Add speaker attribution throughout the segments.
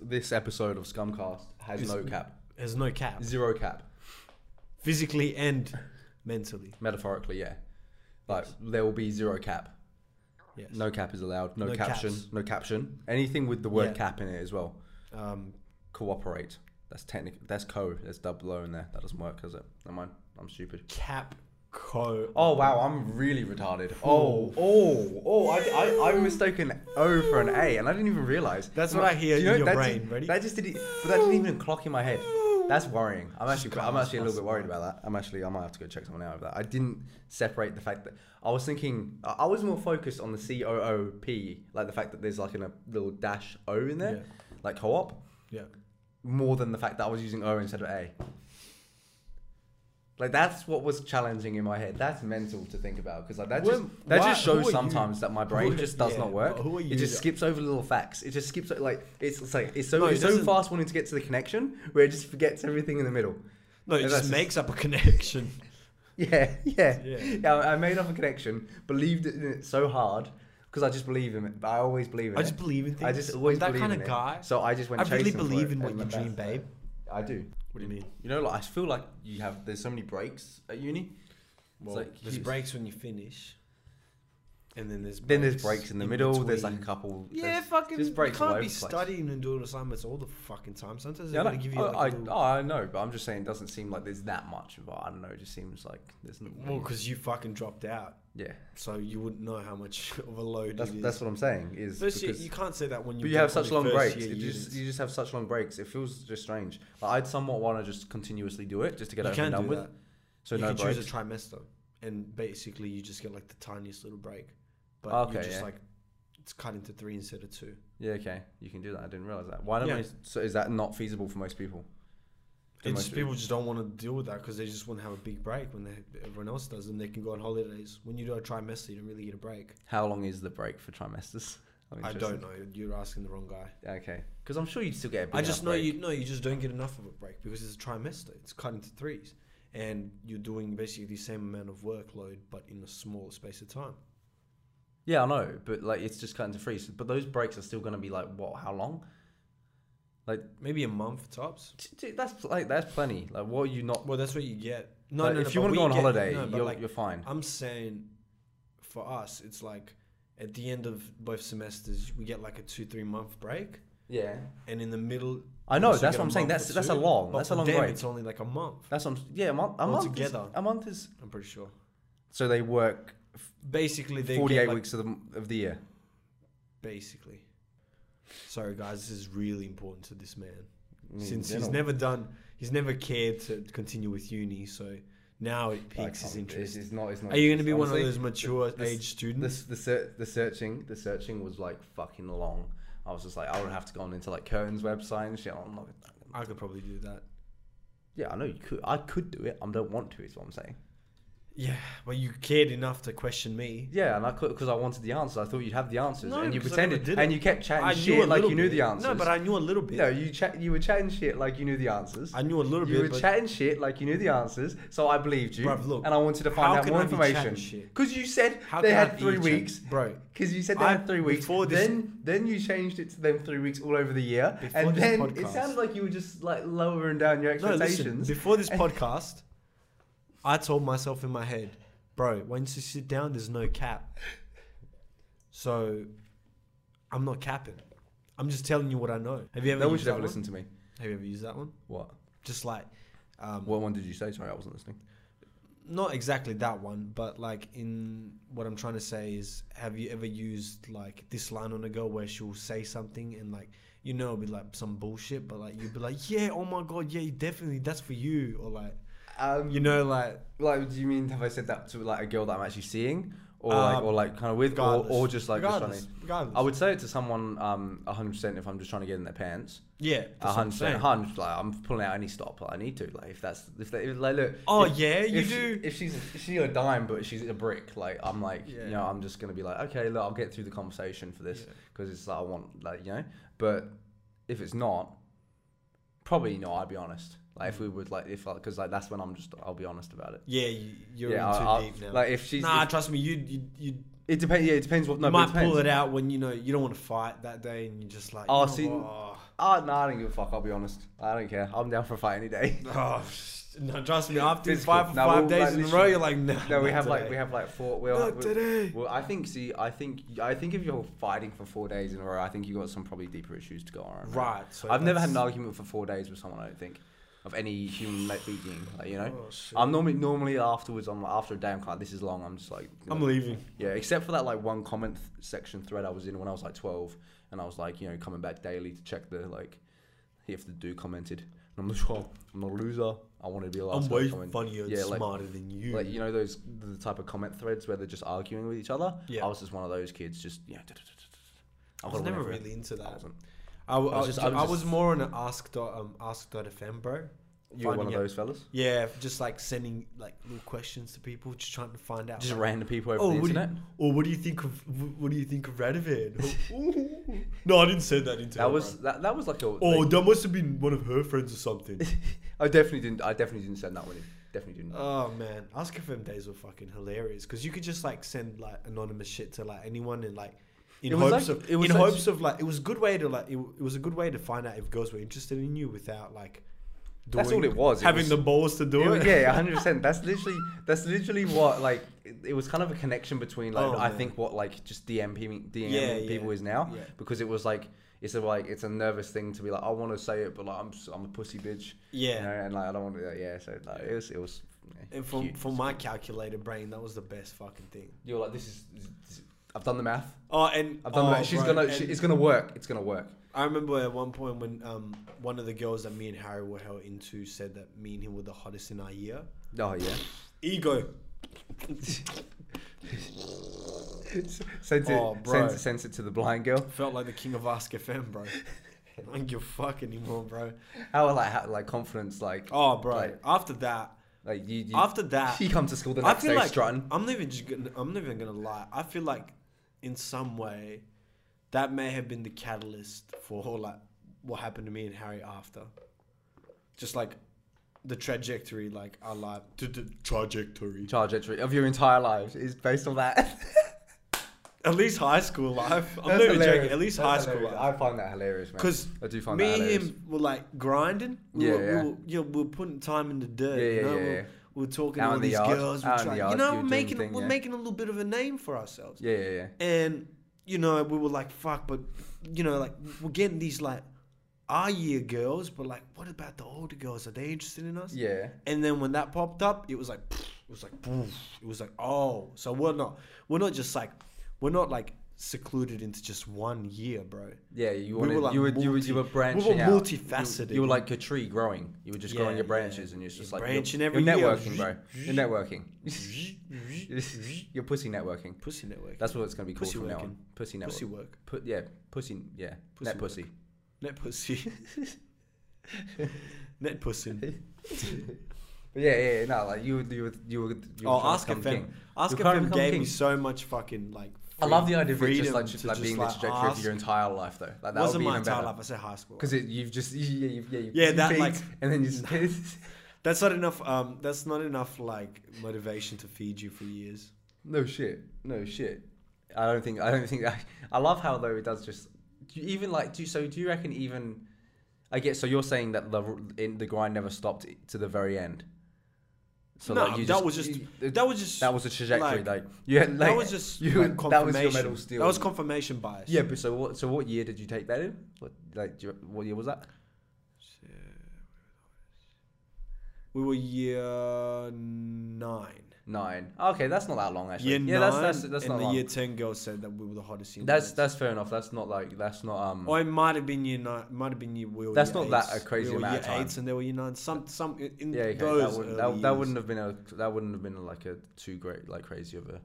Speaker 1: this episode of Scumcast has no cap,
Speaker 2: Has no cap,
Speaker 1: zero cap,
Speaker 2: physically and mentally.
Speaker 1: metaphorically. Yeah, like there will be zero cap.
Speaker 2: Yes.
Speaker 1: No cap is allowed. No,
Speaker 2: No
Speaker 1: caption.
Speaker 2: caps.
Speaker 1: No caption. Anything with the word
Speaker 2: Yeah.
Speaker 1: cap in it as well.
Speaker 2: Um,
Speaker 1: Cooperate. That's technical. That's co. There's double O in there. That doesn't work, does it? Never mind. I'm stupid.
Speaker 2: cap co.
Speaker 1: Oh wow, I'm really retarded. Oh, oh, oh! I, I, I mistook an O for an A, and I didn't even realize.
Speaker 2: That's what I hear in your
Speaker 1: that
Speaker 2: brain.
Speaker 1: Just,
Speaker 2: Ready?
Speaker 1: That just didn't. But that didn't even clock in my head. That's worrying. I'm actually, I'm actually a little bit worried about that. I'm actually, I might have to go check someone out over that. I didn't separate the fact that I was thinking. I I was more focused on the C O O P, like the fact that there's like in a little dash O in there, like co-op,
Speaker 2: Yeah.
Speaker 1: more than the fact that I was using O instead of A. Like that's what was challenging in my head. That's mental to think about because like that just
Speaker 2: When-
Speaker 1: that
Speaker 2: why-
Speaker 1: just
Speaker 2: who are
Speaker 1: shows
Speaker 2: you-
Speaker 1: sometimes that my brain
Speaker 2: who-
Speaker 1: just does
Speaker 2: yeah,
Speaker 1: not work.
Speaker 2: but who are
Speaker 1: It
Speaker 2: you
Speaker 1: just
Speaker 2: that-
Speaker 1: skips over little facts. It just skips like it's, it's like it's so
Speaker 2: No, it
Speaker 1: it's so
Speaker 2: doesn't-
Speaker 1: fast wanting to get to the connection where it just forgets everything in the middle.
Speaker 2: No, it
Speaker 1: Yeah,
Speaker 2: just
Speaker 1: that's-
Speaker 2: makes up a connection.
Speaker 1: Yeah, yeah,
Speaker 2: Yeah.
Speaker 1: yeah. I I made up a connection, believed in it so hard because I just believe in it. I always believe in
Speaker 2: I
Speaker 1: it.
Speaker 2: just believe in things.
Speaker 1: I just always
Speaker 2: I'm that
Speaker 1: believe
Speaker 2: kind
Speaker 1: in
Speaker 2: of
Speaker 1: it.
Speaker 2: guy.
Speaker 1: So I just went.
Speaker 2: I really
Speaker 1: chasing for
Speaker 2: believe
Speaker 1: it,
Speaker 2: in what
Speaker 1: and
Speaker 2: you
Speaker 1: that's-
Speaker 2: dream, babe.
Speaker 1: I do.
Speaker 2: What do you mean?
Speaker 1: You know, like I feel like you have. There's so many breaks at uni.
Speaker 2: Well,
Speaker 1: like
Speaker 2: there's
Speaker 1: you-
Speaker 2: breaks when you finish, and then there's breaks
Speaker 1: Then there's breaks in the middle. There's like a
Speaker 2: between.
Speaker 1: couple.
Speaker 2: yeah,
Speaker 1: there's-
Speaker 2: fucking.
Speaker 1: there's breaks
Speaker 2: you
Speaker 1: all
Speaker 2: can't be
Speaker 1: over the place.
Speaker 2: studying and doing assignments all the fucking time. Sometimes
Speaker 1: Yeah,
Speaker 2: they're
Speaker 1: I,
Speaker 2: gonna
Speaker 1: know.
Speaker 2: give you
Speaker 1: Oh,
Speaker 2: like
Speaker 1: I,
Speaker 2: a little,
Speaker 1: oh, I know, but I'm just saying, it doesn't seem like there's that much. But I don't know. It just seems like there's. Not
Speaker 2: well,
Speaker 1: really-
Speaker 2: because you fucking dropped out,
Speaker 1: yeah,
Speaker 2: so you wouldn't know how much of a load
Speaker 1: that's
Speaker 2: it is.
Speaker 1: that's what I'm saying. Is
Speaker 2: First year,
Speaker 1: because
Speaker 2: you can't say that when you.
Speaker 1: but you have such long breaks. It just, you just have such long breaks. It feels just strange. Like, I'd somewhat want to just continuously do it just to get
Speaker 2: You
Speaker 1: it over
Speaker 2: can
Speaker 1: and done
Speaker 2: do
Speaker 1: with.
Speaker 2: that.
Speaker 1: So
Speaker 2: you
Speaker 1: no
Speaker 2: can
Speaker 1: breaks.
Speaker 2: choose a trimester, and basically you just get like the tiniest little break, but
Speaker 1: Ah, Okay,
Speaker 2: you're just
Speaker 1: yeah.
Speaker 2: like it's cut into three instead of two.
Speaker 1: yeah, okay, you can do that. I didn't realize that. Why don't
Speaker 2: Yeah.
Speaker 1: most- so is that not feasible for most people? Do
Speaker 2: It's
Speaker 1: most
Speaker 2: just people just don't want to deal with that because they just want to have a big break when they, everyone else does, and they can go on holidays. When you do a trimester, you don't really get a break.
Speaker 1: How long is the break for trimesters? I'm
Speaker 2: I
Speaker 1: interested.
Speaker 2: don't know. You're asking the wrong guy.
Speaker 1: Okay, because I'm sure you'd still get. A big
Speaker 2: I just
Speaker 1: enough
Speaker 2: know
Speaker 1: break.
Speaker 2: you no, you just don't get enough of a break because it's a trimester. It's cut into threes, and you're doing basically the same amount of workload but in a smaller space of time.
Speaker 1: Yeah, I know, but like it's just cut into three. so- But those breaks are still going to be like what? How long?
Speaker 2: Maybe a month tops.
Speaker 1: T- t- That's like that's plenty. Like what are you not?
Speaker 2: Well, that's what you get. No,
Speaker 1: like,
Speaker 2: no, no,
Speaker 1: if you
Speaker 2: but
Speaker 1: want to
Speaker 2: we
Speaker 1: go on
Speaker 2: get-
Speaker 1: holiday,
Speaker 2: no, but
Speaker 1: you're,
Speaker 2: like,
Speaker 1: you're fine.
Speaker 2: I'm saying, for us, it's like at the end of both semesters, we get like a two three month break,
Speaker 1: Yeah,
Speaker 2: and in the middle,
Speaker 1: I
Speaker 2: you
Speaker 1: know.
Speaker 2: also
Speaker 1: That's
Speaker 2: get
Speaker 1: what
Speaker 2: a
Speaker 1: I'm saying.
Speaker 2: month or
Speaker 1: That's that's a
Speaker 2: two.
Speaker 1: long.
Speaker 2: But
Speaker 1: That's a
Speaker 2: for
Speaker 1: long
Speaker 2: them,
Speaker 1: break.
Speaker 2: It's only like a month.
Speaker 1: That's what I'm, yeah, a month. A month is,
Speaker 2: Altogether.
Speaker 1: a month is
Speaker 2: I'm pretty sure.
Speaker 1: so they work
Speaker 2: Basically, they
Speaker 1: 48
Speaker 2: get like,
Speaker 1: weeks of the of the year.
Speaker 2: Basically. Sorry, guys. This is really important to this man.
Speaker 1: I mean,
Speaker 2: Since
Speaker 1: general.
Speaker 2: he's never done, he's never cared to continue with uni. So now it
Speaker 1: I
Speaker 2: piques his
Speaker 1: can't-
Speaker 2: interest.
Speaker 1: It's, it's oh, not. It's not.
Speaker 2: Are you going to be one
Speaker 1: um, honestly,
Speaker 2: of those mature
Speaker 1: the-
Speaker 2: age students?
Speaker 1: The, the, ser- the searching the searching was like fucking long. I was just like, I would have to go on into like Curtin's website and shit. I'm not.
Speaker 2: I could probably do that.
Speaker 1: Yeah, I know you could. I could do it. I don't want to. Is what I'm saying.
Speaker 2: Yeah, but you cared enough to question me.
Speaker 1: Yeah, and I could because I wanted the answer. I thought you'd have the answers,
Speaker 2: No,
Speaker 1: and you
Speaker 2: 'cause I never
Speaker 1: pretended,
Speaker 2: did
Speaker 1: and
Speaker 2: it.
Speaker 1: you kept chatting
Speaker 2: I
Speaker 1: shit like
Speaker 2: little
Speaker 1: you knew
Speaker 2: bit.
Speaker 1: the answers.
Speaker 2: No, but I knew a little bit.
Speaker 1: no, you chat. You were chatting shit like you knew the answers.
Speaker 2: I knew a little
Speaker 1: you
Speaker 2: bit.
Speaker 1: were
Speaker 2: But
Speaker 1: chatting shit like you knew the answers, so I believed you,
Speaker 2: Bruv, look,
Speaker 1: and I wanted to
Speaker 2: how
Speaker 1: find out
Speaker 2: can
Speaker 1: more
Speaker 2: I be chatting
Speaker 1: information.
Speaker 2: shit?
Speaker 1: Because you said
Speaker 2: how
Speaker 1: they
Speaker 2: can I
Speaker 1: had
Speaker 2: be
Speaker 1: three
Speaker 2: chat-
Speaker 1: weeks,
Speaker 2: bro?
Speaker 1: Because you said they
Speaker 2: I-
Speaker 1: had three weeks.
Speaker 2: before this-
Speaker 1: then, then you changed it to them three weeks all over the year,
Speaker 2: Before
Speaker 1: and
Speaker 2: this
Speaker 1: then it
Speaker 2: podcast-
Speaker 1: sounds like you were just like lowering down your
Speaker 2: No, listen.
Speaker 1: expectations.
Speaker 2: Before this podcast, I told myself in my head, bro, once you sit down, there's no cap. So, I'm not capping. I'm just telling you what I know. Have you ever?
Speaker 1: no one
Speaker 2: used
Speaker 1: should
Speaker 2: that
Speaker 1: ever
Speaker 2: one?
Speaker 1: listen to me.
Speaker 2: Have you ever used that one?
Speaker 1: What?
Speaker 2: Just like, um,
Speaker 1: What one did you say? Sorry, I wasn't listening.
Speaker 2: not exactly that one, but like in what I'm trying to say is, have you ever used like this line on a girl where she'll say something and like you know it'll be like some bullshit, but like you'd be like, yeah, oh my god, yeah, definitely, that's for you, or like
Speaker 1: Um,
Speaker 2: you know, like
Speaker 1: Like, do you mean have I said that to like a girl that I'm actually seeing, or
Speaker 2: Um,
Speaker 1: like, or like kind of with, or,
Speaker 2: regardless.
Speaker 1: or just like just trying
Speaker 2: regardless,
Speaker 1: to,
Speaker 2: regardless.
Speaker 1: I would say it to someone, um, hundred percent if I'm just trying to get in their pants,
Speaker 2: yeah, that's what I'm
Speaker 1: hundred percent,
Speaker 2: saying.
Speaker 1: hundred. Like, I'm pulling out any stop I need to. Like, if that's if they if, like look.
Speaker 2: Oh
Speaker 1: if,
Speaker 2: yeah, you
Speaker 1: if she-
Speaker 2: do.
Speaker 1: if she's if she's a dime, but she's a brick. Like I'm like,
Speaker 2: Yeah.
Speaker 1: you know, I'm just gonna be like, okay, look, I'll get through the conversation for this
Speaker 2: Yeah.
Speaker 1: because it's like I want, like you know. But if it's not, probably not. I'd be honest. Like
Speaker 2: Mm.
Speaker 1: if we would like if because like that's when I'm just I'll be honest about it.
Speaker 2: yeah, you, you're
Speaker 1: Yeah,
Speaker 2: in too
Speaker 1: I- I-
Speaker 2: deep now.
Speaker 1: Like if she's
Speaker 2: nah,
Speaker 1: if-
Speaker 2: trust me, you you you
Speaker 1: it depends. Yeah, it depends what. No,
Speaker 2: you
Speaker 1: but
Speaker 2: might
Speaker 1: depends.
Speaker 2: pull it out when you know you don't want to fight that day, and you're just like,
Speaker 1: Oh,
Speaker 2: you know
Speaker 1: see,
Speaker 2: what?
Speaker 1: Oh, no, I don't give a fuck. I'll be honest. I don't care. I'm down for a fight any day.
Speaker 2: Oh, sh- no, trust me. After
Speaker 1: Physical.
Speaker 2: five
Speaker 1: No,
Speaker 2: five
Speaker 1: we'll, like,
Speaker 2: days in a row,
Speaker 1: literally-
Speaker 2: you're like, no.
Speaker 1: No, we
Speaker 2: not
Speaker 1: have like
Speaker 2: today.
Speaker 1: we have like four. We'll,
Speaker 2: Not
Speaker 1: we
Speaker 2: today.
Speaker 1: Well, I think. See, I think. I think if you're fighting for four days in a row, I think you got some probably deeper issues to go on.
Speaker 2: Right. So
Speaker 1: I've never had an
Speaker 2: that's-
Speaker 1: argument for four days with someone. I don't think of any human like, being. Like you know,
Speaker 2: Oh, shit.
Speaker 1: I'm normally normally afterwards. I'm like, after a day. I'm kind of, this is long. I'm just like. you
Speaker 2: I'm
Speaker 1: know.
Speaker 2: leaving.
Speaker 1: Yeah, except for that like one comment th- section thread I was in when I was like 12, and I was like, you know, coming back daily to check the like if the dude commented. And I'm like, oh, I'm not a loser. I want to be a last
Speaker 2: I'm
Speaker 1: guy
Speaker 2: way
Speaker 1: comment."
Speaker 2: funnier and
Speaker 1: Yeah, like-
Speaker 2: smarter than you.
Speaker 1: Like you know those the type of comment threads where they're just arguing with each other.
Speaker 2: Yeah.
Speaker 1: I was just one of those kids, just you know.
Speaker 2: I
Speaker 1: gotta
Speaker 2: was
Speaker 1: win
Speaker 2: never
Speaker 1: everything.
Speaker 2: really into
Speaker 1: I
Speaker 2: that.
Speaker 1: wasn't.
Speaker 2: I, w- I
Speaker 1: was
Speaker 2: was,
Speaker 1: just-
Speaker 2: ju-
Speaker 1: I was
Speaker 2: I was
Speaker 1: just-
Speaker 2: more on an ask dot um, ask.fm, bro.
Speaker 1: You were one of
Speaker 2: Finding out-
Speaker 1: those fellas.
Speaker 2: Yeah, just like sending like little questions to people, just trying to find out.
Speaker 1: Just
Speaker 2: like,
Speaker 1: random people over
Speaker 2: oh,
Speaker 1: the
Speaker 2: what do you,
Speaker 1: internet.
Speaker 2: or what do you think of wh- what do you think of Radovan? Or, "Ooh." no, I didn't send that into. her,
Speaker 1: That was
Speaker 2: bro.
Speaker 1: that, that was like a.
Speaker 2: Oh,
Speaker 1: like-
Speaker 2: that must have been one of her friends or something.
Speaker 1: I definitely didn't. I definitely didn't send that one in. Definitely didn't.
Speaker 2: oh man, Ask FM days were fucking hilarious because you could just like send like anonymous shit to like anyone and like in
Speaker 1: It was
Speaker 2: hopes
Speaker 1: like-
Speaker 2: of
Speaker 1: it was
Speaker 2: in
Speaker 1: like-
Speaker 2: hopes of like it was a good way to like it, w- it was a good way to find out if girls were interested in you without like doing
Speaker 1: That's all it was, it
Speaker 2: having
Speaker 1: was-
Speaker 2: the balls to do
Speaker 1: It was-
Speaker 2: it.
Speaker 1: yeah, hundred percent. That's literally that's literally what like it, it was kind of a connection between like
Speaker 2: Oh,
Speaker 1: I
Speaker 2: man.
Speaker 1: think what like just DM DMing
Speaker 2: Yeah, yeah.
Speaker 1: people is now
Speaker 2: Yeah.
Speaker 1: because it was like it's a like it's a nervous thing to be like I want to say it but like I'm s- I'm a pussy bitch
Speaker 2: Yeah.
Speaker 1: you know, and like I don't want to like, yeah so like it was it was yeah,
Speaker 2: And from
Speaker 1: cute.
Speaker 2: from my calculator brain, that was the best fucking thing.
Speaker 1: you're like this is, this is- I've done the math
Speaker 2: Oh, and
Speaker 1: I've done
Speaker 2: oh,
Speaker 1: the math she's
Speaker 2: bro,
Speaker 1: gonna she,
Speaker 2: and
Speaker 1: it's gonna work it's gonna work
Speaker 2: I remember at one point when um one of the girls that me and Harry were held into said that me and him were the hottest in our year.
Speaker 1: oh yeah
Speaker 2: Ego.
Speaker 1: sends it
Speaker 2: Oh, bro.
Speaker 1: sends, sends it to the blind girl
Speaker 2: Felt like the king of Ask FM, bro. I don't give a fuck anymore, bro.
Speaker 1: how like how, like confidence like
Speaker 2: Oh, bro.
Speaker 1: Right.
Speaker 2: After that,
Speaker 1: like you, you
Speaker 2: after that,
Speaker 1: He comes to school the
Speaker 2: I
Speaker 1: next
Speaker 2: feel
Speaker 1: day
Speaker 2: like
Speaker 1: strutting.
Speaker 2: I'm not even just gonna, I'm not even gonna lie. I feel like in some way that may have been the catalyst for like what happened to me and Harry after. Just like the trajectory, like our life, the, the trajectory.
Speaker 1: Trajectory of your entire life is based on that.
Speaker 2: At least high school life. I'm
Speaker 1: That's
Speaker 2: not even
Speaker 1: hilarious.
Speaker 2: joking. At least
Speaker 1: That's
Speaker 2: high school
Speaker 1: hilarious.
Speaker 2: life.
Speaker 1: I find that hilarious, man.
Speaker 2: Because
Speaker 1: I do find
Speaker 2: me
Speaker 1: that
Speaker 2: and
Speaker 1: hilarious.
Speaker 2: him were like grinding. We
Speaker 1: Yeah,
Speaker 2: were,
Speaker 1: yeah.
Speaker 2: We were, you know, we were putting time in the dirt.
Speaker 1: Yeah,
Speaker 2: you
Speaker 1: yeah,
Speaker 2: know?
Speaker 1: yeah,
Speaker 2: we,
Speaker 1: yeah.
Speaker 2: were, we were talking
Speaker 1: Out
Speaker 2: to all
Speaker 1: in the
Speaker 2: these
Speaker 1: yard,
Speaker 2: girls. We
Speaker 1: out
Speaker 2: were
Speaker 1: in the
Speaker 2: trying, you
Speaker 1: yard,
Speaker 2: know,
Speaker 1: you
Speaker 2: we're
Speaker 1: were doing
Speaker 2: making
Speaker 1: the thing,
Speaker 2: we're
Speaker 1: yeah.
Speaker 2: making a little bit of a name for ourselves.
Speaker 1: Yeah, yeah, yeah.
Speaker 2: And you know, we were like, fuck, but you know, like we're getting these like our year girls, but like, what about the older girls? Are they interested in us?
Speaker 1: Yeah.
Speaker 2: And then when that popped up, it was like it was like poof. it was like oh, so we're not we're not just like we're not like secluded into just one year, bro.
Speaker 1: Yeah, you
Speaker 2: We were
Speaker 1: wanted,
Speaker 2: like
Speaker 1: you, were, you were
Speaker 2: multi-
Speaker 1: you were
Speaker 2: we were
Speaker 1: branching out.
Speaker 2: multifaceted.
Speaker 1: You, you were like a tree growing. You were just
Speaker 2: Yeah,
Speaker 1: growing your
Speaker 2: yeah.
Speaker 1: branches, and you're just
Speaker 2: You're
Speaker 1: like
Speaker 2: branching
Speaker 1: you're,
Speaker 2: every
Speaker 1: you're
Speaker 2: year.
Speaker 1: networking, bro. You're networking. you're pussy networking.
Speaker 2: Pussy network.
Speaker 1: That's what it's gonna be called
Speaker 2: Pussy
Speaker 1: from now
Speaker 2: working.
Speaker 1: on. Pussy network.
Speaker 2: pussy work.
Speaker 1: Pu- yeah, pussy. Yeah,
Speaker 2: Pussy
Speaker 1: net
Speaker 2: work.
Speaker 1: pussy.
Speaker 2: Net pussy. Net pussy.
Speaker 1: But yeah, yeah, yeah, no, like you, were- you, were- you were. You were
Speaker 2: Oh,
Speaker 1: trying to
Speaker 2: Ask
Speaker 1: become
Speaker 2: FM.
Speaker 1: king.
Speaker 2: Ask
Speaker 1: You're trying to
Speaker 2: FM
Speaker 1: become
Speaker 2: gave
Speaker 1: king.
Speaker 2: me so much fucking like.
Speaker 1: I love the idea of it just
Speaker 2: freedom
Speaker 1: like,
Speaker 2: to
Speaker 1: just, like
Speaker 2: just,
Speaker 1: being
Speaker 2: like,
Speaker 1: the trajectory
Speaker 2: ask.
Speaker 1: of your entire life, though. Like that would
Speaker 2: wasn't
Speaker 1: be
Speaker 2: my
Speaker 1: even
Speaker 2: entire
Speaker 1: better.
Speaker 2: life. I said high school.
Speaker 1: Because you've just yeah you've, yeah, you've,
Speaker 2: Yeah,
Speaker 1: you
Speaker 2: that,
Speaker 1: peaked,
Speaker 2: like-
Speaker 1: and then you just
Speaker 2: That's not enough. Um, that's not enough like motivation to feed you for years.
Speaker 1: no shit, no shit. I don't think I don't think I, I love how though it does just do you even like do you, so do you reckon even I get so you're saying that the in, the grind never stopped to the very end.
Speaker 2: No,
Speaker 1: like, you
Speaker 2: that was just-
Speaker 1: it-
Speaker 2: that was just
Speaker 1: that was a trajectory
Speaker 2: like-
Speaker 1: like, you had like
Speaker 2: that was just
Speaker 1: you,
Speaker 2: like,
Speaker 1: that was
Speaker 2: confirmation.
Speaker 1: your medal steal
Speaker 2: That was confirmation bias.
Speaker 1: yeah but so what so what year did you take that in what like do you, what year was that
Speaker 2: We were year nine.
Speaker 1: Nine. Okay, that's not that long actually.
Speaker 2: Year
Speaker 1: yeah,
Speaker 2: nine.
Speaker 1: that's that's that's
Speaker 2: and
Speaker 1: not
Speaker 2: the
Speaker 1: long.
Speaker 2: year ten girls said that we were the hottest. in
Speaker 1: that's
Speaker 2: the
Speaker 1: that's fair enough. That's not like that's not um.
Speaker 2: Or it might have been year nine. Might have been year. We were
Speaker 1: That's
Speaker 2: year
Speaker 1: not that
Speaker 2: eights.
Speaker 1: a crazy
Speaker 2: we were
Speaker 1: amount
Speaker 2: year
Speaker 1: of time.
Speaker 2: Eights and they were year nine. Some some in- in
Speaker 1: yeah, okay.
Speaker 2: those
Speaker 1: That wouldn't that,
Speaker 2: early
Speaker 1: that
Speaker 2: years.
Speaker 1: wouldn't have been a that wouldn't have been like a too great like crazy of a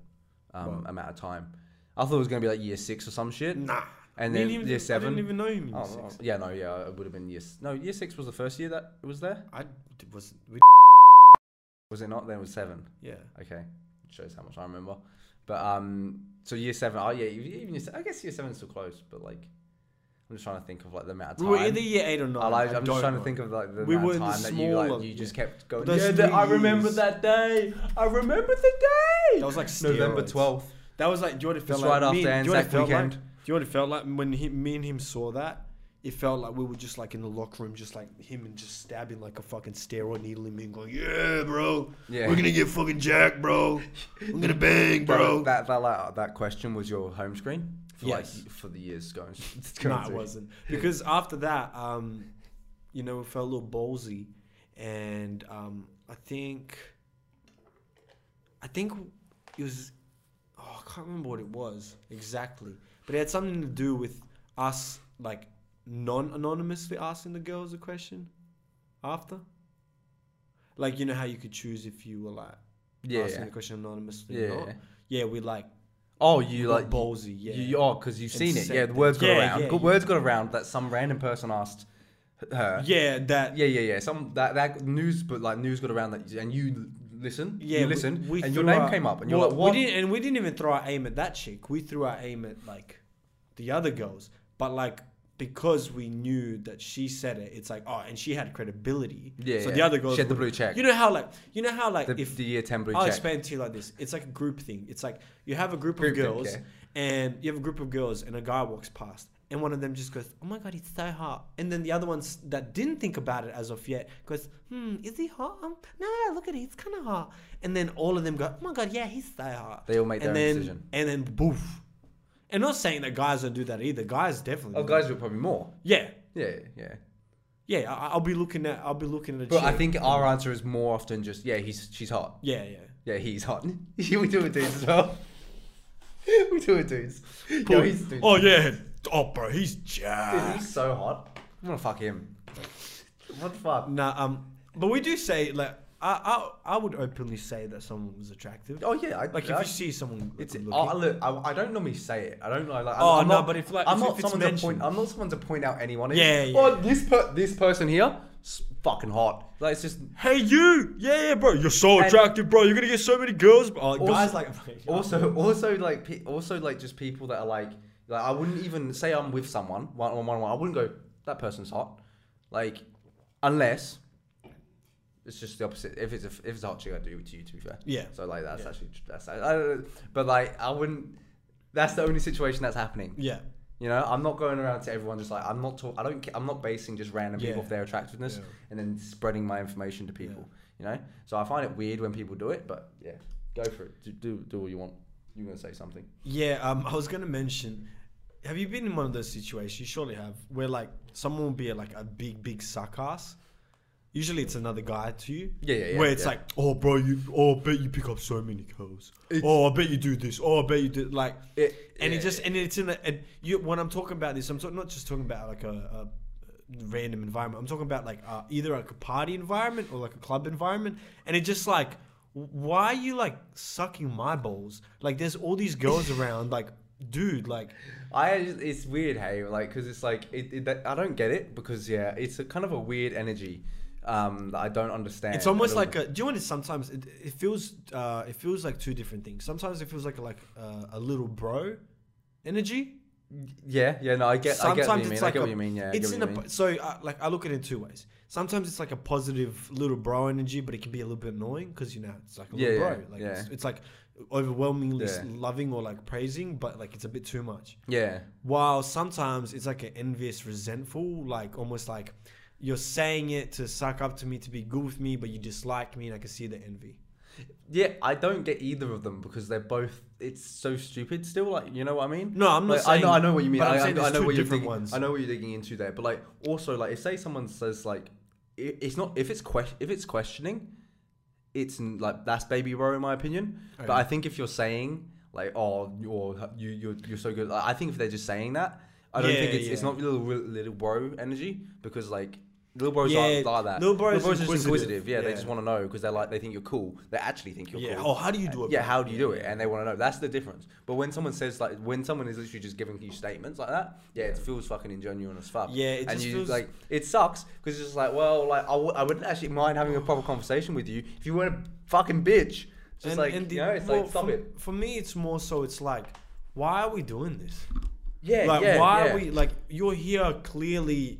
Speaker 1: um
Speaker 2: What?
Speaker 1: amount of time. I thought it was gonna be like year six or some shit.
Speaker 2: Nah.
Speaker 1: And
Speaker 2: We
Speaker 1: then
Speaker 2: didn't even-
Speaker 1: year
Speaker 2: I didn't
Speaker 1: seven.
Speaker 2: even know him. in
Speaker 1: Oh,
Speaker 2: year six.
Speaker 1: oh, yeah, no, yeah, it would have been year. s- No, year six was the first year that it was there.
Speaker 2: I d- was. We,
Speaker 1: Was it not? Then it was seven.
Speaker 2: yeah.
Speaker 1: Okay, shows how much I remember. But um, so year seven. Oh yeah, even year, se- I guess year seven's still close, but like, I'm just trying to think of like the amount of
Speaker 2: We
Speaker 1: time.
Speaker 2: were either year eight or nine.
Speaker 1: I like,
Speaker 2: I
Speaker 1: I'm
Speaker 2: don't
Speaker 1: just trying
Speaker 2: know.
Speaker 1: to think of like the
Speaker 2: We
Speaker 1: amount
Speaker 2: were
Speaker 1: of
Speaker 2: in the
Speaker 1: time that you like
Speaker 2: smaller-
Speaker 1: you just kept going.
Speaker 2: Those
Speaker 1: Yeah, that- I
Speaker 2: three
Speaker 1: remember
Speaker 2: years.
Speaker 1: that day. I remember the day.
Speaker 2: That was like
Speaker 1: November
Speaker 2: steroids.
Speaker 1: twelfth.
Speaker 2: That was like, do you know what it felt
Speaker 1: Just
Speaker 2: like?
Speaker 1: right
Speaker 2: me,
Speaker 1: after
Speaker 2: and- do you know what it
Speaker 1: Anzac
Speaker 2: felt
Speaker 1: weekend.
Speaker 2: Like? Do you know what it felt like when he, me and him saw that? it felt like we were just like in the locker room, just like him and just stabbing like a fucking steroid needle in me and going, yeah, bro,
Speaker 1: Yeah.
Speaker 2: we're gonna get fucking jacked, bro. I'm gonna bang, bro.
Speaker 1: That that like, that question was your home screen for
Speaker 2: Yes.
Speaker 1: like for the years going.
Speaker 2: no, it wasn't. Because after that, um, you know, we felt a little ballsy, and um, I think, I think it was, oh, I can't remember what it was exactly, but it had something to do with us like non-anonymously asking the girls a question after. Like you know how you could choose if you were like
Speaker 1: Yeah.
Speaker 2: asking
Speaker 1: yeah.
Speaker 2: the question anonymously
Speaker 1: Yeah.
Speaker 2: or not. Yeah, we like
Speaker 1: Oh, you
Speaker 2: got
Speaker 1: like
Speaker 2: ballsy. Yeah,
Speaker 1: You, oh, because you've
Speaker 2: And
Speaker 1: seen it.
Speaker 2: said
Speaker 1: Yeah, the
Speaker 2: things.
Speaker 1: words got
Speaker 2: Yeah,
Speaker 1: around.
Speaker 2: yeah,
Speaker 1: Good
Speaker 2: yeah.
Speaker 1: words got around that some random person asked her.
Speaker 2: yeah, that
Speaker 1: Yeah, yeah, yeah. Some that that news, but like news got around that, and you listen.
Speaker 2: Yeah,
Speaker 1: you
Speaker 2: we-
Speaker 1: listened,
Speaker 2: we
Speaker 1: and your
Speaker 2: threw
Speaker 1: name
Speaker 2: our-
Speaker 1: came up, and you're
Speaker 2: well,
Speaker 1: like, what?
Speaker 2: We didn't, and we didn't even throw our aim at that chick. We threw our aim at like the other girls, but like because we knew that she said it, it's like oh, and she had credibility.
Speaker 1: Yeah,
Speaker 2: So
Speaker 1: yeah.
Speaker 2: the other girls
Speaker 1: She had the
Speaker 2: would-
Speaker 1: blue check.
Speaker 2: You know how like you know how like
Speaker 1: the,
Speaker 2: if
Speaker 1: the year ten blue
Speaker 2: I'll
Speaker 1: check.
Speaker 2: explain to you like this. It's like a group thing. It's like you have a group,
Speaker 1: Group
Speaker 2: of
Speaker 1: thing,
Speaker 2: girls,
Speaker 1: yeah.
Speaker 2: and you have a group of girls, and a guy walks past, and one of them just goes, "Oh my god, he's so hot," and then the other ones that didn't think about it as of yet goes, "Hmm, is he hot? Um, now that I look at it, he's kind of hot." And then all of them go, "Oh my god, yeah, he's so hot."
Speaker 1: They all make their
Speaker 2: and
Speaker 1: own
Speaker 2: then,
Speaker 1: decision.
Speaker 2: and then boof. And not saying that guys don't do that either. Guys definitely.
Speaker 1: Oh,
Speaker 2: do that.
Speaker 1: guys, were probably more.
Speaker 2: Yeah,
Speaker 1: Yeah, yeah.
Speaker 2: yeah. I, I'll be looking at. I'll be looking at. A
Speaker 1: But I
Speaker 2: chick.
Speaker 1: think our answer is more often just yeah, he's she's hot.
Speaker 2: Yeah, yeah.
Speaker 1: Yeah, he's hot. we do it dudes as well. we do it dudes. Yo, he's dudes.
Speaker 2: oh yeah. Oh bro, he's jacked.
Speaker 1: Dude, he's so hot. I'm gonna fuck him. What the fuck?
Speaker 2: Nah, um, but we do say like I, I, I would openly say that someone was attractive.
Speaker 1: Oh yeah, I,
Speaker 2: Like if
Speaker 1: I,
Speaker 2: you see someone
Speaker 1: It's
Speaker 2: good
Speaker 1: oh,
Speaker 2: looking,
Speaker 1: look, I, I don't normally say it. I don't know. Like, I-
Speaker 2: Oh,
Speaker 1: I'm
Speaker 2: no,
Speaker 1: not,
Speaker 2: but if, like,
Speaker 1: I'm
Speaker 2: if-
Speaker 1: not
Speaker 2: if it's
Speaker 1: someone to point.
Speaker 2: mentioned.
Speaker 1: I'm not someone to point out anyone. It's,
Speaker 2: Yeah, yeah.
Speaker 1: Oh, this per- this person here, s- fucking hot. Like it's just
Speaker 2: hey you, yeah, yeah, bro, you're so
Speaker 1: And-
Speaker 2: attractive, bro. You're gonna get so many girls, bro. Like,
Speaker 1: Also-
Speaker 2: guys, like
Speaker 1: also also like pe- also like just people that are like like I wouldn't even say I'm with someone one on one on one. I wouldn't go that person's hot, like unless it's just the opposite. If it's a if it's a hot chick, I do it to you. To be fair,
Speaker 2: Yeah.
Speaker 1: So like that's
Speaker 2: Yeah.
Speaker 1: actually that's I, I don't know. but like I wouldn't. That's the only situation that's happening.
Speaker 2: yeah,
Speaker 1: You know, I'm not going around to everyone just like I'm not. Talk, I don't. ca- I'm not basing just random people
Speaker 2: Yeah.
Speaker 1: off their attractiveness
Speaker 2: Yeah.
Speaker 1: and then spreading my information to people. You know, so I find it weird when people do it, but yeah, go for it. Do do, do what you want. You're gonna say something.
Speaker 2: yeah. Um, I was gonna mention, have you been in one of those situations? You surely have, where like someone will be like a big, big suck ass. Usually it's another guy to you.
Speaker 1: Yeah, yeah, yeah,
Speaker 2: Where it's
Speaker 1: yeah.
Speaker 2: like, oh, bro, you, oh, I bet you pick up so many girls.
Speaker 1: It's-
Speaker 2: oh, I bet you do this. Oh, I bet you do like.
Speaker 1: It,
Speaker 2: and
Speaker 1: yeah,
Speaker 2: it just and it's in a and you when I'm talking about this, I'm talk, not just talking about like a, a random environment. I'm talking about like uh, either like a party environment or like a club environment, and it just like why are you like sucking my balls? Like there's all these girls around, like dude, like
Speaker 1: I just- it's weird, hey, like because it's like it, it, that, I don't get it because yeah, it's a kind of a weird energy um, that I don't understand.
Speaker 2: it's almost like a, do you know what it sometimes it, it feels uh, it feels like two different things. Sometimes it feels like like uh, a little bro energy.
Speaker 1: yeah, yeah. No, I get, I get what you mean. I
Speaker 2: like
Speaker 1: get what
Speaker 2: a-
Speaker 1: you mean. Yeah, I
Speaker 2: it's
Speaker 1: get
Speaker 2: in
Speaker 1: what
Speaker 2: a
Speaker 1: you mean.
Speaker 2: po- so uh, like I look at it in two ways. Sometimes it's like a positive little bro energy, but it can be a little bit annoying because you know it's like a little
Speaker 1: Yeah,
Speaker 2: bro.
Speaker 1: yeah,
Speaker 2: like
Speaker 1: yeah.
Speaker 2: It's, it's like overwhelmingly s
Speaker 1: Yeah.
Speaker 2: loving or like praising, but like it's a bit too much.
Speaker 1: yeah,
Speaker 2: While sometimes it's like an envious, resentful, like almost like you're saying it to suck up to me to be good with me, but you dislike me, and I can see the envy.
Speaker 1: Yeah, I don't get either of them because they're both. It's so stupid. Still, like you know what I mean?
Speaker 2: No, I'm not
Speaker 1: Like, I know,
Speaker 2: saying-
Speaker 1: I know what you mean.
Speaker 2: but I'm
Speaker 1: I, I,
Speaker 2: saying
Speaker 1: I
Speaker 2: there's
Speaker 1: know
Speaker 2: two
Speaker 1: what you're
Speaker 2: different
Speaker 1: digging,
Speaker 2: ones.
Speaker 1: I know what you're digging into there, but like also like if say someone says like i- it's not if it's question if it's questioning, it's n- like that's baby bro in my opinion.
Speaker 2: Oh,
Speaker 1: but
Speaker 2: yeah.
Speaker 1: I think if you're saying like oh you're you you're, you're so good, like, I think if they're just saying that, I don't
Speaker 2: Yeah,
Speaker 1: think it's, it's
Speaker 2: yeah.
Speaker 1: not little little bro energy because like. Little bros
Speaker 2: Yeah,
Speaker 1: aren't like that.
Speaker 2: little bros
Speaker 1: are just
Speaker 2: inquisitive.
Speaker 1: inquisitive. Yeah, they
Speaker 2: Yeah.
Speaker 1: just want to know because they like they think you're cool. They actually think you're
Speaker 2: Yeah.
Speaker 1: cool
Speaker 2: Oh, how do you do it?
Speaker 1: yeah,
Speaker 2: bro?
Speaker 1: how do you do it? And they want to know. That's the difference. But when someone says like, when someone is literally just giving you statements like that, yeah, it feels fucking ingenuine as fuck.
Speaker 2: Yeah, it
Speaker 1: and
Speaker 2: just
Speaker 1: you
Speaker 2: feels-
Speaker 1: like it sucks because it's just like, well, like I, w- I wouldn't actually mind having a proper conversation with you if you weren't a fucking bitch. Just like
Speaker 2: the-
Speaker 1: you know, it's
Speaker 2: well,
Speaker 1: like stop
Speaker 2: for,
Speaker 1: it.
Speaker 2: For me, it's more so it's like, why are we doing this?
Speaker 1: Yeah,
Speaker 2: like
Speaker 1: yeah,
Speaker 2: why
Speaker 1: yeah.
Speaker 2: are we like you're here clearly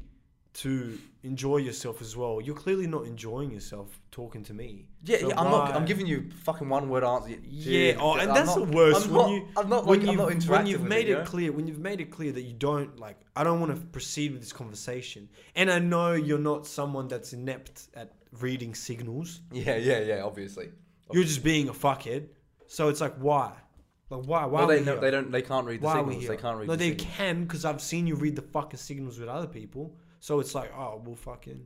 Speaker 2: to enjoy yourself as well. You're clearly not enjoying yourself talking to me.
Speaker 1: Yeah,
Speaker 2: So
Speaker 1: yeah, I'm not. I'm
Speaker 2: why-
Speaker 1: giving you fucking one word answer. Dude,
Speaker 2: Yeah, oh, and
Speaker 1: I'm
Speaker 2: that's
Speaker 1: not-
Speaker 2: the worst
Speaker 1: I'm
Speaker 2: when
Speaker 1: not-
Speaker 2: you
Speaker 1: I'm not.
Speaker 2: when
Speaker 1: Like, I'm
Speaker 2: you've-
Speaker 1: not
Speaker 2: when
Speaker 1: interacting
Speaker 2: you've
Speaker 1: with
Speaker 2: made
Speaker 1: you
Speaker 2: it
Speaker 1: know?
Speaker 2: clear when you've made it clear that you don't like I don't want to proceed with this conversation, and I know you're not someone that's inept at reading signals.
Speaker 1: Yeah, yeah, yeah. Obviously.
Speaker 2: You're just being a fuckhead. So it's like why, like why why
Speaker 1: Well,
Speaker 2: are
Speaker 1: they
Speaker 2: we
Speaker 1: no,
Speaker 2: here?
Speaker 1: they don't. They can't read the
Speaker 2: why are we
Speaker 1: signals.
Speaker 2: here?
Speaker 1: They can't read.
Speaker 2: no,
Speaker 1: the
Speaker 2: they
Speaker 1: signals.
Speaker 2: can because I've seen you read the fucking signals with other people. So it's like oh well fucking.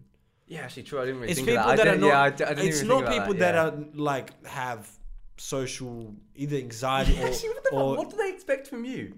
Speaker 1: Yeah, actually, true. I didn't really
Speaker 2: it's
Speaker 1: think
Speaker 2: people
Speaker 1: of that.
Speaker 2: that,
Speaker 1: I
Speaker 2: are
Speaker 1: did,
Speaker 2: not.
Speaker 1: yeah, I, d- I didn't
Speaker 2: it's
Speaker 1: even
Speaker 2: not
Speaker 1: think
Speaker 2: people
Speaker 1: about
Speaker 2: that,
Speaker 1: that, yeah.
Speaker 2: are like have social either anxiety
Speaker 1: Yeah, actually, what the fuck?
Speaker 2: or, or
Speaker 1: What do they expect from you?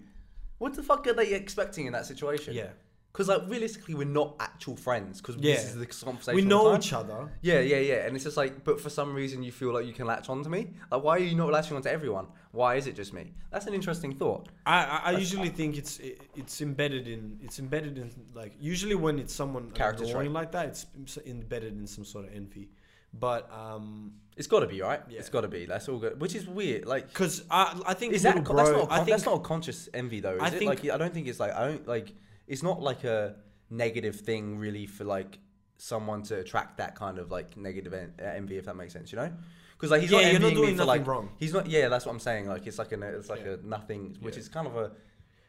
Speaker 1: What the fuck are they expecting in that situation?
Speaker 2: Yeah.
Speaker 1: Because like realistically, we're not actual friends. Because
Speaker 2: Yeah.
Speaker 1: this is the conversation
Speaker 2: we
Speaker 1: all
Speaker 2: know
Speaker 1: the time.
Speaker 2: each other.
Speaker 1: Yeah, yeah, yeah. And it's just like, but for some reason, you feel like you can latch onto me. Like, why are you not latching onto everyone? Why is it just me? That's an interesting thought.
Speaker 2: I, I, I usually think it's it, it's embedded in it's embedded in like usually when it's someone
Speaker 1: Character
Speaker 2: annoying
Speaker 1: trait.
Speaker 2: like that it's s- embedded in some sort of envy, but um
Speaker 1: It's got to be right.
Speaker 2: Yeah.
Speaker 1: It's got to be. That's all good. Which is weird. Like,
Speaker 2: because I I think
Speaker 1: is that
Speaker 2: little
Speaker 1: co- that's
Speaker 2: bro-
Speaker 1: not a con-
Speaker 2: I think
Speaker 1: that's not a conscious envy though? Is
Speaker 2: I
Speaker 1: it?
Speaker 2: think-
Speaker 1: like I don't think it's like I don't like it's not like a negative thing really for like someone to attract that kind of like negative en- uh, envy if that makes sense. You know. Because like he's
Speaker 2: Yeah,
Speaker 1: not
Speaker 2: you're not
Speaker 1: envying me
Speaker 2: doing
Speaker 1: for
Speaker 2: nothing
Speaker 1: like
Speaker 2: wrong.
Speaker 1: he's not yeah that's what I'm saying like it's like a it's like
Speaker 2: Yeah.
Speaker 1: a nothing which
Speaker 2: Yeah.
Speaker 1: is kind of a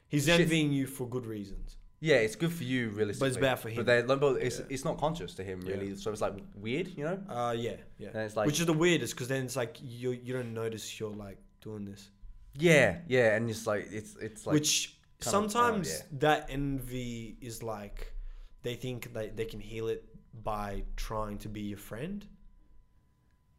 Speaker 2: he's
Speaker 1: shit.
Speaker 2: envying you for good reasons.
Speaker 1: yeah, it's good for you, realistically.
Speaker 2: bad for him.
Speaker 1: But, they, but it's,
Speaker 2: Yeah.
Speaker 1: it's not conscious to him,
Speaker 2: Yeah.
Speaker 1: really. So it's like weird, you know?
Speaker 2: Uh yeah yeah,
Speaker 1: And it's like-
Speaker 2: which is the weirdest because then it's like you you don't notice you're like doing this.
Speaker 1: Yeah, yeah. And it's like, it's it's like.
Speaker 2: which
Speaker 1: kind of, uh,
Speaker 2: sometimes
Speaker 1: yeah.
Speaker 2: that envy is like they think that they can heal it by trying to be your friend.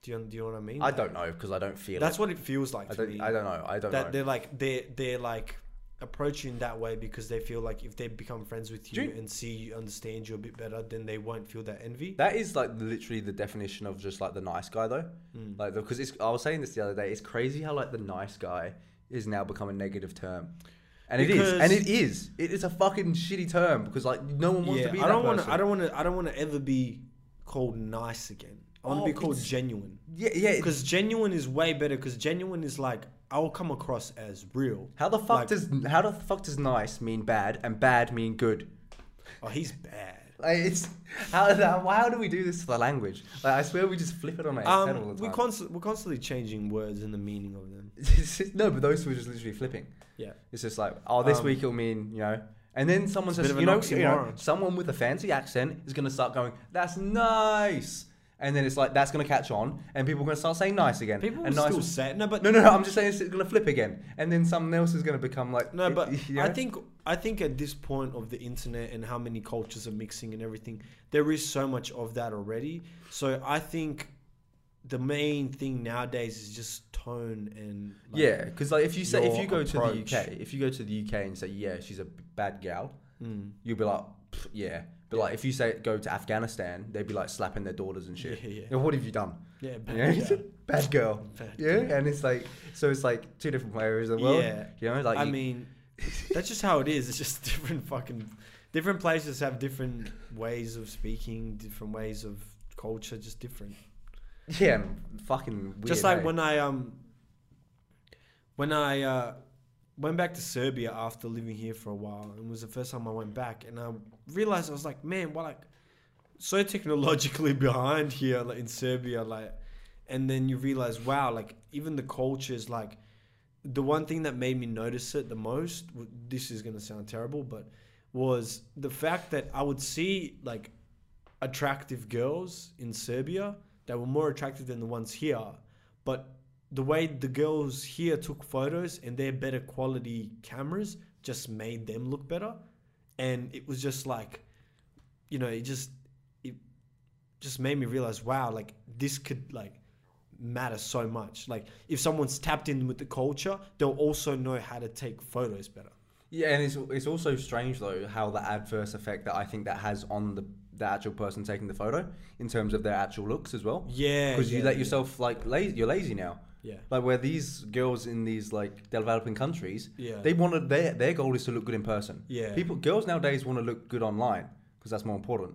Speaker 2: Do you, do you know what I mean?
Speaker 1: I don't know because I don't feel
Speaker 2: That's
Speaker 1: it.
Speaker 2: what it feels like
Speaker 1: I
Speaker 2: to me.
Speaker 1: don't, I don't know. I don't
Speaker 2: that
Speaker 1: know.
Speaker 2: they're like they they're like approaching that way because they feel like if they become friends with
Speaker 1: Do
Speaker 2: you,
Speaker 1: you-
Speaker 2: and see you understand you a bit better, then they won't feel that envy.
Speaker 1: That is like literally the definition of just like the nice guy though.
Speaker 2: Hmm.
Speaker 1: Like because it's I was saying this the other day, it's crazy how like the nice guy is now become a negative term. And it is. And
Speaker 2: Because-
Speaker 1: it is. It is a fucking shitty term because like no one wants
Speaker 2: yeah,
Speaker 1: to be
Speaker 2: I don't
Speaker 1: that
Speaker 2: want
Speaker 1: person.
Speaker 2: to. I don't want to. I don't want to ever be called nice again. I want to
Speaker 1: Oh,
Speaker 2: be called
Speaker 1: it's-
Speaker 2: genuine.
Speaker 1: yeah, yeah. it's-
Speaker 2: Because genuine is way better. Because genuine is like I'll come across as real.
Speaker 1: How the fuck
Speaker 2: Like-
Speaker 1: does how the fuck does nice mean bad and bad mean good?
Speaker 2: Oh, he's bad.
Speaker 1: Like it's how how how do we do this to the language? Like I swear we just flip it on its head all
Speaker 2: Um,
Speaker 1: the
Speaker 2: we
Speaker 1: time.
Speaker 2: constantly we're constantly changing words and the meaning of them.
Speaker 1: no, but those two are just literally flipping.
Speaker 2: Yeah.
Speaker 1: It's just like oh, this
Speaker 2: Um,
Speaker 1: week it'll mean you know. And then someone
Speaker 2: It's a
Speaker 1: says,
Speaker 2: bit of
Speaker 1: you
Speaker 2: an
Speaker 1: know, you know,
Speaker 2: oxymoron.
Speaker 1: someone with a fancy accent is going to start going, that's nice. And then it's like, that's going to catch on. And people are going to start saying nice again.
Speaker 2: People
Speaker 1: and
Speaker 2: will
Speaker 1: nice
Speaker 2: still
Speaker 1: will-
Speaker 2: say no, but
Speaker 1: No, no, no, I'm just saying it's going to flip again. And then someone else is going to become like.
Speaker 2: no, but
Speaker 1: you know?
Speaker 2: I think I think at this point of the internet and how many cultures are mixing and everything, there is so much of that already. So I think the main thing nowadays is just tone and like,
Speaker 1: yeah, because like if you say if
Speaker 2: your
Speaker 1: you go to
Speaker 2: approach.
Speaker 1: the UK, if you go to the UK and say yeah, she's a b- bad gal,
Speaker 2: Mm.
Speaker 1: you'll be like "Pff, yeah. But like if you say go to Afghanistan, they'd be like slapping their daughters and shit.
Speaker 2: Yeah, yeah.
Speaker 1: Now, what have you done?
Speaker 2: yeah,
Speaker 1: You
Speaker 2: but,
Speaker 1: know?
Speaker 2: yeah.
Speaker 1: bad girl.
Speaker 2: Bad
Speaker 1: yeah, and it's like so it's like two different areas of the world.
Speaker 2: Yeah.
Speaker 1: you know, like
Speaker 2: I
Speaker 1: you-
Speaker 2: mean, that's just how it is. It's just different fucking, different places have different ways of speaking, different ways of culture, just different.
Speaker 1: yeah, fucking. Weird, eh?
Speaker 2: just like
Speaker 1: hey?
Speaker 2: when I um, when I uh, went back to Serbia after living here for a while, and it was the first time I went back, and I realized I was like, man, what like, so technologically behind here, like in Serbia, like, and then you realize, wow, like even the culture is like the one thing that made me notice it the most w- this is going to sound terrible but was the fact that i would see like attractive girls in serbia that were more attractive than the ones here but the way the girls here took photos and their better quality cameras just made them look better and it was just like you know it just it just made me realize wow like this could like matter so much like if someone's tapped in with the culture they'll also know how to take photos better
Speaker 1: yeah, and it's it's also strange though how the adverse effect that I think that has on the the actual person taking the photo in terms of their actual looks as well.
Speaker 2: yeah
Speaker 1: because you
Speaker 2: yeah,
Speaker 1: let
Speaker 2: yeah.
Speaker 1: yourself like lazy. You're lazy now.
Speaker 2: Yeah.
Speaker 1: Like where these girls in these like developing countries,
Speaker 2: Yeah.
Speaker 1: they wanted their their goal is to look good in person.
Speaker 2: Yeah.
Speaker 1: People, girls nowadays want to look good online because that's more important.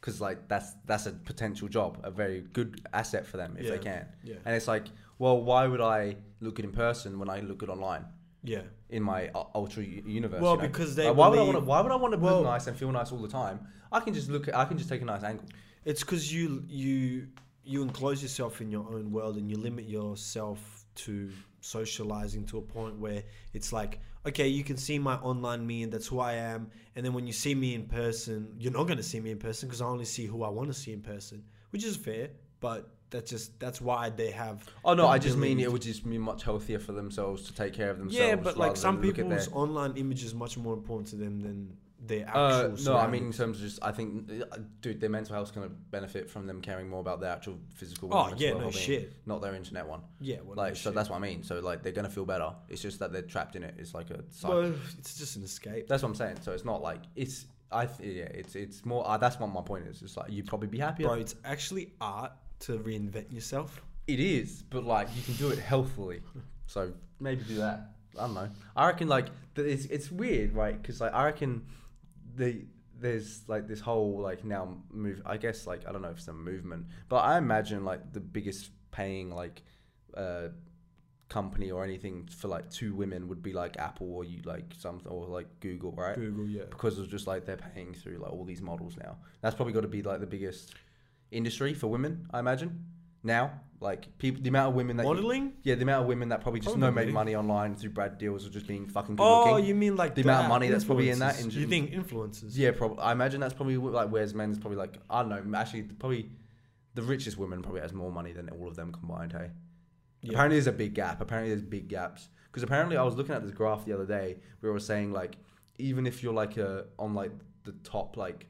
Speaker 1: Because like that's that's a potential job, a very good asset for them if they
Speaker 2: Yeah.
Speaker 1: can.
Speaker 2: Yeah.
Speaker 1: And it's like, well, why would I look good in person when I look good online?
Speaker 2: Yeah.
Speaker 1: in my u- ultra u- universe.
Speaker 2: Well,
Speaker 1: you know?
Speaker 2: because they
Speaker 1: Like, why would I
Speaker 2: believe-
Speaker 1: want to? Why would I want to
Speaker 2: Well-
Speaker 1: look nice and feel nice all the time? I can just look. At, I can just take a nice angle.
Speaker 2: It's because you you you enclose yourself in your own world and you limit yourself to socializing to a point where it's like, okay, you can see my online me and that's who I am. And then when you see me in person, you're not going to see me in person because I only see who I want to see in person, which is fair. But that's just that's why they have.
Speaker 1: Oh no,
Speaker 2: the
Speaker 1: I just mean
Speaker 2: ability
Speaker 1: it would just be much healthier for themselves to take care of themselves.
Speaker 2: Yeah, but
Speaker 1: rather
Speaker 2: like some
Speaker 1: than look at
Speaker 2: people's
Speaker 1: their-
Speaker 2: online image is much more important to them than their
Speaker 1: Uh,
Speaker 2: actual.
Speaker 1: no, I mean in terms of just, I think, uh, dude, their mental health's gonna benefit from them caring more about their actual physical.
Speaker 2: Oh,
Speaker 1: mental
Speaker 2: yeah, no
Speaker 1: well-being,
Speaker 2: shit.
Speaker 1: Not their internet one.
Speaker 2: yeah, well,
Speaker 1: like,
Speaker 2: no
Speaker 1: so
Speaker 2: shit.
Speaker 1: that's what I mean. So like, they're gonna feel better. It's just that they're trapped in it. It's like a cycle.
Speaker 2: well, it's just an escape.
Speaker 1: that's what I'm saying. So it's not like it's. I th- yeah, it's it's more. Uh, that's what my point is. It's like you'd probably be happier.
Speaker 2: Bro, it's actually art to reinvent yourself.
Speaker 1: It is, but like you can do it healthily. So maybe do that. I don't know. I reckon like th- it's it's weird, right? Because like I reckon the there's like this whole like now move. I guess like I don't know if it's a movement, but I imagine like the biggest paying like uh company or anything for like two women would be like Apple or you like something or like Google, right?
Speaker 2: Google, yeah.
Speaker 1: Because of just like they're paying through like all these models now. That's probably got to be like the biggest industry for women, I imagine. Now, like people, the amount of women that you-
Speaker 2: Modeling?
Speaker 1: yeah, the amount of women that probably just know
Speaker 2: Probably.
Speaker 1: make money online through Brad deals or just being fucking good
Speaker 2: Oh,
Speaker 1: looking.
Speaker 2: you mean like
Speaker 1: The amount of money that's probably in that
Speaker 2: influencers.
Speaker 1: engine.
Speaker 2: You think influencers?
Speaker 1: yeah, probably. I imagine that's probably wh- like where's men's probably like I don't know. Actually, probably the richest woman probably has more money than all of them combined. Hey,
Speaker 2: Yeah.
Speaker 1: apparently there's a big gap. Apparently there's big gaps because apparently I was looking at this graph the other day where it was saying like even if you're like a on like the top like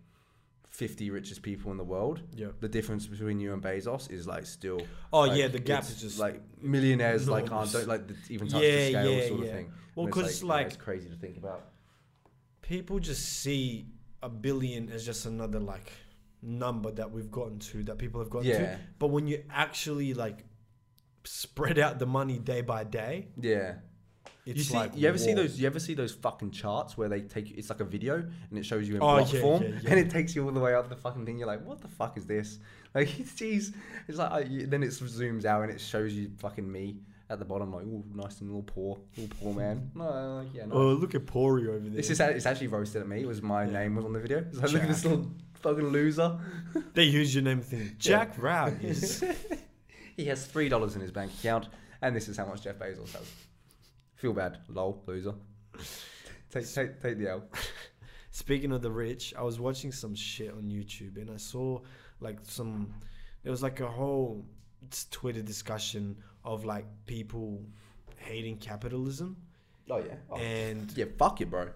Speaker 1: 50 richest people in the world
Speaker 2: Yeah.
Speaker 1: the difference between you and Bezos is like still.
Speaker 2: Oh,
Speaker 1: like,
Speaker 2: yeah, the gap
Speaker 1: it's,
Speaker 2: is just
Speaker 1: like millionaires like aren't
Speaker 2: enormous.
Speaker 1: don't like the, even touch
Speaker 2: Yeah,
Speaker 1: the scale
Speaker 2: yeah,
Speaker 1: sort
Speaker 2: yeah.
Speaker 1: of thing.
Speaker 2: Well,
Speaker 1: And it's,
Speaker 2: 'cause,
Speaker 1: you know,
Speaker 2: like-
Speaker 1: it's crazy to think about.
Speaker 2: People just see a billion as just another like number that we've gotten to that people have gotten
Speaker 1: Yeah,
Speaker 2: to. But when you actually like spread out the money day by day,
Speaker 1: yeah.
Speaker 2: it's
Speaker 1: you see,
Speaker 2: like
Speaker 1: you ever see
Speaker 2: whoa.
Speaker 1: those? You ever see those fucking charts where they take it's like a video and it shows you in
Speaker 2: Oh,
Speaker 1: block
Speaker 2: yeah,
Speaker 1: form
Speaker 2: yeah, yeah.
Speaker 1: and it takes you all the way up the fucking thing. You're like, what the fuck is this? Like, geez, it's like I, you- then it zooms out and it shows you fucking me at the bottom, like, oh, nice and little poor, little poor man. No, like, yeah, no.
Speaker 2: Oh, look at Pori over there.
Speaker 1: It's just it's actually roasted at me. It was my
Speaker 2: Yeah.
Speaker 1: name was on the video. It's like, look at this
Speaker 2: Jack.
Speaker 1: little fucking loser.
Speaker 2: they use your name thing. Jack Rab is
Speaker 1: he has three dollars in his bank account, and this is how much Jeff Bezos has. Feel bad, lol, loser. Take take take the L.
Speaker 2: Speaking of the rich, I was watching some shit on YouTube and I saw like some there was like a whole s- Twitter discussion of like people hating capitalism
Speaker 1: Oh yeah. Oh.
Speaker 2: and
Speaker 1: Yeah, fuck it, bro.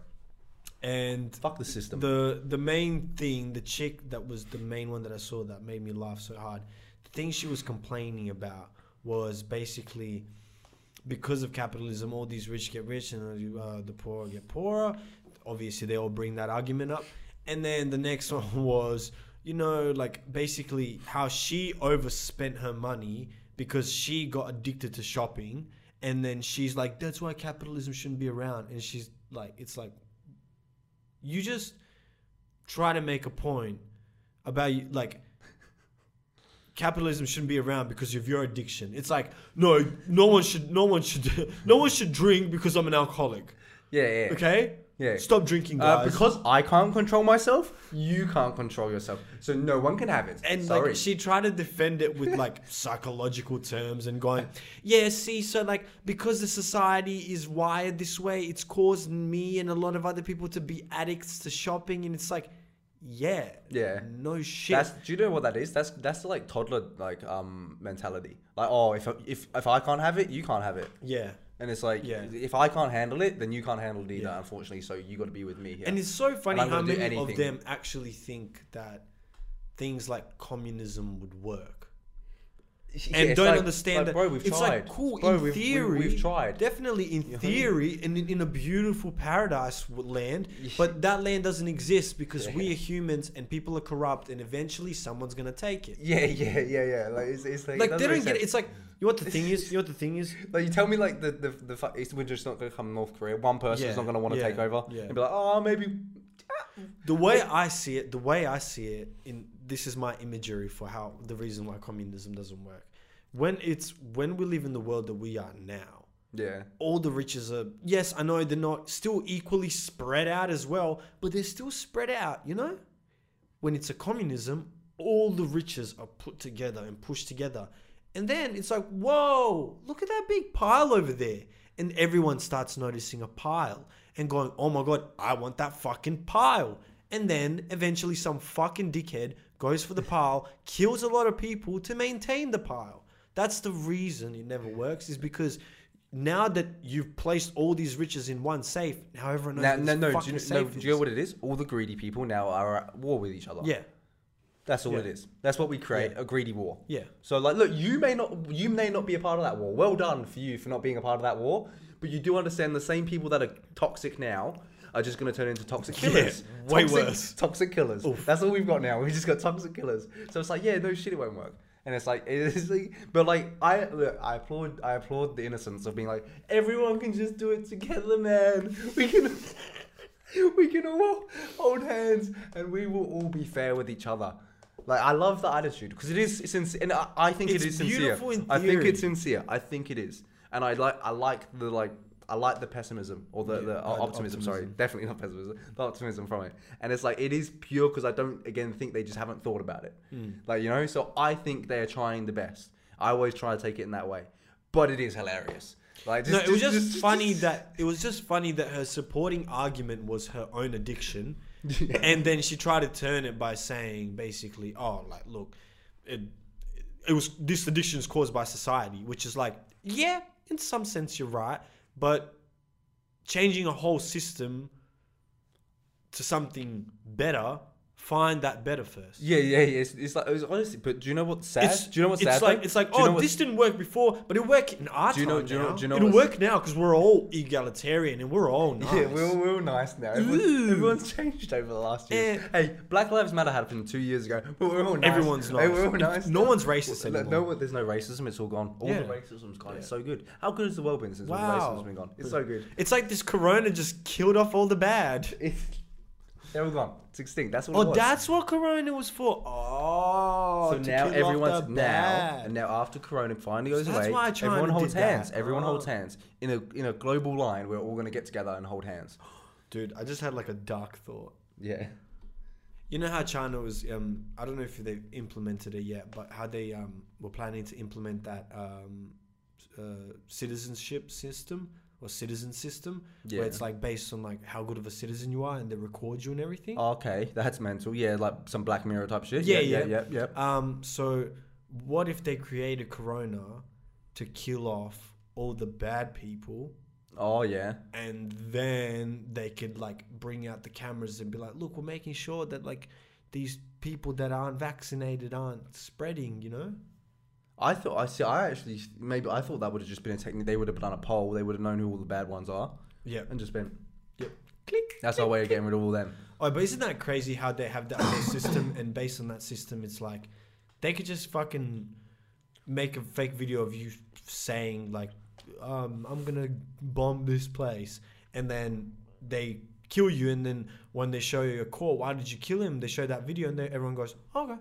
Speaker 2: and
Speaker 1: Fuck the system.
Speaker 2: the the main thing the chick that was the main one that I saw that made me laugh so hard the thing she was complaining about was basically because of capitalism all these rich get rich and uh, the poor get poorer obviously they all bring that argument up and then the next one was you know like basically how she overspent her money because she got addicted to shopping and then she's like that's why capitalism shouldn't be around and she's like it's like you just try to make a point about you like capitalism shouldn't be around because of your addiction it's like no no one should no one should no one should drink because i'm an alcoholic
Speaker 1: yeah, yeah. yeah.
Speaker 2: okay
Speaker 1: Yeah.
Speaker 2: stop drinking
Speaker 1: Uh,
Speaker 2: guys
Speaker 1: because I can't control myself, you can't control yourself. So no one can have it.
Speaker 2: and
Speaker 1: Sorry.
Speaker 2: like she tried to defend it with like psychological terms and going yeah see so like because the society is wired this way it's caused me and a lot of other people to be addicts to shopping and it's like yeah
Speaker 1: Yeah.
Speaker 2: no shit
Speaker 1: that's do you know what that is? That's that's the like toddler like um mentality. Like oh if if if I can't have it, you can't have it.
Speaker 2: yeah
Speaker 1: And it's like
Speaker 2: Yeah.
Speaker 1: if I can't handle it, then you can't handle it either,
Speaker 2: Yeah.
Speaker 1: unfortunately. So you got to be with me here.
Speaker 2: And it's so funny
Speaker 1: I'm
Speaker 2: how
Speaker 1: gonna do
Speaker 2: many of
Speaker 1: anything.
Speaker 2: them actually think that things like communism would work.
Speaker 1: Yeah,
Speaker 2: And
Speaker 1: it's
Speaker 2: don't
Speaker 1: like-
Speaker 2: understand
Speaker 1: like,
Speaker 2: that.
Speaker 1: bro, we've
Speaker 2: it's
Speaker 1: tried.
Speaker 2: like cool
Speaker 1: Bro,
Speaker 2: in
Speaker 1: we've, we-
Speaker 2: theory.
Speaker 1: we've tried.
Speaker 2: Definitely in
Speaker 1: You know what I mean?
Speaker 2: theory and in, in a beautiful paradise w- land, but that land doesn't exist because we are humans and people are corrupt and eventually someone's gonna take it.
Speaker 1: yeah, yeah, yeah, yeah. Like it's, it's like, it
Speaker 2: Like they
Speaker 1: doesn't
Speaker 2: don't
Speaker 1: make
Speaker 2: get
Speaker 1: sense.
Speaker 2: it. It's like you know what the thing is. You know what the thing is.
Speaker 1: Like you tell me, like the the the fact is we're just not going to come North Korea. One person's
Speaker 2: Yeah,
Speaker 1: not going to want to
Speaker 2: yeah,
Speaker 1: take over
Speaker 2: yeah.
Speaker 1: and be like, oh, maybe.
Speaker 2: The way I see it, the way I see it, in this is my imagery for how the reason why communism doesn't work. When it's when we live in the world that we are now,
Speaker 1: Yeah.
Speaker 2: all the riches are yes i know they're not still equally spread out as well but they're still spread out you know when it's a communism all the riches are put together and pushed together and then it's like whoa look at that big pile over there and everyone starts noticing a pile and going oh my god i want that fucking pile and then eventually some fucking dickhead goes for the pile kills a lot of people to maintain the pile that's the reason it never works is because now that you've placed all these riches in one safe, now everyone knows
Speaker 1: Now,
Speaker 2: where this
Speaker 1: no, no, do
Speaker 2: fucking
Speaker 1: you, kn- no,
Speaker 2: safe
Speaker 1: do
Speaker 2: is.
Speaker 1: you know what it is? All the greedy people now are at war with each other.
Speaker 2: Yeah,
Speaker 1: That's all
Speaker 2: Yeah.
Speaker 1: it is. That's what we create, a greedy war.
Speaker 2: yeah,
Speaker 1: So like look, you may not you may not be a part of that war. Well done for you for not being a part of that war. But you do understand the same people that are toxic now are just gonna turn into toxic
Speaker 2: Yeah,
Speaker 1: killers.
Speaker 2: way
Speaker 1: toxic,
Speaker 2: worse.
Speaker 1: Toxic killers. That's all we've got now. We just got toxic killers. So it's like, yeah, no shit, it won't work. And it's like, it's like but like I look, I applaud I applaud the innocence of being like, everyone can just do it together, man. We can we can all hold hands and we will all be fair with each other. Like I love that attitude because it is sincere, and I, I think
Speaker 2: It's
Speaker 1: it is sincere.
Speaker 2: beautiful in
Speaker 1: I think it's
Speaker 2: theory.
Speaker 1: sincere. I think it is, and I like I like the like I like the pessimism or the,
Speaker 2: Yeah,
Speaker 1: the
Speaker 2: uh, the
Speaker 1: optimism, Sorry,
Speaker 2: optimism.
Speaker 1: definitely not pessimism. The optimism from it, and it's like it is pure because I don't again think they just haven't thought about it.
Speaker 2: Hmm.
Speaker 1: Like you know, so I think they are trying the best. I always try to take it in that way, but it is hilarious. Like
Speaker 2: no, it was just, funny that it was just funny that her supporting argument was her own addiction, and then she tried to turn it by saying basically, "Oh, like look, it, it was this addiction is caused by society," which is like, yeah, in some sense you're right, but changing a whole system to something better, find that better first.
Speaker 1: Yeah, yeah, yeah. It's, it's like it's honestly, but do you know what's sad?
Speaker 2: It's,
Speaker 1: do you know what's
Speaker 2: it's
Speaker 1: sad?
Speaker 2: like
Speaker 1: though?
Speaker 2: it's like
Speaker 1: Do you
Speaker 2: oh
Speaker 1: know what's-
Speaker 2: this didn't work before, but it worked in our
Speaker 1: Do you know-
Speaker 2: time
Speaker 1: do you know-
Speaker 2: now.
Speaker 1: do you know
Speaker 2: It'll
Speaker 1: what's-
Speaker 2: work now because we're all egalitarian and we're all nice.
Speaker 1: Yeah, we're, we're all nice now. Everyone's,
Speaker 2: Ooh.
Speaker 1: everyone's changed over the last year.
Speaker 2: Eh.
Speaker 1: Hey, Black Lives Matter happened two years ago, but we're all nice.
Speaker 2: Everyone's
Speaker 1: Hey, we're
Speaker 2: nice.
Speaker 1: all nice.
Speaker 2: No
Speaker 1: now.
Speaker 2: one's racist
Speaker 1: No,
Speaker 2: anymore.
Speaker 1: no, there's no racism. It's all gone. All
Speaker 2: Yeah.
Speaker 1: the racism's gone. It's
Speaker 2: Yeah.
Speaker 1: so good. How good has the world been since all the
Speaker 2: Wow.
Speaker 1: racism's been gone? It's so good.
Speaker 2: It's like this corona just killed off all the bad.
Speaker 1: It's, they're all gone. It's extinct. That's what it
Speaker 2: Oh,
Speaker 1: was.
Speaker 2: that's what corona was for. Oh,
Speaker 1: so
Speaker 2: to
Speaker 1: now
Speaker 2: kill off the
Speaker 1: everyone's now
Speaker 2: bad.
Speaker 1: and now after Corona finally goes
Speaker 2: That's
Speaker 1: away,
Speaker 2: why China
Speaker 1: everyone holds
Speaker 2: did that.
Speaker 1: hands. Everyone
Speaker 2: Oh.
Speaker 1: holds hands in a in a global line. We're all gonna get together and hold hands.
Speaker 2: Dude, I just had like a dark thought.
Speaker 1: Yeah.
Speaker 2: You know how China was? Um, I don't know if they've implemented it yet, but how they um, were planning to implement that um, uh, citizenship system or citizen system,
Speaker 1: Yeah.
Speaker 2: where it's like based on like how good of a citizen you are, and they record you and everything.
Speaker 1: Okay, that's mental. Yeah, like some Black Mirror type shit.
Speaker 2: Yeah,
Speaker 1: Oh, yeah, yeah,
Speaker 2: yeah.
Speaker 1: yeah.
Speaker 2: Um, so what if they create a corona to kill off all the bad people?
Speaker 1: Oh yeah.
Speaker 2: and then they could like bring out the cameras and be like, look, we're making sure that like these people that aren't vaccinated aren't spreading, you know?
Speaker 1: I thought I see. I actually maybe I thought that would have just been a technique. They would have done a poll. They would have known who all the bad ones are,
Speaker 2: Yeah.
Speaker 1: and just been
Speaker 2: Yep. Click.
Speaker 1: that's our way of getting rid of all them.
Speaker 2: Oh, but isn't that crazy how they have that whole system and based on that system it's like they could just fucking make a fake video of you saying like um, I'm gonna bomb this place and then they kill you and then when they show you a court, why did you kill him? They show that video and then everyone goes, Okay.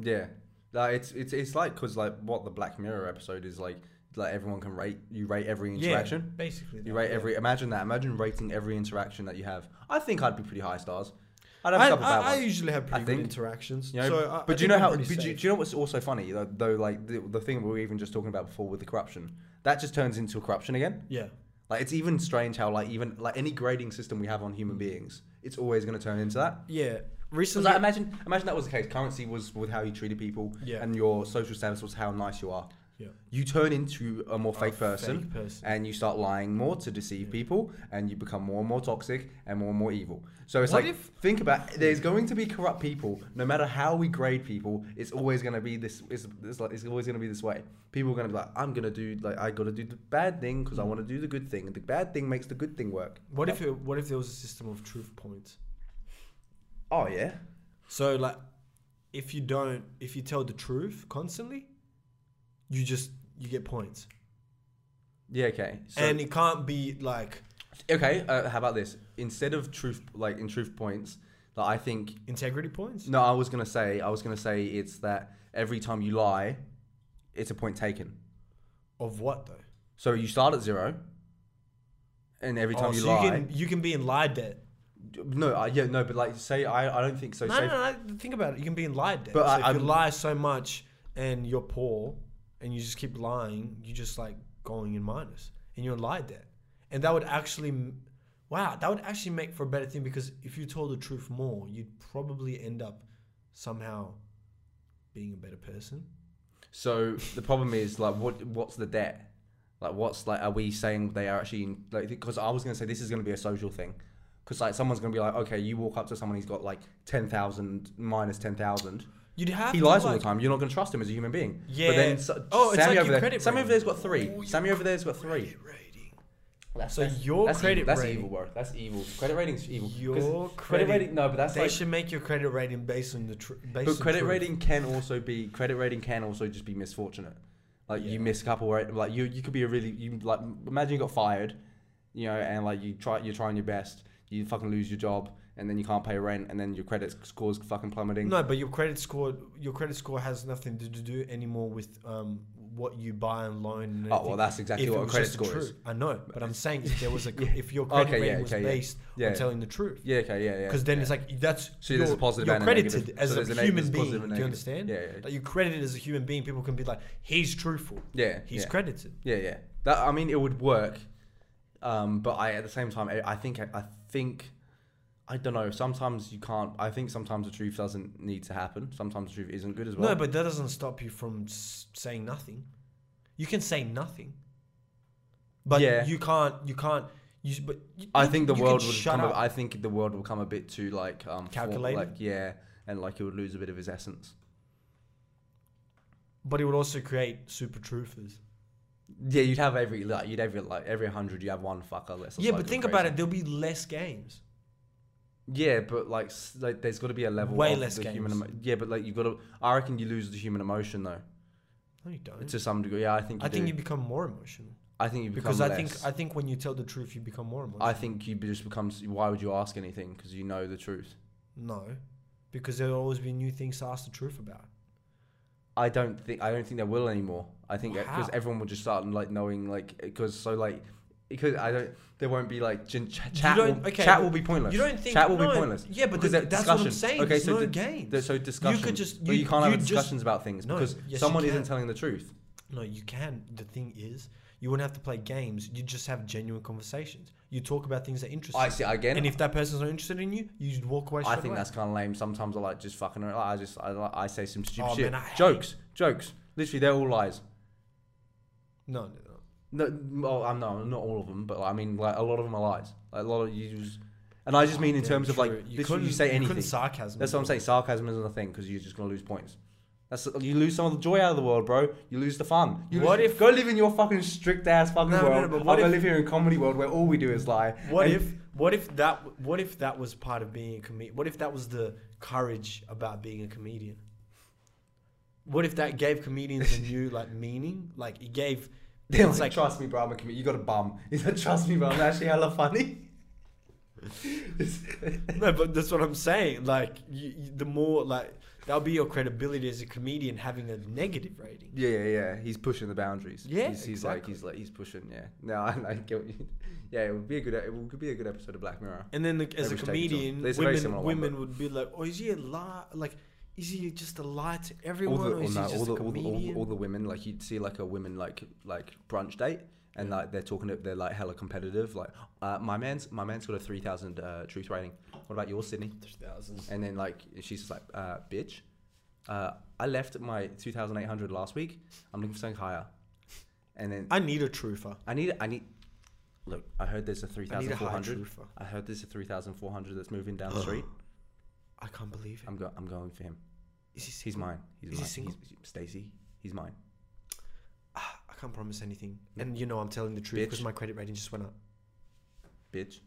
Speaker 1: Yeah, like, it's it's it's like because like what the Black Mirror episode is like. Like everyone can rate you rate every interaction.
Speaker 2: Yeah, basically.
Speaker 1: You
Speaker 2: that,
Speaker 1: rate
Speaker 2: yeah.
Speaker 1: every imagine that. Imagine rating every interaction that you have. I think I'd be pretty high stars. I'd have a
Speaker 2: I,
Speaker 1: couple bad
Speaker 2: I, I
Speaker 1: ones.
Speaker 2: usually have pretty good
Speaker 1: think.
Speaker 2: interactions.
Speaker 1: You know,
Speaker 2: so I,
Speaker 1: but
Speaker 2: I
Speaker 1: do you
Speaker 2: think
Speaker 1: know
Speaker 2: I'm
Speaker 1: how?
Speaker 2: pretty
Speaker 1: But do you,
Speaker 2: safe.
Speaker 1: do you know what's also funny though? though like the, the thing we were even just talking about before with the corruption, that just turns into corruption again.
Speaker 2: yeah.
Speaker 1: Like it's even strange how like even like any grading system we have on human beings, it's always going to turn into that.
Speaker 2: Yeah.
Speaker 1: So
Speaker 2: Recently,
Speaker 1: like, imagine imagine that was the case. Currency was with how you treated people,
Speaker 2: Yeah.
Speaker 1: and your social status was how nice you are.
Speaker 2: Yeah.
Speaker 1: You turn into a more fake, person,
Speaker 2: fake person.
Speaker 1: and you start lying more to deceive people, and you become more and more toxic and more and more evil. So it's
Speaker 2: What
Speaker 1: like,
Speaker 2: if-
Speaker 1: think about there's going to be corrupt people. No matter how we grade people, it's always going to be this. It's, it's like it's always going to be this way. People are going to be like, I'm going to do like I got to do the bad thing because I want to do the good thing, and the bad thing makes the good thing work.
Speaker 2: what if it, what if there was a system of truth points?
Speaker 1: Oh yeah,
Speaker 2: So like, if you don't, if you tell the truth constantly, you just you get points,
Speaker 1: yeah okay. So-
Speaker 2: and it can't be like
Speaker 1: Okay, uh, how about this? Instead of truth, like in truth points, that I think.
Speaker 2: integrity points.
Speaker 1: No, I was gonna say, I was gonna say it's that every time you lie, it's a point taken
Speaker 2: Of what though?
Speaker 1: So you start at zero, and every time
Speaker 2: Oh,
Speaker 1: you
Speaker 2: so
Speaker 1: lie,
Speaker 2: you can you can be in lie debt.
Speaker 1: no, I, yeah, no, but like say I, I don't think so.
Speaker 2: No,
Speaker 1: say,
Speaker 2: no, no, no. Think about it. You can be in lie debt.
Speaker 1: But
Speaker 2: so
Speaker 1: I-
Speaker 2: if you
Speaker 1: I'm-
Speaker 2: lie so much and you're poor and you just keep lying, you just like going in minus and you're in lie debt. And that would actually, m- wow, that would actually make for a better thing because if you told the truth more, you'd probably end up somehow being a better person.
Speaker 1: So the problem is like what what's the debt? Like what's like are we saying they are actually in, like because I was gonna say this is gonna be a social thing. Because like someone's gonna be like, okay, you walk up to someone who's got like ten thousand minus ten thousand.
Speaker 2: You'd have
Speaker 1: He
Speaker 2: to,
Speaker 1: lies all
Speaker 2: like-
Speaker 1: the time. You're not gonna trust him as a human being.
Speaker 2: Yeah.
Speaker 1: But then so,
Speaker 2: Oh,
Speaker 1: oh,
Speaker 2: it's
Speaker 1: Sammy
Speaker 2: like your
Speaker 1: over there.
Speaker 2: credit
Speaker 1: Sammy
Speaker 2: rating.
Speaker 1: over there's got three.
Speaker 2: Oh, your
Speaker 1: Sammy over there's got three.
Speaker 2: Credit rating.
Speaker 1: That's,
Speaker 2: So
Speaker 1: that's-
Speaker 2: your
Speaker 1: that's
Speaker 2: credit
Speaker 1: evil. that's
Speaker 2: rating-
Speaker 1: evil work. That's evil. Credit rating's evil. 'Cause
Speaker 2: Your
Speaker 1: credit
Speaker 2: credit-
Speaker 1: rating. No, but that's
Speaker 2: They
Speaker 1: like,
Speaker 2: should make your credit rating based on the tr- based
Speaker 1: But
Speaker 2: on
Speaker 1: credit
Speaker 2: truth.
Speaker 1: rating can also be credit rating can also just be misfortunate. Like
Speaker 2: Yeah.
Speaker 1: you miss a couple ra- like you you could be a really you like imagine you got fired, you know, and like you try you're trying your best, you fucking lose your job, and then you can't pay rent, and then your credit scores fucking plummeting.
Speaker 2: No, but your credit score, your credit score has nothing to do anymore with um, what you buy and loan. And
Speaker 1: Oh,
Speaker 2: everything.
Speaker 1: well, that's exactly
Speaker 2: If
Speaker 1: what
Speaker 2: it
Speaker 1: a
Speaker 2: was
Speaker 1: credit
Speaker 2: just the
Speaker 1: score is.
Speaker 2: truth- I know, but I'm saying if there was a, if your
Speaker 1: Okay,
Speaker 2: credit rating
Speaker 1: yeah,
Speaker 2: was
Speaker 1: okay, yeah.
Speaker 2: based
Speaker 1: Yeah.
Speaker 2: on telling the truth,
Speaker 1: Yeah, okay, yeah, yeah.
Speaker 2: because then
Speaker 1: yeah.
Speaker 2: it's like that's
Speaker 1: so there's a
Speaker 2: you're-
Speaker 1: positive
Speaker 2: You're
Speaker 1: and a
Speaker 2: credited
Speaker 1: negative. So
Speaker 2: as
Speaker 1: there's
Speaker 2: a
Speaker 1: neg-
Speaker 2: human
Speaker 1: there's
Speaker 2: being.
Speaker 1: positive and
Speaker 2: Do you
Speaker 1: negative.
Speaker 2: understand?
Speaker 1: Yeah, yeah.
Speaker 2: Like, you're credited as a human being. People can be like, he's truthful.
Speaker 1: Yeah,
Speaker 2: He's
Speaker 1: yeah.
Speaker 2: credited.
Speaker 1: Yeah, yeah. That I mean, it would work, um, but I at the same time, I- I think I think I don't know. Sometimes you can't. I think sometimes the truth doesn't need to happen. Sometimes the truth isn't good as well.
Speaker 2: No, but that doesn't stop you from s- saying nothing. You can say nothing, but
Speaker 1: Yeah.
Speaker 2: you can't. You can't. You s- but you,
Speaker 1: I
Speaker 2: you-
Speaker 1: think the
Speaker 2: you can
Speaker 1: world would
Speaker 2: shut
Speaker 1: come.
Speaker 2: up.
Speaker 1: A, I think the world will come a bit too like um, form-
Speaker 2: Calculated?
Speaker 1: like yeah, and like it would lose a bit of its essence.
Speaker 2: But it would also create super truthers.
Speaker 1: Yeah, you'd have every like you'd every like every hundred you have one fucker. Less
Speaker 2: yeah, but think about it. There'll be less games.
Speaker 1: Yeah, but like s- like there's got to be a level
Speaker 2: Way
Speaker 1: of
Speaker 2: less
Speaker 1: the human.
Speaker 2: games.
Speaker 1: Emo- yeah, but like you got to. I reckon you lose the human emotion though
Speaker 2: No, you don't.
Speaker 1: to some degree. Yeah, I think. You
Speaker 2: I think
Speaker 1: do.
Speaker 2: you become more emotional
Speaker 1: I think you become
Speaker 2: because I
Speaker 1: less.
Speaker 2: think I think when you tell the truth, you become more emotional.
Speaker 1: I think you just becomes. Why would you ask anything? Because you know the truth.
Speaker 2: no, because there'll always be new things to ask the truth about.
Speaker 1: I don't think. I don't think there will anymore. I think because
Speaker 2: Wow.
Speaker 1: everyone will just start like knowing like because so like because I don't. There won't be like gen- ch- chat.
Speaker 2: don't-
Speaker 1: will,
Speaker 2: okay,
Speaker 1: chat
Speaker 2: but
Speaker 1: will be pointless.
Speaker 2: You don't think
Speaker 1: chat will
Speaker 2: no,
Speaker 1: be pointless.
Speaker 2: Yeah, but
Speaker 1: Because
Speaker 2: the-
Speaker 1: they're
Speaker 2: that's what I'm
Speaker 1: discussion.
Speaker 2: saying.
Speaker 1: Okay,
Speaker 2: There's
Speaker 1: so
Speaker 2: no
Speaker 1: the-
Speaker 2: games.
Speaker 1: There's so discussion.
Speaker 2: just-
Speaker 1: but
Speaker 2: you-
Speaker 1: you can't
Speaker 2: you
Speaker 1: have
Speaker 2: just-
Speaker 1: discussions about things
Speaker 2: No,
Speaker 1: because
Speaker 2: yes, you
Speaker 1: someone isn't
Speaker 2: can.
Speaker 1: telling the truth.
Speaker 2: No, you can. The thing is, you wouldn't have to play games. You just have genuine conversations. You talk about things that interest
Speaker 1: I
Speaker 2: you.
Speaker 1: see again.
Speaker 2: And if that person's not interested in you, you just walk away.
Speaker 1: I
Speaker 2: straight
Speaker 1: think
Speaker 2: away.
Speaker 1: that's kind of lame. Sometimes I like just fucking. Like, I just I, like, I say some stupid
Speaker 2: Oh,
Speaker 1: shit.
Speaker 2: man, I hate-
Speaker 1: jokes, jokes. Literally, they're all lies.
Speaker 2: no, no, no.
Speaker 1: No, well, I'm no, not all of them, but I mean, like a lot of them are lies. Like, a lot of you just, and I just mean in
Speaker 2: Yeah,
Speaker 1: terms of like,
Speaker 2: Oh, true.
Speaker 1: you, you
Speaker 2: couldn't-
Speaker 1: say
Speaker 2: couldn't
Speaker 1: anything.
Speaker 2: sarcasm.
Speaker 1: That's what I'm saying. Sarcasm isn't a thing because you're just gonna lose points. That's you lose some of the joy out of the world, bro. You lose the fun. You
Speaker 2: What
Speaker 1: lose-
Speaker 2: if-
Speaker 1: go live in your fucking strict ass fucking
Speaker 2: No, no, no,
Speaker 1: world?
Speaker 2: but what
Speaker 1: I go
Speaker 2: if-
Speaker 1: live here in comedy world where all we do is lie.
Speaker 2: What
Speaker 1: And-
Speaker 2: if what if that w- what if that was part of being a comedian? What if that was the courage about being a comedian? What if that gave comedians a new like meaning? Like it gave
Speaker 1: They're
Speaker 2: it's
Speaker 1: like,
Speaker 2: like
Speaker 1: trust me, bro. I'm a comedian. You got a bum. He's like, trust me, bro. I'm actually hella funny.
Speaker 2: no, but that's what I'm saying. Like you, you, the more like that'll be your credibility as a comedian having a negative rating.
Speaker 1: Yeah, yeah, yeah. He's pushing the boundaries.
Speaker 2: Yeah,
Speaker 1: he's, he's like, he's like, he's pushing. Yeah. No, I, I get what you. Yeah, it would be a good, it would be a good episode of Black Mirror.
Speaker 2: And then, like, as a
Speaker 1: Average take is on.
Speaker 2: comedian,
Speaker 1: It's a very
Speaker 2: women,
Speaker 1: similar one,
Speaker 2: women
Speaker 1: but-
Speaker 2: would be like, "Oh, is he a lie? Like, is he just a lie to
Speaker 1: All
Speaker 2: everyone,
Speaker 1: the,
Speaker 2: or
Speaker 1: all,
Speaker 2: is
Speaker 1: no,
Speaker 2: he
Speaker 1: all,
Speaker 2: just
Speaker 1: the, all,
Speaker 2: a
Speaker 1: the, all, the,
Speaker 2: comedian?"
Speaker 1: all the women, like you'd see like a women like like brunch date, and like they're talking, to- they're like hella competitive. Like, uh, my man's my man's got a three thousand uh, truth rating. What about yours, Sydney? And then like she's just like, uh, bitch, uh, I left my two thousand eight hundred last week. I'm looking for something higher. And then
Speaker 2: I need a truther.
Speaker 1: I need I need look, I heard there's a three
Speaker 2: I need
Speaker 1: thousand
Speaker 2: a
Speaker 1: four
Speaker 2: high
Speaker 1: hundred.
Speaker 2: truther.
Speaker 1: I heard there's a three thousand four hundred that's moving down the street.
Speaker 2: I can't believe it.
Speaker 1: I'm go I'm going for him.
Speaker 2: Is he?
Speaker 1: Um, He's
Speaker 2: Single?
Speaker 1: mine. He's
Speaker 2: Is he
Speaker 1: mine.
Speaker 2: single?
Speaker 1: He's, Stacey, he's mine.
Speaker 2: Ah, I can't promise anything, and you know I'm telling the truth
Speaker 1: Bitch.
Speaker 2: because my credit rating just went up.
Speaker 1: Bitch.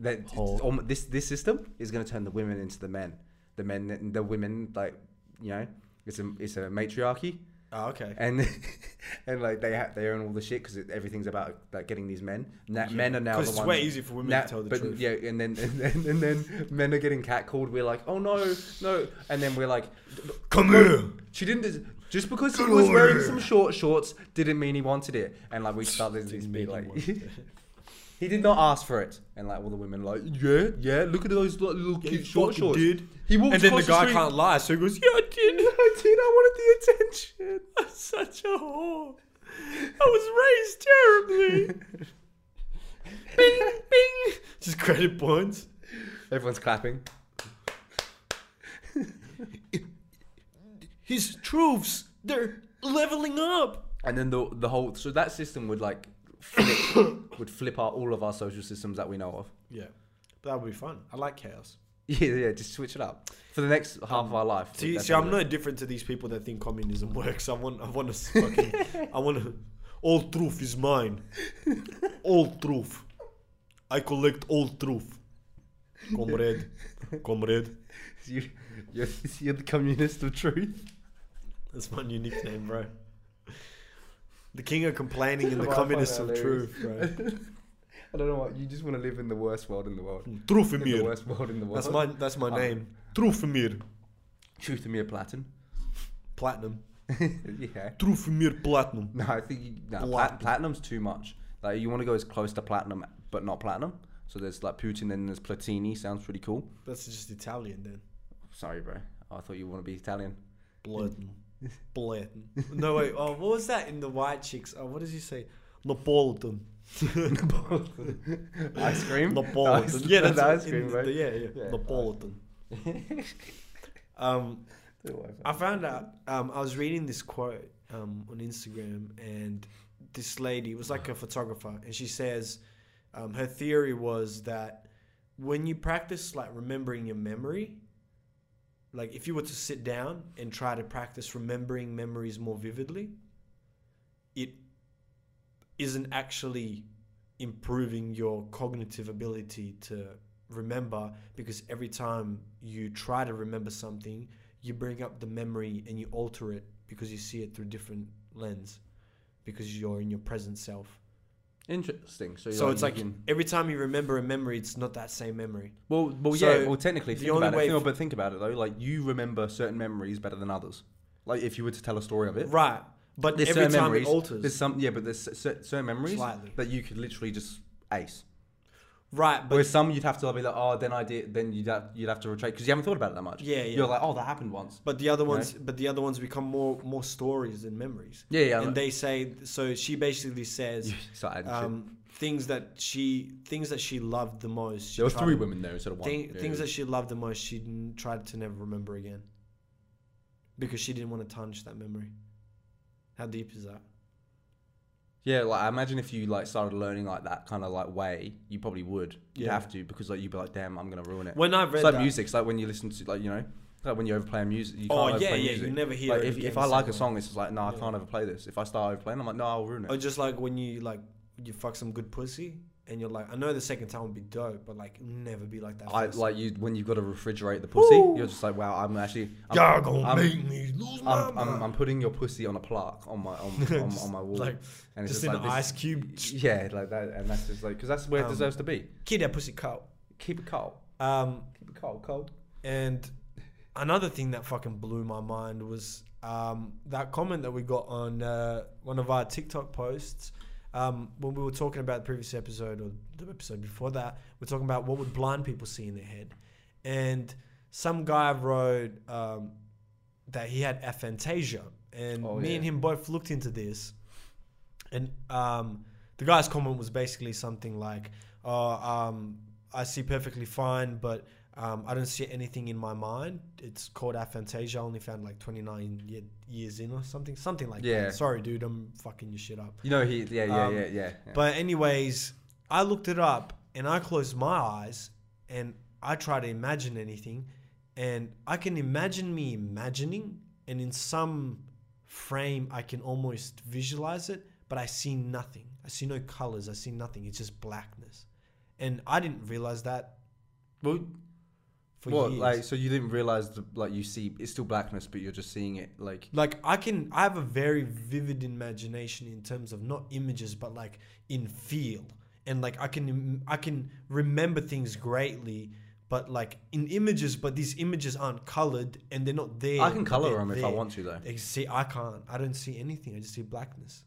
Speaker 1: That
Speaker 2: Whore.
Speaker 1: almo- this this system is gonna turn the women into the men. The men the women like you know, it's a it's a matriarchy.
Speaker 2: Oh, okay.
Speaker 1: and and like they ha- they own all the shit because everything's about like getting these men. Na- Men are now
Speaker 2: Because
Speaker 1: the
Speaker 2: it's
Speaker 1: ones-
Speaker 2: way easier for women
Speaker 1: na-
Speaker 2: to tell the
Speaker 1: but
Speaker 2: truth.
Speaker 1: Yeah, and then and then, and then men are getting catcalled. We're like, oh no, no, and then we're like,
Speaker 2: Come here.
Speaker 1: She didn't des- just because he
Speaker 2: Good
Speaker 1: was wearing
Speaker 2: order.
Speaker 1: some short shorts didn't mean he wanted it. And like we started this
Speaker 2: Didn't
Speaker 1: big
Speaker 2: mean he
Speaker 1: like
Speaker 2: wanted
Speaker 1: he did not ask for it. And like all the women like yeah yeah look at those li- little
Speaker 2: Yeah,
Speaker 1: cute
Speaker 2: you
Speaker 1: short
Speaker 2: fucking
Speaker 1: shorts.
Speaker 2: did.
Speaker 1: He walked
Speaker 2: And then the
Speaker 1: across
Speaker 2: guy
Speaker 1: street.
Speaker 2: can't lie, so he goes, "Yeah, I did.
Speaker 1: I did. I wanted the attention.
Speaker 2: I'm such a whore. I was raised terribly." bing, bing. Just credit points.
Speaker 1: Everyone's clapping.
Speaker 2: His truths, they're leveling up.
Speaker 1: and then the the whole so that system would like flip, would flip out all of our social systems that we know of.
Speaker 2: Yeah, but that would be fun. I like chaos.
Speaker 1: Yeah, yeah, just switch it up for the next half of our life.
Speaker 2: Um, See,
Speaker 1: That's
Speaker 2: see, I'm
Speaker 1: what
Speaker 2: no different to these people that think communism works. I want, I want to fucking, I want to. All truth is mine. All truth. I collect all truth. Comrade, comrade.
Speaker 1: it- You, you're, you're the communist of truth.
Speaker 2: That's my new nickname, bro. The king of complaining and the
Speaker 1: Wow, I find
Speaker 2: communist
Speaker 1: that
Speaker 2: of
Speaker 1: hilarious.
Speaker 2: truth, bro.
Speaker 1: I don't know what you just want to live in the worst world in the world.
Speaker 2: Truth
Speaker 1: In the
Speaker 2: Emir.
Speaker 1: worst world in the world.
Speaker 2: That's my, that's my
Speaker 1: Um,
Speaker 2: name. Truth Emir.
Speaker 1: truth to me, Platin.
Speaker 2: Platinum.
Speaker 1: yeah.
Speaker 2: Truth Emir Platinum.
Speaker 1: No, I think you, nah, plat-
Speaker 2: Platinum.
Speaker 1: platinum's too much. Like you want to go as close to platinum, but not platinum. So there's like Putin, then there's Platini. Sounds pretty cool.
Speaker 2: That's just Italian then.
Speaker 1: Sorry, bro. I thought you want to be Italian.
Speaker 2: Bladen. Bladen. No, wait. Oh, what was that in the White Chicks? Oh, what does he say? Napolitan.
Speaker 1: ice cream.
Speaker 2: Napolitan.
Speaker 1: Ice-
Speaker 2: Yeah, that's
Speaker 1: ice
Speaker 2: in
Speaker 1: cream,
Speaker 2: the-
Speaker 1: right?
Speaker 2: yeah, yeah,
Speaker 1: Yeah.
Speaker 2: Napolitan. um, I found out. Um, I was reading this quote um, on Instagram, and this lady it was like a photographer, and she says um, her theory was that when you practice like remembering your memory, like if you were to sit down and try to practice remembering memories more vividly, it isn't actually improving your cognitive ability to remember because every time you try to remember something, you bring up the memory and you alter it because you see it through different lens because you're in your present self.
Speaker 1: Interesting. So,
Speaker 2: So it's like
Speaker 1: you can-
Speaker 2: every time you remember a memory, it's not that same memory.
Speaker 1: well, well,
Speaker 2: so
Speaker 1: yeah. Well, technically,
Speaker 2: the
Speaker 1: think
Speaker 2: only
Speaker 1: about it.
Speaker 2: way
Speaker 1: Think-
Speaker 2: f-
Speaker 1: but think about it though. Like you remember certain memories better than others. Like if you were to tell a story of it,
Speaker 2: Right. But
Speaker 1: there's
Speaker 2: every
Speaker 1: certain
Speaker 2: time
Speaker 1: memories.
Speaker 2: it alters.
Speaker 1: There's some, yeah, but there's cer- certain memories
Speaker 2: Slightly.
Speaker 1: that you could literally just ace.
Speaker 2: right, but
Speaker 1: Whereas some you'd have to be like, oh, then I did. Then you'd have, you'd have to retract because you haven't thought about it that much.
Speaker 2: Yeah, yeah.
Speaker 1: You're like, oh, that happened once.
Speaker 2: But the other
Speaker 1: You know?
Speaker 2: ones, but the other ones become more more stories than memories.
Speaker 1: Yeah, yeah,
Speaker 2: And
Speaker 1: like-
Speaker 2: they say so. She basically says
Speaker 1: So I had shit.
Speaker 2: um, things that she things that she loved the most. She
Speaker 1: there was
Speaker 2: tried
Speaker 1: three
Speaker 2: to-
Speaker 1: women there instead of one.
Speaker 2: Thing,
Speaker 1: Yeah,
Speaker 2: Things
Speaker 1: yeah.
Speaker 2: that she loved the most, she n- tried to never remember again because she didn't want to tarnish that memory. How deep is that?
Speaker 1: Yeah, like I imagine if you like started learning like that kind of like way, you probably would. You'd
Speaker 2: Yeah.
Speaker 1: have to because like you'd be like, damn, I'm gonna ruin it.
Speaker 2: When I read
Speaker 1: it's like
Speaker 2: that,
Speaker 1: music. It's like when you listen to like you know, like when you overplay a music. You can't
Speaker 2: Oh, yeah,
Speaker 1: overplay
Speaker 2: yeah, you
Speaker 1: music.
Speaker 2: never hear
Speaker 1: Like,
Speaker 2: it
Speaker 1: if,
Speaker 2: again
Speaker 1: if I like a
Speaker 2: somewhere.
Speaker 1: song, it's just like, no, I
Speaker 2: Yeah. Oh,
Speaker 1: can't overplay this. If I start overplaying, I'm like, no, I'll ruin it.
Speaker 2: or just like when you like you fuck some good pussy and you're like, I know the second time would be dope, but like it'll never be like that.
Speaker 1: I
Speaker 2: first.
Speaker 1: like you when you've got to refrigerate the pussy.
Speaker 2: Woo.
Speaker 1: You're just like, wow, I'm actually, I'm,
Speaker 2: Y'all gonna
Speaker 1: I'm-
Speaker 2: make me lose my
Speaker 1: I'm,
Speaker 2: mind.
Speaker 1: I'm, I'm putting your pussy on a plaque on my on, on,
Speaker 2: Just
Speaker 1: on my wall,
Speaker 2: like-
Speaker 1: and
Speaker 2: just in an
Speaker 1: this-
Speaker 2: ice cube.
Speaker 1: Yeah, like that, and that's just like because that's where it
Speaker 2: Um,
Speaker 1: deserves to be.
Speaker 2: Kid that pussy cold.
Speaker 1: Keep it cold.
Speaker 2: Um,
Speaker 1: Keep it cold. Cold.
Speaker 2: and another thing that fucking blew my mind was um, that comment that we got on uh, one of our TikTok posts um, when we were talking about the previous episode or the episode before that. We're talking about what would blind people see in their head, and some guy wrote um, that he had aphantasia, and
Speaker 1: Oh,
Speaker 2: me
Speaker 1: yeah.
Speaker 2: and him both looked into this, and um, the guy's comment was basically something like, "Oh, um, I see perfectly fine, but um, I don't see anything in my mind. It's called aphantasia. I only found like 29 ye- years in or something, something like
Speaker 1: Yeah.
Speaker 2: that. Sorry, dude, I'm fucking your shit up.
Speaker 1: You know he. Yeah, yeah,
Speaker 2: Um,
Speaker 1: yeah, yeah. yeah.
Speaker 2: But anyways, I looked it up and I closed my eyes and I try to imagine anything and I can imagine me imagining and in some frame I can almost visualize it, but I see nothing. I see no colors, I see nothing. It's just blackness. And I didn't realize that
Speaker 1: well,
Speaker 2: for
Speaker 1: what,
Speaker 2: years.
Speaker 1: like, so you didn't realize the, like you see it's still blackness, but you're just seeing it like
Speaker 2: like i can i have a very vivid imagination in terms of not images but like in feel and like i can im- i can remember things greatly but like in images, but these images aren't colored and they're not there.
Speaker 1: I can
Speaker 2: but
Speaker 1: color
Speaker 2: they're
Speaker 1: them if I
Speaker 2: there.
Speaker 1: want to though.
Speaker 2: Ex- See, I can't. I don't see anything. I just see blackness,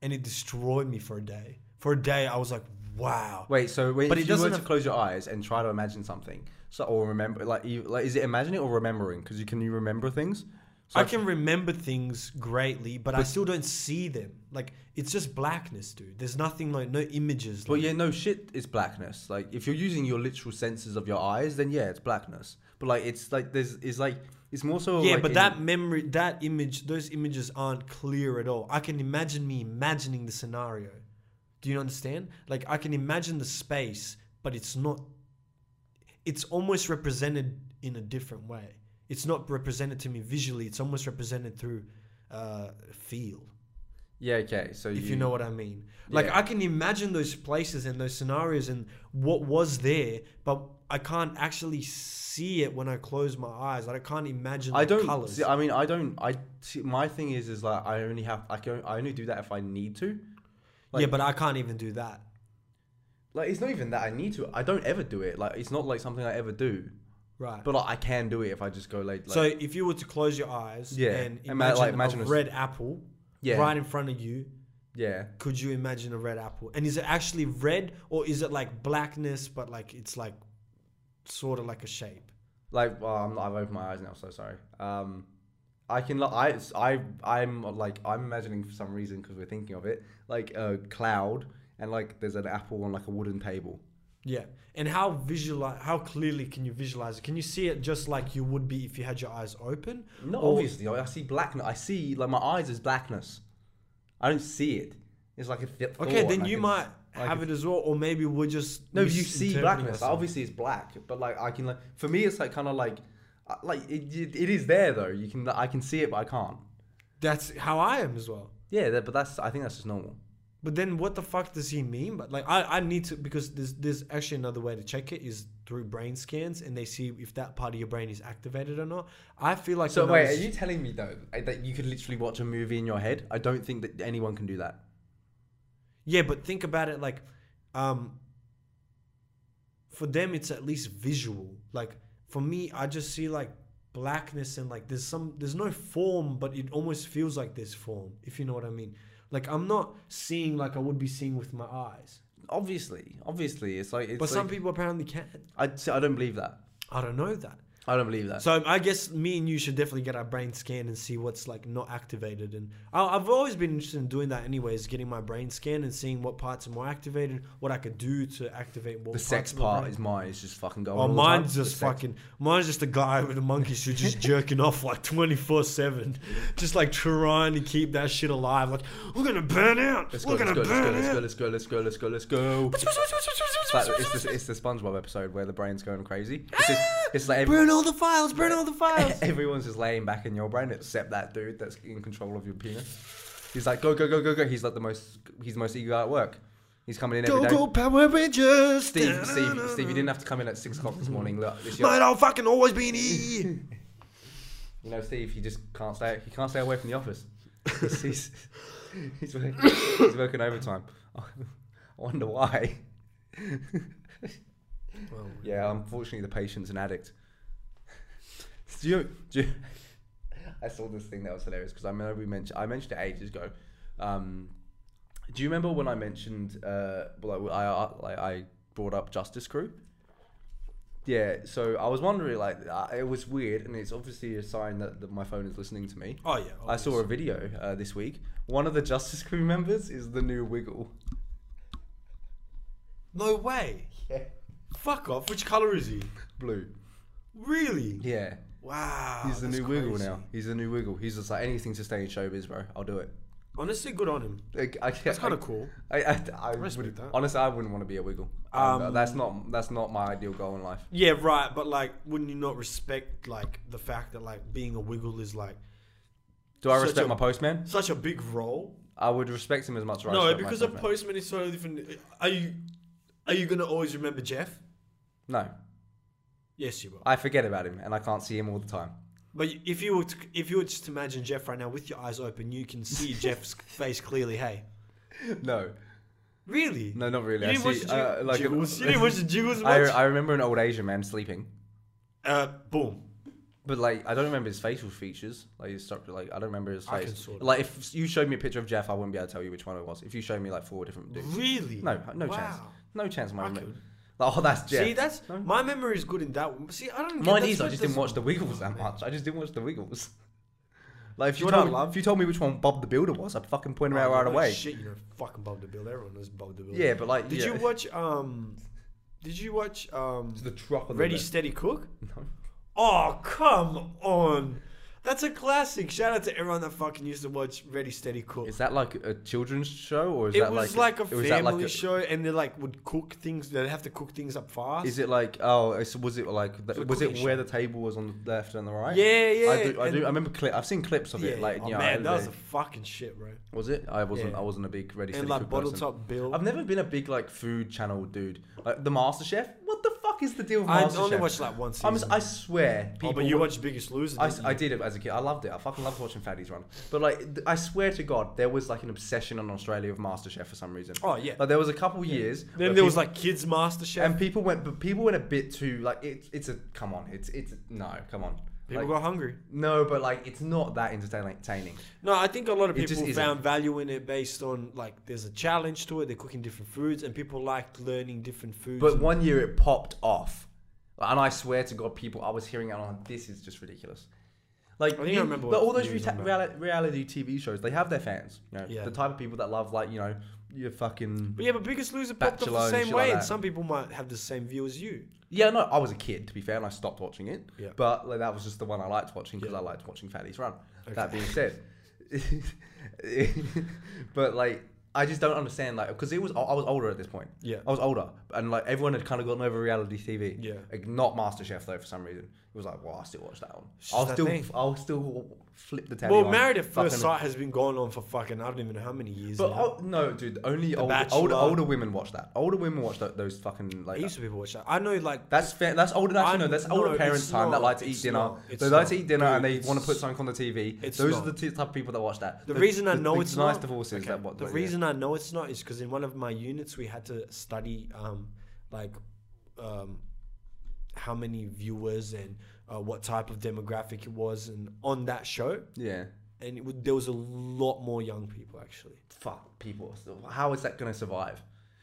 Speaker 2: and it destroyed me for a day. For a day, I was like, "Wow."
Speaker 1: Wait, so wait,
Speaker 2: But
Speaker 1: if
Speaker 2: it
Speaker 1: you were
Speaker 2: doesn't
Speaker 1: to
Speaker 2: have-
Speaker 1: close your eyes and try to imagine something, so or remember, like, you, like is it imagining or remembering? Because you can you remember things. So
Speaker 2: I can remember things greatly, but, I still don't see them. Like it's just blackness, dude. There's nothing like no images.
Speaker 1: But
Speaker 2: like-
Speaker 1: yeah, no shit is blackness. Like if you're using your literal senses of your eyes, then yeah, it's blackness. But like it's like there's it's like it's more so.
Speaker 2: yeah,
Speaker 1: like,
Speaker 2: but
Speaker 1: in-
Speaker 2: that memory, that image, those images aren't clear at all. I can imagine me imagining the scenario. Do you understand? Like I can imagine the space, but it's not. It's almost represented in a different way. It's not represented to me visually. It's almost represented through uh, feel.
Speaker 1: Yeah, okay. So
Speaker 2: if you know what I mean. Like
Speaker 1: Mm. Yeah.
Speaker 2: I can imagine those places and those scenarios and what was there, but I can't actually see it when I close my eyes. Like I can't imagine the
Speaker 1: I don't.
Speaker 2: colors.
Speaker 1: See, I mean, I don't. I see, my thing is is like I only have I can I only do that if I need to. like-
Speaker 2: yeah, but I can't even do that.
Speaker 1: Like it's not even that I need to. I don't ever do it. Like it's not like something I ever do.
Speaker 2: Right.
Speaker 1: But like, I can do it if I just go like. like
Speaker 2: so if you were to close your eyes
Speaker 1: Yeah,
Speaker 2: and
Speaker 1: ima-
Speaker 2: imagine,
Speaker 1: like, imagine a
Speaker 2: a
Speaker 1: s-
Speaker 2: red apple
Speaker 1: Yeah.
Speaker 2: right in front of you,
Speaker 1: yeah.
Speaker 2: could you imagine a red apple? And is it actually red or is it like blackness but like it's like sort of like a shape?
Speaker 1: like well, I'm, I've opened my eyes now, so sorry. Um, I can lo- I I I'm like I'm imagining for some reason because we're thinking of it like a cloud and like there's an apple on like a wooden table.
Speaker 2: Yeah. And how visualize how clearly can you visualize it? Can you see it just like you would be if you had your eyes open?
Speaker 1: Not
Speaker 2: Or-
Speaker 1: obviously, I I see blackness. I see like my eyes is blackness. I don't see it. It's like a th-
Speaker 2: Okay,
Speaker 1: thought, and
Speaker 2: then
Speaker 1: I
Speaker 2: you
Speaker 1: can-
Speaker 2: might
Speaker 1: I
Speaker 2: have
Speaker 1: can-
Speaker 2: it as well, or maybe we're just
Speaker 1: No, you see
Speaker 2: misinterpreting
Speaker 1: blackness.
Speaker 2: ourselves.
Speaker 1: Obviously, it's black, but like I can like for me, it's like kind of like uh, like it, it, it is there though. You can I can see it, but I can't.
Speaker 2: That's how I am as well.
Speaker 1: Yeah, that, but that's I think that's just normal.
Speaker 2: But then what the fuck does he mean? But like I, I need to because there's there's actually another way to check it is through brain scans and they see if that part of your brain is activated or not. I feel like
Speaker 1: So
Speaker 2: when I
Speaker 1: wait, are
Speaker 2: was-
Speaker 1: you telling me though that you could literally watch a movie in your head? I don't think that anyone can do that.
Speaker 2: Yeah, but think about it like um for them it's at least visual. Like for me I just see like blackness and like there's some there's no form but it almost feels like there's form if you know what I mean. Like I'm not seeing like I would be seeing with my eyes.
Speaker 1: Obviously, obviously, it's like it's
Speaker 2: But some
Speaker 1: like-
Speaker 2: people apparently can.
Speaker 1: I see, I don't believe that.
Speaker 2: I don't know that.
Speaker 1: I don't believe that.
Speaker 2: So I guess me and you should definitely get our brain scanned and see what's like not activated. And I, I've always been interested in doing that, anyways, getting my brain scanned and seeing what parts are more activated, what I could do to activate what.
Speaker 1: the sex part is mine. It's just fucking going.
Speaker 2: Oh,
Speaker 1: all the
Speaker 2: mine's
Speaker 1: time. The
Speaker 2: just
Speaker 1: sex-
Speaker 2: fucking. Mine's just a guy with a monkey suit just jerking off like twenty four seven, just like trying to keep that shit alive. Like we're gonna burn out.
Speaker 1: Let's go.
Speaker 2: we're
Speaker 1: Let's
Speaker 2: gonna
Speaker 1: go. Let's go.
Speaker 2: burn
Speaker 1: Let's go.
Speaker 2: out.
Speaker 1: Let's go. Let's go. Let's go. Let's go. It's, like, it's, the, it's the SpongeBob episode where the brain's going crazy. It's, just, it's like every,
Speaker 2: Burn all the files. Burn all the files.
Speaker 1: everyone's just laying back in your brain except that dude that's in control of your penis. He's like, go, go, go, go, go. He's like the most. He's the most eager guy at work. He's coming in every
Speaker 2: Go
Speaker 1: day.
Speaker 2: go Power Rangers.
Speaker 1: Steve, Steve, Steve, you didn't have to come in at six o'clock this morning. Look, this
Speaker 2: Mate,
Speaker 1: your,
Speaker 2: I'll fucking always be an E.
Speaker 1: you know, Steve, he just can't stay. He can't stay away from the office. He's, he's, he's, working, he's working overtime. I wonder why. Yeah, unfortunately, the patient's an addict. do you? Do you I saw this thing that was hilarious because I remember we mentioned I mentioned it ages ago. Um, do you remember when I mentioned uh, well, I, I like I brought up Justice Crew? Yeah, so I was wondering like uh, it was weird, and it's obviously a sign that, that my phone is listening to me.
Speaker 2: Oh yeah.
Speaker 1: I saw a video uh, this week. One of the Justice Crew members is the new Wiggle.
Speaker 2: No way.
Speaker 1: Yeah.
Speaker 2: Fuck off. Which color is he?
Speaker 1: Blue.
Speaker 2: Really?
Speaker 1: Yeah.
Speaker 2: Wow.
Speaker 1: He's the
Speaker 2: that's
Speaker 1: new Wiggle
Speaker 2: crazy.
Speaker 1: now. He's the new Wiggle. He's just like anything to stay in showbiz, bro. I'll do it.
Speaker 2: Honestly, good on him.
Speaker 1: Like, I,
Speaker 2: That's kind of cool.
Speaker 1: I, I, I
Speaker 2: Respect
Speaker 1: would,
Speaker 2: that.
Speaker 1: honestly, I wouldn't want to be a Wiggle. Um,
Speaker 2: Um,
Speaker 1: that's not that's not my ideal goal in life.
Speaker 2: Yeah, right. But like, wouldn't you not respect like the fact that like being a wiggle is like
Speaker 1: Do I
Speaker 2: such
Speaker 1: respect
Speaker 2: a-
Speaker 1: my postman?
Speaker 2: such a big role?
Speaker 1: I would respect him as much. As I
Speaker 2: no,
Speaker 1: respect my
Speaker 2: because a
Speaker 1: postman.
Speaker 2: postman is so different. Are you are you gonna always remember Jeff?
Speaker 1: no,
Speaker 2: Yes, you will.
Speaker 1: I forget about him and I can't see him all the time.
Speaker 2: But if you were to, if you were just to imagine Jeff right now with your eyes open, you can see Jeff's face clearly. Hey,
Speaker 1: No,
Speaker 2: Really?
Speaker 1: No, not really.
Speaker 2: You didn't
Speaker 1: I
Speaker 2: watch
Speaker 1: see,
Speaker 2: the
Speaker 1: uh,
Speaker 2: jig-
Speaker 1: like
Speaker 2: jiggles. You didn't watch the jiggles.
Speaker 1: I,
Speaker 2: much?
Speaker 1: I remember an old Asian man sleeping,
Speaker 2: uh, boom.
Speaker 1: but like I don't remember his facial features. Like his structure, like I don't remember his
Speaker 2: I
Speaker 1: face.
Speaker 2: can sort of-
Speaker 1: like if you showed me a picture of Jeff, I wouldn't be able to tell you which one it was. If you showed me like four different dudes,
Speaker 2: Really?
Speaker 1: no, no chance,
Speaker 2: Wow.
Speaker 1: no chance. in My
Speaker 2: I
Speaker 1: memory.
Speaker 2: could.
Speaker 1: Like, oh, that's Jeff.
Speaker 2: See, that's
Speaker 1: No.
Speaker 2: my memory is good in that. one. See, I don't. get-
Speaker 1: Mine
Speaker 2: that's
Speaker 1: is. I
Speaker 2: what
Speaker 1: just didn't
Speaker 2: doesn't-
Speaker 1: watch the Wiggles that much. I just didn't watch the Wiggles. Like if
Speaker 2: Do
Speaker 1: you,
Speaker 2: you know
Speaker 1: told
Speaker 2: what I
Speaker 1: me,
Speaker 2: love?
Speaker 1: if you told me which one Bob the Builder was, I'd fucking point him out
Speaker 2: Oh,
Speaker 1: right
Speaker 2: no
Speaker 1: away.
Speaker 2: Shit, you know, fucking Bob the Builder. Everyone knows Bob the Builder.
Speaker 1: Yeah, but like,
Speaker 2: Did
Speaker 1: yeah.
Speaker 2: you watch? Um, did you watch? Um,
Speaker 1: the truck on
Speaker 2: Ready,
Speaker 1: the
Speaker 2: Steady, Cook.
Speaker 1: No.
Speaker 2: Oh come on, that's a classic. Shout out to everyone that fucking used to watch Ready, Steady, Cook.
Speaker 1: Is that like a children's show or is
Speaker 2: it
Speaker 1: that
Speaker 2: was
Speaker 1: like
Speaker 2: like, a
Speaker 1: or
Speaker 2: family
Speaker 1: is that like a-
Speaker 2: show, and they like would cook things. They'd have to cook things up fast.
Speaker 1: Is it like oh it's, was it like the,
Speaker 2: a
Speaker 1: was it
Speaker 2: cooking
Speaker 1: where the table was on the left and the right?
Speaker 2: Yeah, yeah.
Speaker 1: I do. I, do,
Speaker 2: and-
Speaker 1: I remember clip. I've seen clips of it. Like
Speaker 2: oh
Speaker 1: yeah,
Speaker 2: man,
Speaker 1: I-
Speaker 2: that was a fucking shit, bro.
Speaker 1: was it? I wasn't.
Speaker 2: Yeah.
Speaker 1: I wasn't a big ready.
Speaker 2: And
Speaker 1: Steady,
Speaker 2: like
Speaker 1: Cook
Speaker 2: bottle
Speaker 1: person.
Speaker 2: top bill.
Speaker 1: I've never been a big like food channel dude. Like the Master Chef. What the fuck is the deal with
Speaker 2: I
Speaker 1: Master
Speaker 2: only watched like one season.
Speaker 1: I'm, si swear, people.
Speaker 2: oh, but you
Speaker 1: would-
Speaker 2: watched Biggest Loser.
Speaker 1: I,
Speaker 2: didn't you?
Speaker 1: I did it as a kid. I loved it. I fucking loved watching fatties run. But like, th- I swear to God, there was like an obsession on Australia with MasterChef for some reason.
Speaker 2: Oh, yeah.
Speaker 1: Like there was a couple years. where
Speaker 2: Then there was
Speaker 1: people-
Speaker 2: like Kids Master Chef.
Speaker 1: and people went, but people went a bit too like it's it's a come on, it's it's no come on.
Speaker 2: people
Speaker 1: Like,
Speaker 2: got hungry.
Speaker 1: no, but like it's not that entertaining.
Speaker 2: No, I think a lot of
Speaker 1: It just
Speaker 2: people
Speaker 1: isn't.
Speaker 2: found value in it based on like there's a challenge to it. They're cooking different foods, and people liked learning different foods.
Speaker 1: But
Speaker 2: and-
Speaker 1: one year it popped off, and I swear to God, people, I was hearing it on this is just ridiculous. Like,
Speaker 2: think I
Speaker 1: you-
Speaker 2: remember
Speaker 1: like,
Speaker 2: what
Speaker 1: all those
Speaker 2: you were
Speaker 1: reta-
Speaker 2: talking
Speaker 1: reali- reality TV shows, they have their fans. You know,
Speaker 2: Yeah.
Speaker 1: the type of people that love like you know your fucking
Speaker 2: but yeah, but Biggest Loser popped up
Speaker 1: Bachelor
Speaker 2: the
Speaker 1: and
Speaker 2: same
Speaker 1: shit
Speaker 2: way,
Speaker 1: like
Speaker 2: and
Speaker 1: that.
Speaker 2: some people might have the same view as you.
Speaker 1: Yeah, no, I was a kid, to be fair, and I stopped watching it.
Speaker 2: Yeah.
Speaker 1: But like, that was just the one I liked watching because
Speaker 2: Yeah.
Speaker 1: I liked watching Fatty's Run.
Speaker 2: Okay.
Speaker 1: That being said, but like, I just don't understand, like, because it was I was older at this point.
Speaker 2: Yeah.
Speaker 1: I was older, and like everyone had kind of gotten over reality TV.
Speaker 2: Yeah.
Speaker 1: Like, not MasterChef though, for some reason. It was like, well, I still watch that one.
Speaker 2: It's
Speaker 1: I'll
Speaker 2: just that
Speaker 1: still,
Speaker 2: thing.
Speaker 1: I'll still flip the telly.
Speaker 2: Well,
Speaker 1: on,
Speaker 2: Married at First
Speaker 1: fucking-
Speaker 2: Sight has been going on for fucking I don't even know how many years.
Speaker 1: But
Speaker 2: now.
Speaker 1: oh, no, dude, only older,
Speaker 2: Bachelor.
Speaker 1: older older women watch that. Older women watch tho- those fucking like.
Speaker 2: heaps of people watch that. I know, like
Speaker 1: That's fair. That's older. Actually, no.
Speaker 2: I'm-
Speaker 1: That's older
Speaker 2: no,
Speaker 1: parents'
Speaker 2: it's
Speaker 1: time that
Speaker 2: not,
Speaker 1: like to eat
Speaker 2: it's
Speaker 1: dinner.
Speaker 2: not, it's
Speaker 1: they like to
Speaker 2: not.
Speaker 1: eat dinner and
Speaker 2: Dude,
Speaker 1: they want to
Speaker 2: it's-
Speaker 1: put something on the TV.
Speaker 2: it's
Speaker 1: Those
Speaker 2: not.
Speaker 1: are the two type of people that watch that.
Speaker 2: The, reason I know
Speaker 1: the
Speaker 2: it's
Speaker 1: nice
Speaker 2: not
Speaker 1: divorces
Speaker 2: Okay,
Speaker 1: that what
Speaker 2: the reason I know it's not is because in one of my units we had to study um, like um, how many viewers and uh, what type of demographic it was, and on that show,
Speaker 1: Yeah.
Speaker 2: and it, wa- there was a lot more young people actually.
Speaker 1: Fuck people. are still- How is that gonna survive?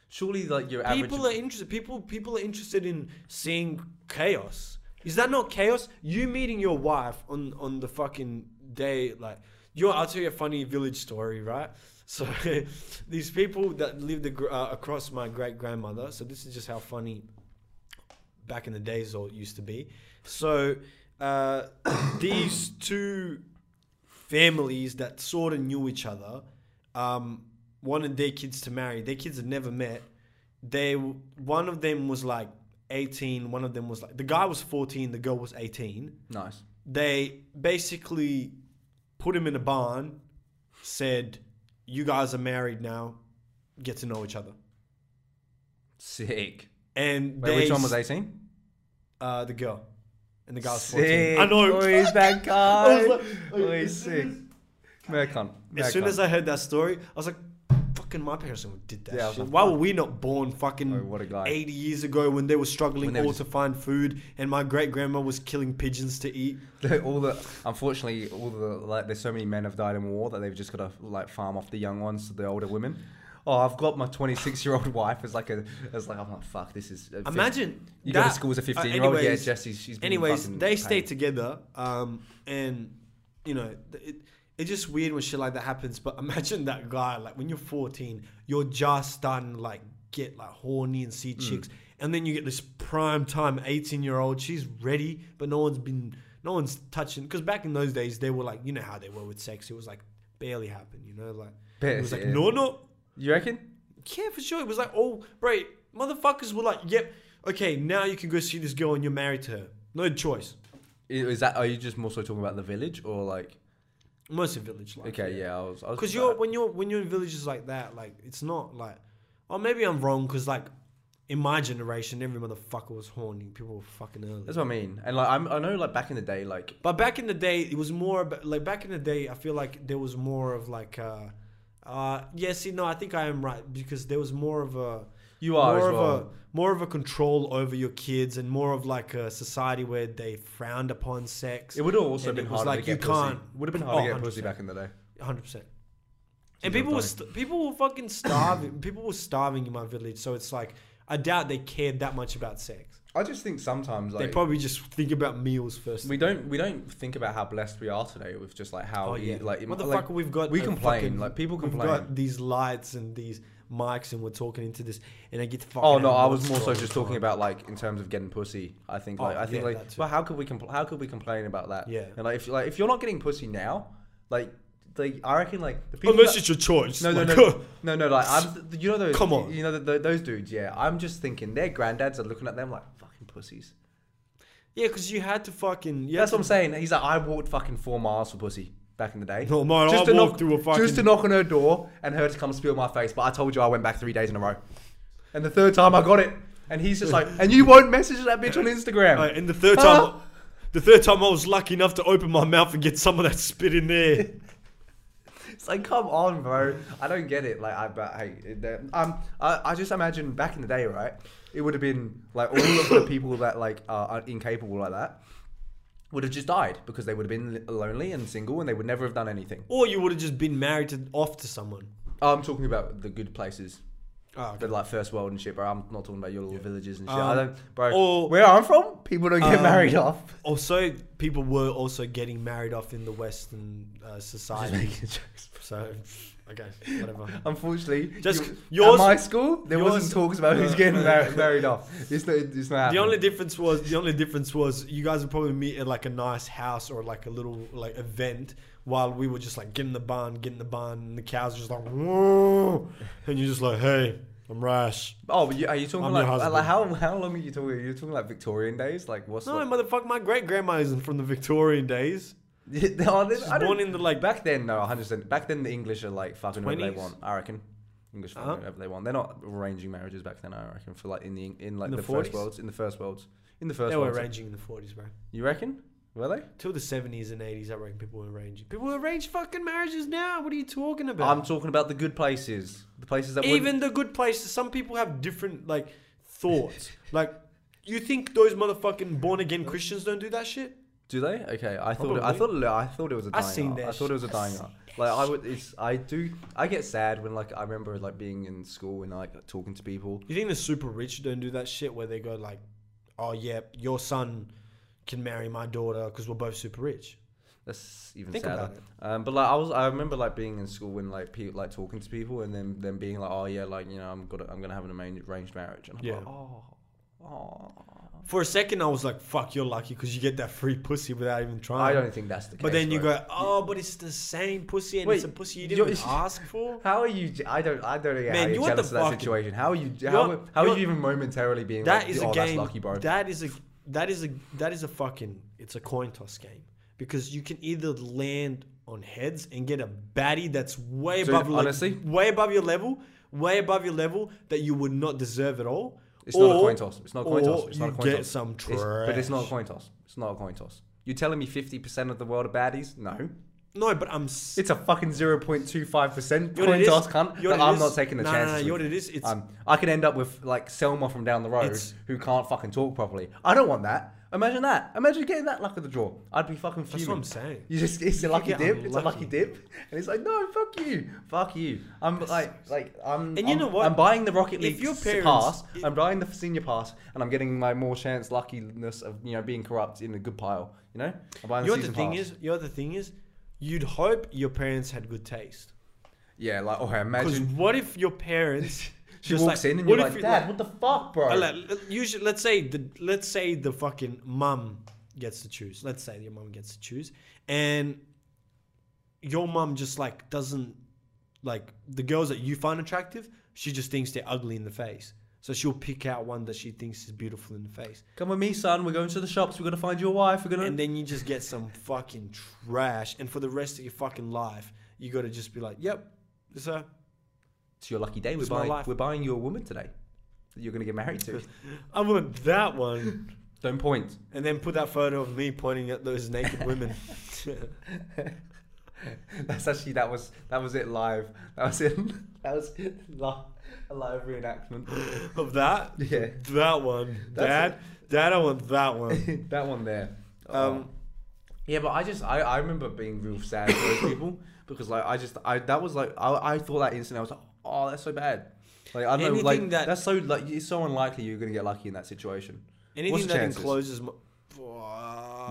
Speaker 1: Surely, like your average.
Speaker 2: People are interested. People people are interested in seeing chaos. Is that not chaos? You meeting your wife on on the fucking day like you. I'll tell you a funny village story, right? So these people that lived agr- uh, across my great grandmother. So this is just how funny back in the days all used to be. So uh, these two families that sort of knew each other um, wanted their kids to marry. Their kids had never met. They one of them was like 18. One of them was like the guy was 14. The girl was 18.
Speaker 1: nice.
Speaker 2: They basically put him in a barn. Said, "You guys are married now. Get to know each other."
Speaker 1: Sick.
Speaker 2: And
Speaker 1: Wait,
Speaker 2: they,
Speaker 1: which one was eighteen?
Speaker 2: Uh, the girl. And the guy was 14.
Speaker 1: Sick.
Speaker 2: I know.
Speaker 1: Oh, he's that guy.
Speaker 2: I was like-
Speaker 1: oh, he's sick. Mad cunt. Mad
Speaker 2: As soon
Speaker 1: cunt.
Speaker 2: as I heard that story, I was like, fucking my parents never did that
Speaker 1: Yeah, I was
Speaker 2: shit.
Speaker 1: like,
Speaker 2: Why were we not born fucking
Speaker 1: Oh, what a guy.
Speaker 2: 80 years ago when they were struggling
Speaker 1: When they
Speaker 2: all
Speaker 1: were
Speaker 2: to find food and my great grandma was killing pigeons to eat?
Speaker 1: all the unfortunately all the like there's so many men have died in war that they've just got to like farm off the young ones to the older women oh i've got my 26 year old wife as like a as like i'm like fuck this is a fif-
Speaker 2: Imagine.
Speaker 1: you go to
Speaker 2: that-
Speaker 1: school as a
Speaker 2: uh,
Speaker 1: 15 year old yeah
Speaker 2: anyways,
Speaker 1: jessie she's been
Speaker 2: anyways
Speaker 1: fucking
Speaker 2: they stay
Speaker 1: pain.
Speaker 2: together um, and you know th- it, it's just weird when shit like that happens but imagine that guy like when you're 14 you're just starting to like get like horny and
Speaker 1: Mm.
Speaker 2: see chicks and then you get this prime time 18 year old she's ready but no one's been no one's touching because back in those days they were like you know how they were with sex it was like barely happened you know like it
Speaker 1: Barely,
Speaker 2: was like
Speaker 1: yeah.
Speaker 2: no no
Speaker 1: you reckon
Speaker 2: yeah, for sure. It was like, oh, bro, motherfuckers were like, yep, okay, now you can go see this girl and you're married to her. No choice.
Speaker 1: I- is that are you just more so talking about the village or like
Speaker 2: Most of village life.
Speaker 1: okay yeah, i was
Speaker 2: Because you're when you're when you're in villages like that, like it's not like, or maybe I'm wrong. Because like, in my generation, every motherfucker was horny. People were fucking early.
Speaker 1: that's what i mean and like I'm, i know like back in the day like
Speaker 2: But back in the day, it was more ab- like back in the day. I feel like there was more of like uh, Uh, yeah, see, no, I think I am right because there was more of a
Speaker 1: You are
Speaker 2: more
Speaker 1: as
Speaker 2: of a
Speaker 1: well.
Speaker 2: more of a control over your kids and more of like a society where they frowned upon sex.
Speaker 1: It would have also
Speaker 2: And
Speaker 1: been
Speaker 2: it was
Speaker 1: harder
Speaker 2: like,
Speaker 1: to get
Speaker 2: you
Speaker 1: pussy.
Speaker 2: can't-
Speaker 1: Would have been
Speaker 2: Oh,
Speaker 1: harder to get pussy
Speaker 2: 100%.
Speaker 1: back in the day.
Speaker 2: hundred percent. And
Speaker 1: you're
Speaker 2: people were
Speaker 1: dying.
Speaker 2: st- people were fucking starving. people were starving in my village, so it's like I doubt they cared that much about sex.
Speaker 1: I just think sometimes like
Speaker 2: they probably just think about meals first.
Speaker 1: we don't we don't think about how blessed we are today with just like how
Speaker 2: oh
Speaker 1: e-
Speaker 2: yeah,
Speaker 1: like
Speaker 2: motherfucker,
Speaker 1: like,
Speaker 2: we've got
Speaker 1: we
Speaker 2: a
Speaker 1: complain
Speaker 2: fucking-
Speaker 1: like people
Speaker 2: we've
Speaker 1: complain.
Speaker 2: got these lights and these mics, and we're talking into this, and I get fucking.
Speaker 1: Oh no, I
Speaker 2: annoyed
Speaker 1: was more so
Speaker 2: all
Speaker 1: just
Speaker 2: the
Speaker 1: talking
Speaker 2: time.
Speaker 1: about like in terms of getting pussy. I think
Speaker 2: Oh,
Speaker 1: like I think
Speaker 2: yeah, that
Speaker 1: like
Speaker 2: too.
Speaker 1: well how could we compl- how could we complain about that?
Speaker 2: Yeah.
Speaker 1: And like if like if you're not getting pussy now, like like I reckon like the
Speaker 2: Unless
Speaker 1: that-
Speaker 2: it's your choice.
Speaker 1: no, no,
Speaker 2: like,
Speaker 1: no, no, no, like I'm, you know those,
Speaker 2: Come on.
Speaker 1: you know th th those dudes, yeah. I'm just thinking their granddads are looking at them like fucking pussies.
Speaker 2: Yeah, because you had to fucking. Yeah,
Speaker 1: That's what I'm saying. He's like, I walked fucking four miles for pussy back in the day.
Speaker 2: No, mate, I
Speaker 1: to
Speaker 2: walked
Speaker 1: knock,
Speaker 2: through a
Speaker 1: just to
Speaker 2: fucking-
Speaker 1: knock on her door and her to come spill my face. But I told you I went back three days in a row, and the third time I got it. And he's just like, and you won't message that bitch on Instagram.
Speaker 2: Uh, and the third
Speaker 1: Huh?
Speaker 2: time, the third time I was lucky enough to open my mouth and get some of that spit in there.
Speaker 1: It's like, come on, bro. I don't get it. Like, I but hey, it- that- um, I, I just imagine back in the day, right? It would have been like all of the people that like are, are incapable like that would have just died because they would have been l- lonely and single and they would never have done anything.
Speaker 2: or you would have just been married to, off to someone.
Speaker 1: I'm talking about the good places,
Speaker 2: Oh,
Speaker 1: the like first world and shit, bro. I'm not talking about your little villages and shit. I
Speaker 2: Um,
Speaker 1: don't, bro.
Speaker 2: or-
Speaker 1: where I'm from, people don't get
Speaker 2: um,
Speaker 1: married off.
Speaker 2: Also, people were also getting married off in the Western uh,
Speaker 1: Just
Speaker 2: society.
Speaker 1: making jokes.
Speaker 2: So, okay, whatever.
Speaker 1: Unfortunately,
Speaker 2: Just-
Speaker 1: you-
Speaker 2: yours-
Speaker 1: at my school, there
Speaker 2: yours-
Speaker 1: wasn't talks about who's getting mar- married off. It's not. It's not.
Speaker 2: The
Speaker 1: happening.
Speaker 2: only difference was the only difference was you guys would probably meet at like a nice house or like a little like event while we were just like get in the barn, get in the barn, and the cows just like "Whoa," and you're just like, hey, I'm rash.
Speaker 1: Oh, but you, are you talking
Speaker 2: I'm your
Speaker 1: like,
Speaker 2: husband.
Speaker 1: like how how long are you talking? You're talking like Victorian days, like what's
Speaker 2: No,
Speaker 1: the-
Speaker 2: motherfucker, my great grandma isn't from the Victorian days.
Speaker 1: Oh, this-
Speaker 2: She's
Speaker 1: I don't-
Speaker 2: born in the, like-
Speaker 1: back then. No, 100. percent Back then, the English are like fucking whatever
Speaker 2: 20s?
Speaker 1: they want. I reckon English fucking
Speaker 2: Uh-huh.
Speaker 1: whatever they want. They're not arranging marriages back then. I reckon for like in the in like
Speaker 2: In
Speaker 1: the,
Speaker 2: the 40s?
Speaker 1: first worlds, in the first worlds, in the first
Speaker 2: They were
Speaker 1: worlds.
Speaker 2: arranging in the 40s, bro.
Speaker 1: You reckon? Were they?
Speaker 2: Till the 70s and 80s, I reckon people were arranging. People arrange fucking marriages now. What are you talking about?
Speaker 1: I'm talking about the good places, the places that wouldn't-
Speaker 2: even the good places. Some people have different like thoughts. like, you think those motherfucking born again Christians don't do that shit?
Speaker 1: Do they? Okay, I thought I
Speaker 2: Probably.
Speaker 1: thought it- I thought it was a
Speaker 2: I
Speaker 1: dying
Speaker 2: seen
Speaker 1: art.
Speaker 2: that
Speaker 1: I thought it was a
Speaker 2: shit. I
Speaker 1: dying
Speaker 2: seen
Speaker 1: art. Like I would, it's I do. I get sad when like I remember like being in school and like talking to people.
Speaker 2: You think the super rich don't do that shit where they go like, "Oh yeah, your son can marry my daughter because we're both super rich."
Speaker 1: That's even
Speaker 2: Think
Speaker 1: sadder.
Speaker 2: about it.
Speaker 1: Um, but like I was, I remember like being in school and like pe- like talking to people and then them being like, oh yeah, like you know, I'm gonna I'm gonna have an arranged arranged marriage. And I'm
Speaker 2: Yeah.
Speaker 1: like, oh, oh.
Speaker 2: For a second, I was like, "Fuck, you're lucky because you get that free pussy without even trying."
Speaker 1: I don't think that's the case.
Speaker 2: But then you
Speaker 1: bro.
Speaker 2: go, "Oh, but it's the same pussy, and
Speaker 1: Wait,
Speaker 2: it's a pussy you
Speaker 1: you're-
Speaker 2: didn't even ask for."
Speaker 1: How are you? je- I don't. I don't get
Speaker 2: Man,
Speaker 1: how you're
Speaker 2: you're the
Speaker 1: jealous of that
Speaker 2: fucking-
Speaker 1: situation. How are you?
Speaker 2: You're-
Speaker 1: How, how are
Speaker 2: you're-
Speaker 1: you even momentarily being?
Speaker 2: That
Speaker 1: like,
Speaker 2: is
Speaker 1: oh,
Speaker 2: a game.
Speaker 1: That's lucky, bro.
Speaker 2: That is a that is a that is a fucking it's a coin toss game because you can either land on heads and get a baddie that's way
Speaker 1: Dude,
Speaker 2: above like,
Speaker 1: honestly-
Speaker 2: way above your level, way above your level that you would not deserve at all.
Speaker 1: It's not a
Speaker 2: or-
Speaker 1: coin toss. It's not a coin toss.
Speaker 2: or
Speaker 1: It's not a
Speaker 2: you
Speaker 1: coin
Speaker 2: get
Speaker 1: toss.
Speaker 2: some
Speaker 1: It's- but it's not a
Speaker 2: trash.
Speaker 1: coin toss. It's not a coin toss. You're telling me 50% of the world are baddies? No.
Speaker 2: No, but I'm. s-
Speaker 1: It's a fucking 0.25%
Speaker 2: You know what
Speaker 1: coin
Speaker 2: it is?
Speaker 1: toss, cunt.
Speaker 2: You know
Speaker 1: that
Speaker 2: what it
Speaker 1: I'm
Speaker 2: is?
Speaker 1: not taking the
Speaker 2: No, no,
Speaker 1: chances.
Speaker 2: no, you know
Speaker 1: with.
Speaker 2: what it is? It's-
Speaker 1: um, I could end up with like Selma from down the road
Speaker 2: It's-
Speaker 1: who can't fucking talk properly. I don't want that. Imagine that. Imagine getting that luck of the draw. I'd be fucking fuming.
Speaker 2: That's what I'm saying.
Speaker 1: You just it's a
Speaker 2: You
Speaker 1: lucky
Speaker 2: get
Speaker 1: dip. It's a
Speaker 2: unlucky.
Speaker 1: lucky dip, and it's like no, fuck you, fuck you. I'm like like I'm.
Speaker 2: And you
Speaker 1: I'm-
Speaker 2: know what?
Speaker 1: I'm buying the Rocket League
Speaker 2: your
Speaker 1: s-
Speaker 2: parents-
Speaker 1: pass.
Speaker 2: i-
Speaker 1: I'm buying the senior pass, and I'm getting my more chance luckiness of you know being corrupt in a good pile. You know, I'm buying
Speaker 2: You know
Speaker 1: the
Speaker 2: what the
Speaker 1: season
Speaker 2: thing
Speaker 1: pass.
Speaker 2: is? You know what the thing is? You'd hope your parents had good taste.
Speaker 1: yeah, like okay,
Speaker 2: Because
Speaker 1: imagine
Speaker 2: what if your parents
Speaker 1: she
Speaker 2: just
Speaker 1: walks
Speaker 2: like,
Speaker 1: in and
Speaker 2: what
Speaker 1: you're
Speaker 2: if
Speaker 1: like,
Speaker 2: you-
Speaker 1: Dad, what the fuck, bro?
Speaker 2: Uh, let- let- usually, let's say the let's say the fucking mum gets to choose. Let's say your mum gets to choose, and your mum just like doesn't like the girls that you find attractive. She just thinks they're ugly in the face, so she'll pick out one that she thinks is beautiful in the face,
Speaker 1: Come with me, son. We're going to the shops. We're gonna find your wife. We're gonna.
Speaker 2: and then you just get some fucking trash. And for the rest of your fucking life, you got to just be like, "Yep, this her."
Speaker 1: it's your lucky day. We're
Speaker 2: It's my
Speaker 1: buying.
Speaker 2: life.
Speaker 1: We're buying you a woman today. That you're gonna get married to.
Speaker 2: I want that one,
Speaker 1: Don't point.
Speaker 2: and then put that photo of me pointing at those naked women.
Speaker 1: That's actually that was that was it live. That was it. That was live, a live reenactment.
Speaker 2: of that.
Speaker 1: Yeah.
Speaker 2: That one,
Speaker 1: That's
Speaker 2: Dad. Dad, I want that one.
Speaker 1: that one there. Oh.
Speaker 2: Um,
Speaker 1: Yeah, but I just I, I remember being real sad for those people because like I just I that was like I, I thought that instantly I was like oh that's so bad. Like I don't know
Speaker 2: Anything
Speaker 1: like
Speaker 2: that-
Speaker 1: that's so like it's so unlikely you're gonna get lucky in that situation. What's the
Speaker 2: anything that
Speaker 1: chances?
Speaker 2: encloses. My,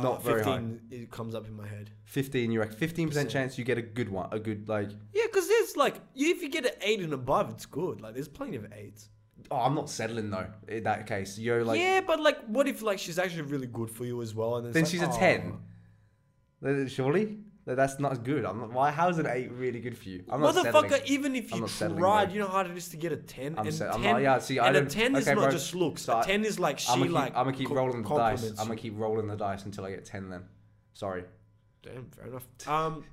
Speaker 1: Not very high.
Speaker 2: It comes up in my head.
Speaker 1: Fifteen, you reckon? Fifteen percent
Speaker 2: Percent.
Speaker 1: chance you get a good one, a good like.
Speaker 2: Yeah, because there's like, you, if you get an eight and above, it's good. Like, there's plenty of eights.
Speaker 1: Oh, I'm not settling though. In that case, yo, like
Speaker 2: yeah, but like, what if like she's actually really good for you as well? And it's
Speaker 1: then
Speaker 2: like,
Speaker 1: she's a
Speaker 2: "Oh."
Speaker 1: ten. Then Surely Then that's not good. I'm not, why? How's an eight really good for you? I'm not
Speaker 2: Motherfucker,
Speaker 1: settling.
Speaker 2: even if
Speaker 1: I'm
Speaker 2: you
Speaker 1: not settling,
Speaker 2: tried,
Speaker 1: though.
Speaker 2: you know how hard it is to get a 10?
Speaker 1: I'm
Speaker 2: and
Speaker 1: set- I'm
Speaker 2: 10
Speaker 1: not- yeah, see, I
Speaker 2: and a
Speaker 1: don't-
Speaker 2: 10 is
Speaker 1: okay,
Speaker 2: not
Speaker 1: bro.
Speaker 2: just looks.
Speaker 1: So I-
Speaker 2: a 10 is like she
Speaker 1: I'm gonna keep,
Speaker 2: like.
Speaker 1: I'm gonna keep
Speaker 2: co-
Speaker 1: rolling the dice.
Speaker 2: compliments
Speaker 1: I'm gonna
Speaker 2: you.
Speaker 1: keep rolling the dice until I get ten. Then, sorry.
Speaker 2: Damn, fair enough. Um,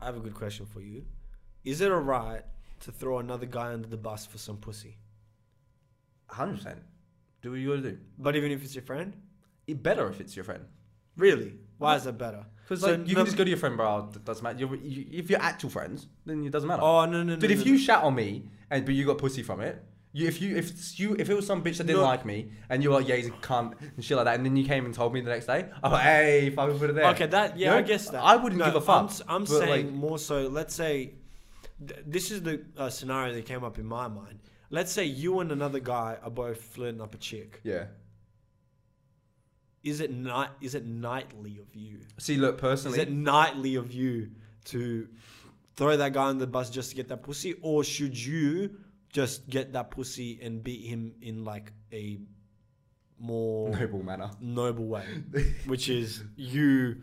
Speaker 2: I have a good question for you. Is it alright to throw another guy under the bus for some pussy?
Speaker 1: hundred percent. Do what you gotta do.
Speaker 2: But even if it's your friend?
Speaker 1: It better if it's your friend.
Speaker 2: Really? Why is that better?
Speaker 1: Because
Speaker 2: So
Speaker 1: like you
Speaker 2: no-
Speaker 1: can just go to your friend, bro. It doesn't matter. You're, you, if you're actual friends, then it doesn't matter.
Speaker 2: Oh no no no.
Speaker 1: but
Speaker 2: no,
Speaker 1: if
Speaker 2: no.
Speaker 1: you shat on me and but you got pussy from it, you, if you if it's you if it was some bitch that didn't
Speaker 2: No.
Speaker 1: like me and you were like yeah he's a cunt and shit like that and then you came and told me the next day, oh hey fucking put it there.
Speaker 2: Okay, that yeah,
Speaker 1: You know?
Speaker 2: I guess that.
Speaker 1: I wouldn't
Speaker 2: No,
Speaker 1: give a
Speaker 2: I'm,
Speaker 1: fuck.
Speaker 2: s- I'm
Speaker 1: but,
Speaker 2: saying
Speaker 1: like,
Speaker 2: more so. Let's say th- this is the uh, scenario that came up in my mind. Let's say you and another guy are both flirting up a chick.
Speaker 1: yeah.
Speaker 2: Is it night? Is it nightly of you?
Speaker 1: See, look
Speaker 2: Is
Speaker 1: personally,
Speaker 2: it nightly of you to throw that guy on the bus just to get that pussy, or should you just get that pussy and beat him in like a more
Speaker 1: noble manner.
Speaker 2: noble way, which is you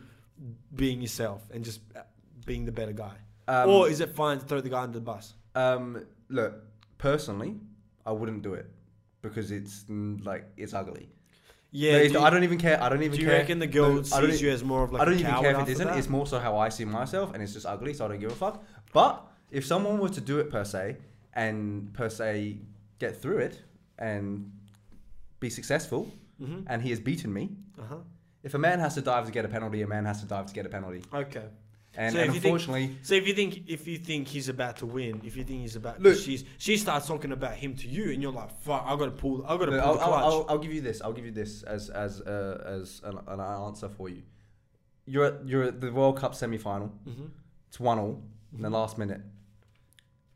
Speaker 2: being yourself and just uh, being the better guy?
Speaker 1: Um,
Speaker 2: or is it fine to throw the guy under the bus?
Speaker 1: Um, look, personally, I wouldn't do it because it's mm, like it's ugly.
Speaker 2: Yeah,
Speaker 1: Like,
Speaker 2: do you,
Speaker 1: I don't even care. I don't even
Speaker 2: do you
Speaker 1: care.
Speaker 2: reckon the girl
Speaker 1: No, I don't
Speaker 2: sees
Speaker 1: e-
Speaker 2: you as more of like
Speaker 1: I don't
Speaker 2: a
Speaker 1: even
Speaker 2: coward
Speaker 1: care if
Speaker 2: after
Speaker 1: it isn't.
Speaker 2: that?
Speaker 1: It's more so how I see myself, and it's just ugly, so I don't give a fuck. But if someone were to do it per se, and per se get through it and be successful,
Speaker 2: Mhm.
Speaker 1: and he has beaten me,
Speaker 2: uh-huh.
Speaker 1: if a man has to dive to get a penalty, a man has to dive to get a penalty.
Speaker 2: Okay.
Speaker 1: And,
Speaker 2: So
Speaker 1: and
Speaker 2: if you think-
Speaker 1: unfortunately,
Speaker 2: So if you think if you think he's about to win, if you think he's about,
Speaker 1: Look-
Speaker 2: she's she starts talking about him to you, and you're like, "Fuck, I gotta pull, I gotta pull
Speaker 1: Look,
Speaker 2: the
Speaker 1: I'll, I'll,
Speaker 2: clutch."
Speaker 1: I'll, I'll give you this. I'll give you this as as uh, as an, an answer for you. You're at, you're at the World Cup semi final.
Speaker 2: Mhm.
Speaker 1: It's one all in
Speaker 2: Mm-hmm.
Speaker 1: the last minute,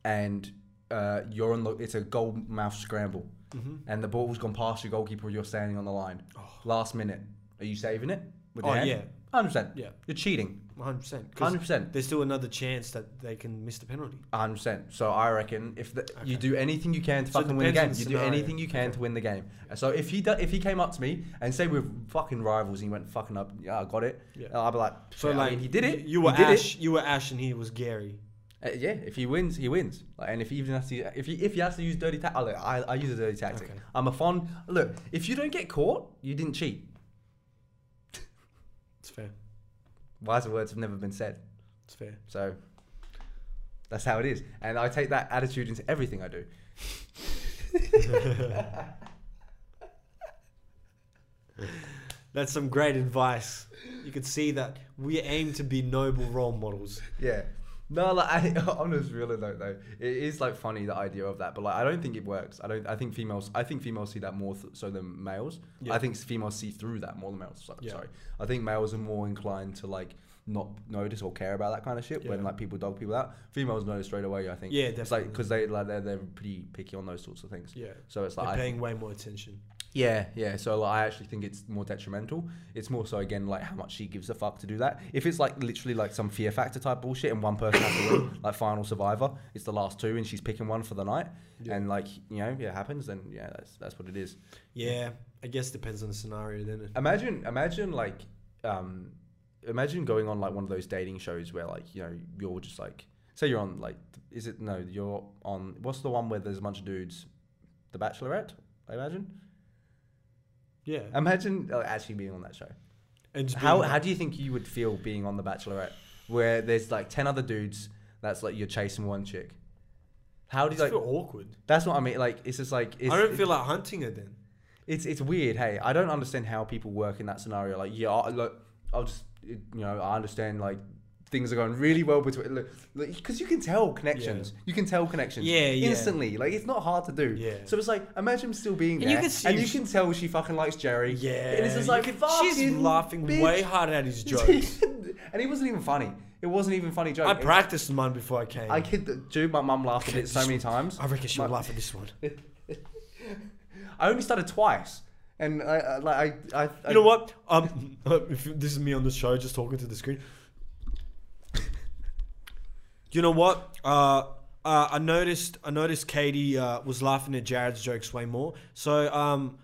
Speaker 1: and uh, you're on the. It's a goal mouth scramble,
Speaker 2: Mm-hmm.
Speaker 1: and the ball's gone past your goalkeeper. You're standing on the line. Last minute, are you saving it? With
Speaker 2: Oh,
Speaker 1: your hand?
Speaker 2: yeah.
Speaker 1: hundred percent.
Speaker 2: Yeah.
Speaker 1: you're cheating.
Speaker 2: 100. percent
Speaker 1: Hundred percent.
Speaker 2: There's still another chance that they can miss the penality.
Speaker 1: hundred percent. So I reckon if the, you
Speaker 2: Okay.
Speaker 1: do anything you can to
Speaker 2: So it
Speaker 1: fucking win the game,
Speaker 2: depends
Speaker 1: you
Speaker 2: on the
Speaker 1: do
Speaker 2: scenario.
Speaker 1: anything you can to win the game. So if he do, if he came up to me and say we're fucking rivals, and he went fucking up. Yeah, I got it.
Speaker 2: Yeah.
Speaker 1: I'd be like,
Speaker 2: So
Speaker 1: "Yeah, I
Speaker 2: like
Speaker 1: mean, he did it.
Speaker 2: You, you were
Speaker 1: he did
Speaker 2: Ash, you were Ash, and he was Gary.
Speaker 1: It. Uh, yeah, if he wins, he wins. Like, and if he even has to, if he if he has to use dirty tactic, I, I use a dirty tactic.
Speaker 2: Okay.
Speaker 1: I'm a fond. Look, if you don't get caught, you didn't cheat.
Speaker 2: It's fair.
Speaker 1: Wiser words have never been said.
Speaker 2: It's fair.
Speaker 1: So that's how it is, and I take that attitude into everything I do.
Speaker 2: That's some great advice. You can see that we aim to be noble role models.
Speaker 1: Yeah. No, like I, on this real note though, it is like funny the idea of that, but like I don't think it works. I don't. I think females. I think females see that more th- so than males.
Speaker 2: Yeah.
Speaker 1: I think females see through that more than males. So,
Speaker 2: Yeah.
Speaker 1: Sorry, I think males are more inclined to like not notice or care about that kind of shit when
Speaker 2: Yeah.
Speaker 1: like people dog people out. Females notice straight away. I think.
Speaker 2: Yeah,
Speaker 1: It's like
Speaker 2: definitely.
Speaker 1: because they like they're, they're pretty picky on those sorts of things.
Speaker 2: Yeah.
Speaker 1: So it's
Speaker 2: They're
Speaker 1: like I
Speaker 2: paying way more attention.
Speaker 1: yeah, yeah. So like, I actually think it's more detrimental. It's more so again like how much she gives a fuck to do that. If it's like literally like some fear factor type bullshit, and one person has to win, like final survivor, it's the last two, and she's picking one for the night,
Speaker 2: Yeah.
Speaker 1: and like you know, yeah, it happens. Then yeah, that's that's what it is.
Speaker 2: Yeah, I guess depends on the scenario, then. it?
Speaker 1: Imagine, imagine like, um, imagine going on like one of those dating shows where like you know you're just like, say you're on like, is it no, you're on what's the one where there's a bunch of dudes, The Bachelorette, I imagine.
Speaker 2: Yeah.
Speaker 1: Imagine uh, actually being on that show.
Speaker 2: And just
Speaker 1: How
Speaker 2: being-
Speaker 1: how do you think you would feel being on The Bachelorette, where there's like ten other dudes that's like you're chasing one chick? How do
Speaker 2: It's
Speaker 1: you like?
Speaker 2: feel awkward.
Speaker 1: That's what I mean. Like it's just like it's,
Speaker 2: I don't feel like hunting her then.
Speaker 1: it's it's weird. Hey, I don't understand how people work in that scenario. Like yeah, I- look, I'll just it- you know I understand like things are going really well between because you can tell connections. You can tell connections.
Speaker 2: Yeah, yeah.
Speaker 1: Instantly, like it's not hard to do.
Speaker 2: Yeah.
Speaker 1: So it's like imagine still being
Speaker 2: And
Speaker 1: there,
Speaker 2: you can see
Speaker 1: and you
Speaker 2: she-
Speaker 1: can tell she fucking likes Jerry.
Speaker 2: Yeah,
Speaker 1: and it's just
Speaker 2: you
Speaker 1: like
Speaker 2: can- she's
Speaker 1: "Fucking
Speaker 2: laughing
Speaker 1: bitch."
Speaker 2: way harder at his jokes.
Speaker 1: and it wasn't even funny. It wasn't even funny joke.
Speaker 2: I
Speaker 1: It-
Speaker 2: practiced mine before I came.
Speaker 1: I kid, dude. My mum laughed at it so many times.
Speaker 2: I reckon she
Speaker 1: My-
Speaker 2: would laugh at this one. You
Speaker 1: I only started twice, and I, I like I, I I-
Speaker 2: know what? Um, if you- this is me on the show, just talking to the screen. you know what? Uh, uh, I noticed. I noticed Katie uh, was laughing at Jared's jokes way more. So, um,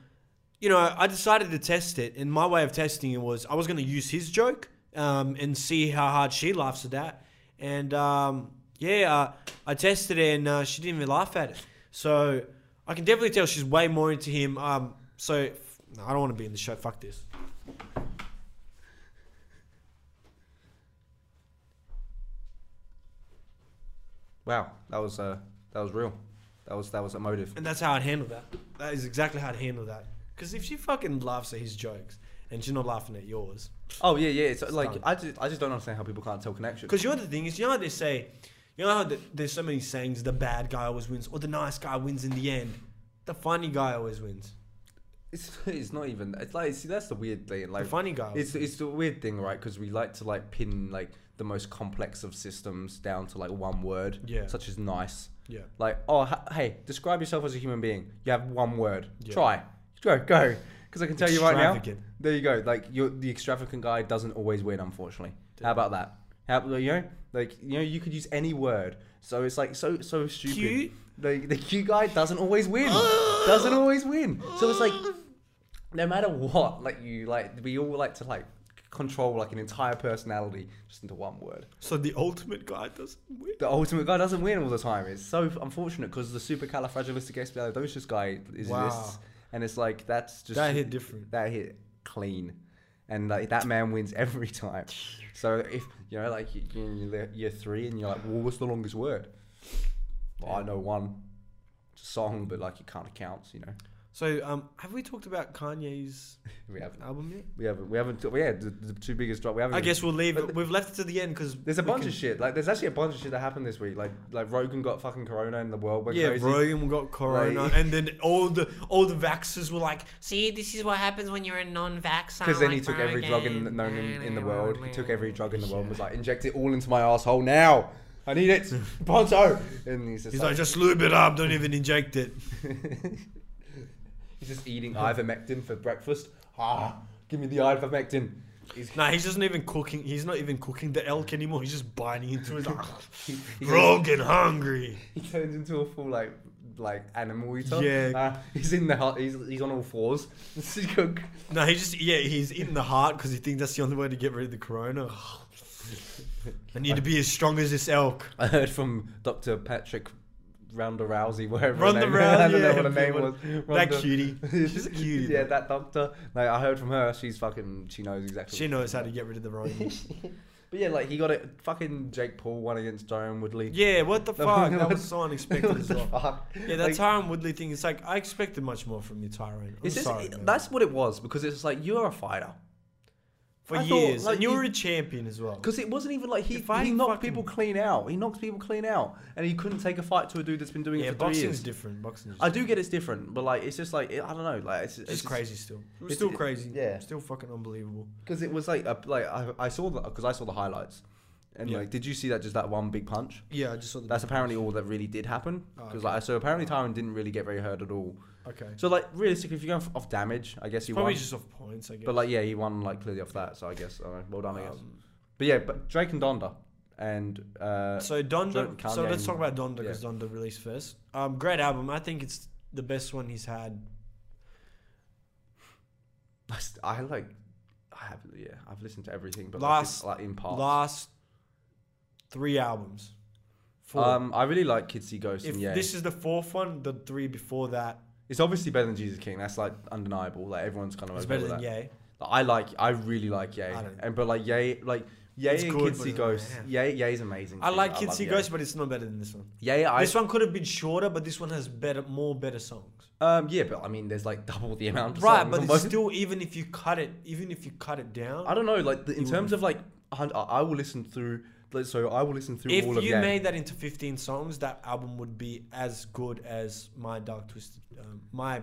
Speaker 2: you know, I decided to test it, and my way of testing it was I was going to use his joke um, and see how hard she laughs at that. And um, yeah, uh, I tested it, and uh, she didn't even laugh at it. So I can definitely tell she's way more into him. Um, so f- no, I don't want to be in the show. Fuck this.
Speaker 1: Wow, that was uh, that was real. That was that was emotive.
Speaker 2: And that's how I'd handle that. That is exactly how I'd handle that. Because if she fucking laughs at his jokes and she's not laughing at yours,
Speaker 1: Oh yeah, yeah. It's like
Speaker 2: Stunning.
Speaker 1: I just I just don't understand how people can't tell connections.
Speaker 2: Because you know the thing is, you know how they say, you know how the, there's so many sayings: the bad guy always wins, or the nice guy wins in the end. The funny guy always wins.
Speaker 1: It's it's not even. It's like see that's the weird thing.
Speaker 2: The
Speaker 1: Like
Speaker 2: funny guy.
Speaker 1: it's
Speaker 2: always
Speaker 1: it's the weird thing, right? Because we like to like pin like the most complex of systems down to like one word.
Speaker 2: Yeah.
Speaker 1: Such as nice.
Speaker 2: wins. yeah.
Speaker 1: Like oh ha- hey, describe yourself as a human being. You have one word.
Speaker 2: Yeah.
Speaker 1: Try go go. Because I can tell you right now.
Speaker 2: Extravagant.
Speaker 1: There you go. Like you're, the extravagant guy doesn't always win, unfortunately. How about that? How you know, like you know, you could use any word. So it's like so so stupid.
Speaker 2: Cute.
Speaker 1: Like the cute guy doesn't always win. doesn't always win. So it's like no matter what, like you like we all like to like control like an entire personality just into one word.
Speaker 2: So the ultimate guy doesn't win.
Speaker 1: The ultimate guy doesn't win all the time. It's so unfortunate because the supercalifragilisticexpialidocious guy is
Speaker 2: Wow.
Speaker 1: exists, and it's like that's just
Speaker 2: That hit different.
Speaker 1: that hit clean, and like that man wins every time. So if you know, like you- you're in year three and you're like, well, what's the longest word? Well, I know one. It's a song, but like it kind of counts, you know.
Speaker 2: So um, have we talked about Kanye's
Speaker 1: We haven't,
Speaker 2: album yet?
Speaker 1: we haven't, we haven't. Yeah, the, the two biggest drop. We haven't.
Speaker 2: I
Speaker 1: even-
Speaker 2: guess we'll leave. it. We've left it to the end because
Speaker 1: there's a bunch of shit. Like there's actually a bunch of shit that happened this week. Like like Rogan got fucking corona and the world went
Speaker 2: Yeah,
Speaker 1: crazy.
Speaker 2: Rogan got corona,
Speaker 1: Like-
Speaker 2: and then all the all the vaxxers were like,
Speaker 3: See, this is what happens when you're a non-vax.
Speaker 1: Because then he took every drug in, known in, in the world. He took every drug in the world and was like, inject it all into my asshole now. I need it. Pronto. And he's just,
Speaker 2: "He's
Speaker 1: like,
Speaker 2: like, just lube it up, don't even inject it."
Speaker 1: he's just eating ivermectin for breakfast. Ah, give me the ivermectin. He's,
Speaker 2: Nah, he's just not even cooking. He's not even cooking the elk anymore. He's just biting into it. Like,
Speaker 1: he, he, goes-
Speaker 2: Rogan hungry.
Speaker 1: he turns into a full like like animal eater.
Speaker 2: Yeah.
Speaker 1: Uh, he's in the hut. He's, he's on all fours. He's cook.
Speaker 2: No, he just yeah, he's eating the heart because he thinks that's the only way to get rid of the corona. I need to be as strong as this elk.
Speaker 1: I heard from Dr. Patrick Ronda Rousey, whatever
Speaker 2: Ronda
Speaker 1: her name
Speaker 2: Rousey,
Speaker 1: I don't know
Speaker 2: yeah,
Speaker 1: what her
Speaker 2: yeah,
Speaker 1: name
Speaker 2: what-
Speaker 1: was.
Speaker 2: that cutie. She's a cutie,
Speaker 1: yeah,
Speaker 2: though.
Speaker 1: that doctor. Like, I heard from her. She's fucking. She knows exactly.
Speaker 2: She knows how to get rid of the corona.
Speaker 1: But yeah, like he got it. Fucking Jake Paul won against Tyron Woodley.
Speaker 2: yeah, what the fuck? That was so
Speaker 1: What
Speaker 2: unexpected as
Speaker 1: the
Speaker 2: well.
Speaker 1: fuck?
Speaker 2: Yeah, that
Speaker 1: Like,
Speaker 2: Tyron Woodley thing. It's like I expected much more from you, Tyron. I'm
Speaker 1: it's just,
Speaker 2: sorry,
Speaker 1: it-
Speaker 2: man.
Speaker 1: that's what it was because it's like you're a fighter.
Speaker 2: for
Speaker 1: I thought,
Speaker 2: years,
Speaker 1: like,
Speaker 2: and you
Speaker 1: you-
Speaker 2: were a champion as well.
Speaker 1: Because it wasn't even like he,
Speaker 2: If I
Speaker 1: he knocked
Speaker 2: fucking-
Speaker 1: people clean out. He knocked people clean out, and he couldn't take a fight to a dude that's been doing
Speaker 2: Yeah,
Speaker 1: it for three
Speaker 2: boxing's
Speaker 1: years.
Speaker 2: different. Boxing's
Speaker 1: I do get it's different, but like it's just like I don't know. Like it's, it's
Speaker 2: just
Speaker 1: just-
Speaker 2: crazy still. It was
Speaker 1: it's-
Speaker 2: still
Speaker 1: it-
Speaker 2: crazy.
Speaker 1: yeah.
Speaker 2: still fucking unbelievable.
Speaker 1: Because it was like a, like I, I saw the because I saw the highlights, and
Speaker 2: Yeah.
Speaker 1: like did you see that just that one big punch?
Speaker 2: Yeah, I just saw the.
Speaker 1: That's apparently all that really did happen.
Speaker 2: Oh,
Speaker 1: Because like so apparently Tyron didn't really get very hurt at all.
Speaker 2: okay.
Speaker 1: So like realistically, if you're going off damage, I guess he
Speaker 2: Probably
Speaker 1: won.
Speaker 2: just off points, I guess.
Speaker 1: But like yeah, he won like clearly off that. So I guess uh, well done, I guess.
Speaker 2: Um,
Speaker 1: But yeah, but Drake and Donda, and uh,
Speaker 2: So Donda.
Speaker 1: Kanye
Speaker 2: So let's
Speaker 1: and-
Speaker 2: talk about Donda because Donda released first. Um, great album. I think it's the best one he's had.
Speaker 1: I, st- I like I have yeah I've listened to everything, but
Speaker 2: Last-
Speaker 1: like, it's, like in parts.
Speaker 2: Last three albums. Four.
Speaker 1: Um, I really like Kidsy Ghost.
Speaker 2: if
Speaker 1: and yeah,
Speaker 2: this is the fourth one, the three before that
Speaker 1: it's obviously better than Jesus King. That's like undeniable. Like everyone's kind of
Speaker 2: is
Speaker 1: okay
Speaker 2: better
Speaker 1: with
Speaker 2: than
Speaker 1: that.
Speaker 2: Yay.
Speaker 1: Like, I like, I really like Ye,
Speaker 2: I don't-
Speaker 1: and but like Ye, like Yay
Speaker 2: It's
Speaker 1: and
Speaker 2: good,
Speaker 1: Kids
Speaker 2: but
Speaker 1: See
Speaker 2: it's not my
Speaker 1: Ghosts.
Speaker 2: half.
Speaker 1: Yay, Yay's amazing.
Speaker 2: I
Speaker 1: too.
Speaker 2: like Kids
Speaker 1: Mm, love
Speaker 2: See
Speaker 1: Yay.
Speaker 2: Ghosts, but it's not better than this one.
Speaker 1: Yay, I
Speaker 2: This one could have been shorter, but this one has better, more better songs.
Speaker 1: um yeah, but I mean, there's like double the amount. Of
Speaker 2: Right,
Speaker 1: songs
Speaker 2: but
Speaker 1: on
Speaker 2: it's
Speaker 1: most-
Speaker 2: still even if you cut it, even if you cut it down.
Speaker 1: I don't know, like the, in
Speaker 2: You
Speaker 1: terms of like, a hun- I I will listen through. like, So I will listen through
Speaker 2: if
Speaker 1: all of
Speaker 2: you
Speaker 1: Yay.
Speaker 2: made that into 15 songs, that album would be as good as my Dark Twisted, um, my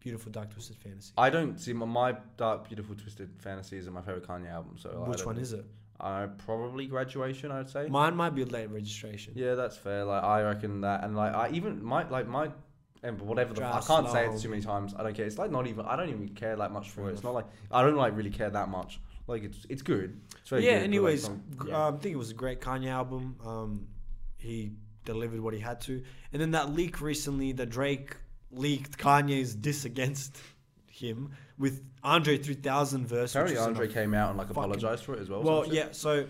Speaker 2: beautiful Dark Twisted Fantasy.
Speaker 1: I don't see my, my Dark Beautiful Twisted Fantasies are my favorite Kanye album. So Oh, I
Speaker 2: Which
Speaker 1: don't-
Speaker 2: one is it?
Speaker 1: Uh, probably Graduation, I'd say.
Speaker 2: Mine might be late registration.
Speaker 1: yeah, that's fair. Like I reckon that, and like I even my like my and whatever the, I
Speaker 2: Drive
Speaker 1: can't say
Speaker 2: slow.
Speaker 1: it too many times. I don't care. It's like not even. I don't even care that much for
Speaker 2: Fair
Speaker 1: it. It's not like I don't like really care that much. Like it's it's good. It's very good,
Speaker 2: yeah.
Speaker 1: but, like,
Speaker 2: Anyways,
Speaker 1: some-
Speaker 2: g-
Speaker 1: yeah.
Speaker 2: um, I think it was a great Kanye album. Um, he delivered what he had to, and then that leak recently that Drake leaked Kanye's diss against him with Andre 3000 verse. which
Speaker 1: apparently
Speaker 2: is an
Speaker 1: Andre came out and like
Speaker 2: fucking-
Speaker 1: apologized for it as well. or
Speaker 2: Well,
Speaker 1: some shit.
Speaker 2: yeah. So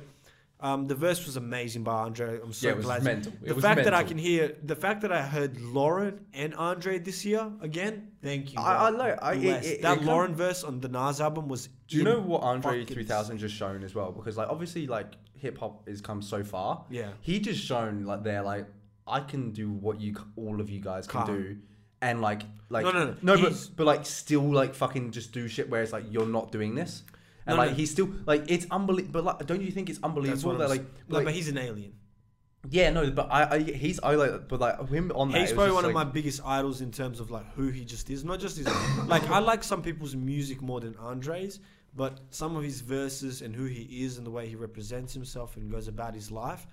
Speaker 2: um, the verse was amazing by Andre. I'm so
Speaker 1: Yeah, it was
Speaker 2: glad.
Speaker 1: mental. It
Speaker 2: The
Speaker 1: was
Speaker 2: fact that I
Speaker 1: mental.
Speaker 2: can hear, the fact that I heard Lauren and Andre this year again. Thank you.
Speaker 1: I-
Speaker 2: God.
Speaker 1: I like- I- it-
Speaker 2: Blessed.
Speaker 1: it- it
Speaker 2: that
Speaker 1: kind
Speaker 2: Lauren verse on the Nas album was.
Speaker 1: Do you know what Andre
Speaker 2: fucking
Speaker 1: 3000 just shown as well? Because like obviously like hip hop has come so far.
Speaker 2: Yeah.
Speaker 1: He just shown like they're like I can do what you c- all of you guys can
Speaker 2: Can't.
Speaker 1: do. And like, like,
Speaker 2: No, no, no.
Speaker 1: no,
Speaker 2: He's-
Speaker 1: but but like, still like, fucking, just do shit where it's like you're not doing this, and
Speaker 2: No,
Speaker 1: like
Speaker 2: no.
Speaker 1: he's still like, it's unbelievable. But like, don't you think it's
Speaker 2: That's
Speaker 1: unbelievable
Speaker 2: what
Speaker 1: that
Speaker 2: I'm
Speaker 1: like,
Speaker 2: s- no,
Speaker 1: like-
Speaker 2: but he's an alien.
Speaker 1: yeah, no, but I, I, he's, I like, but like him on that.
Speaker 2: He's
Speaker 1: it was
Speaker 2: probably
Speaker 1: just,
Speaker 2: one of my
Speaker 1: like-
Speaker 2: biggest idols in terms of like who he just is. Not just his, like I like some people's music more than Andre's, but some of his verses and who he is and the way he represents himself and goes about his life,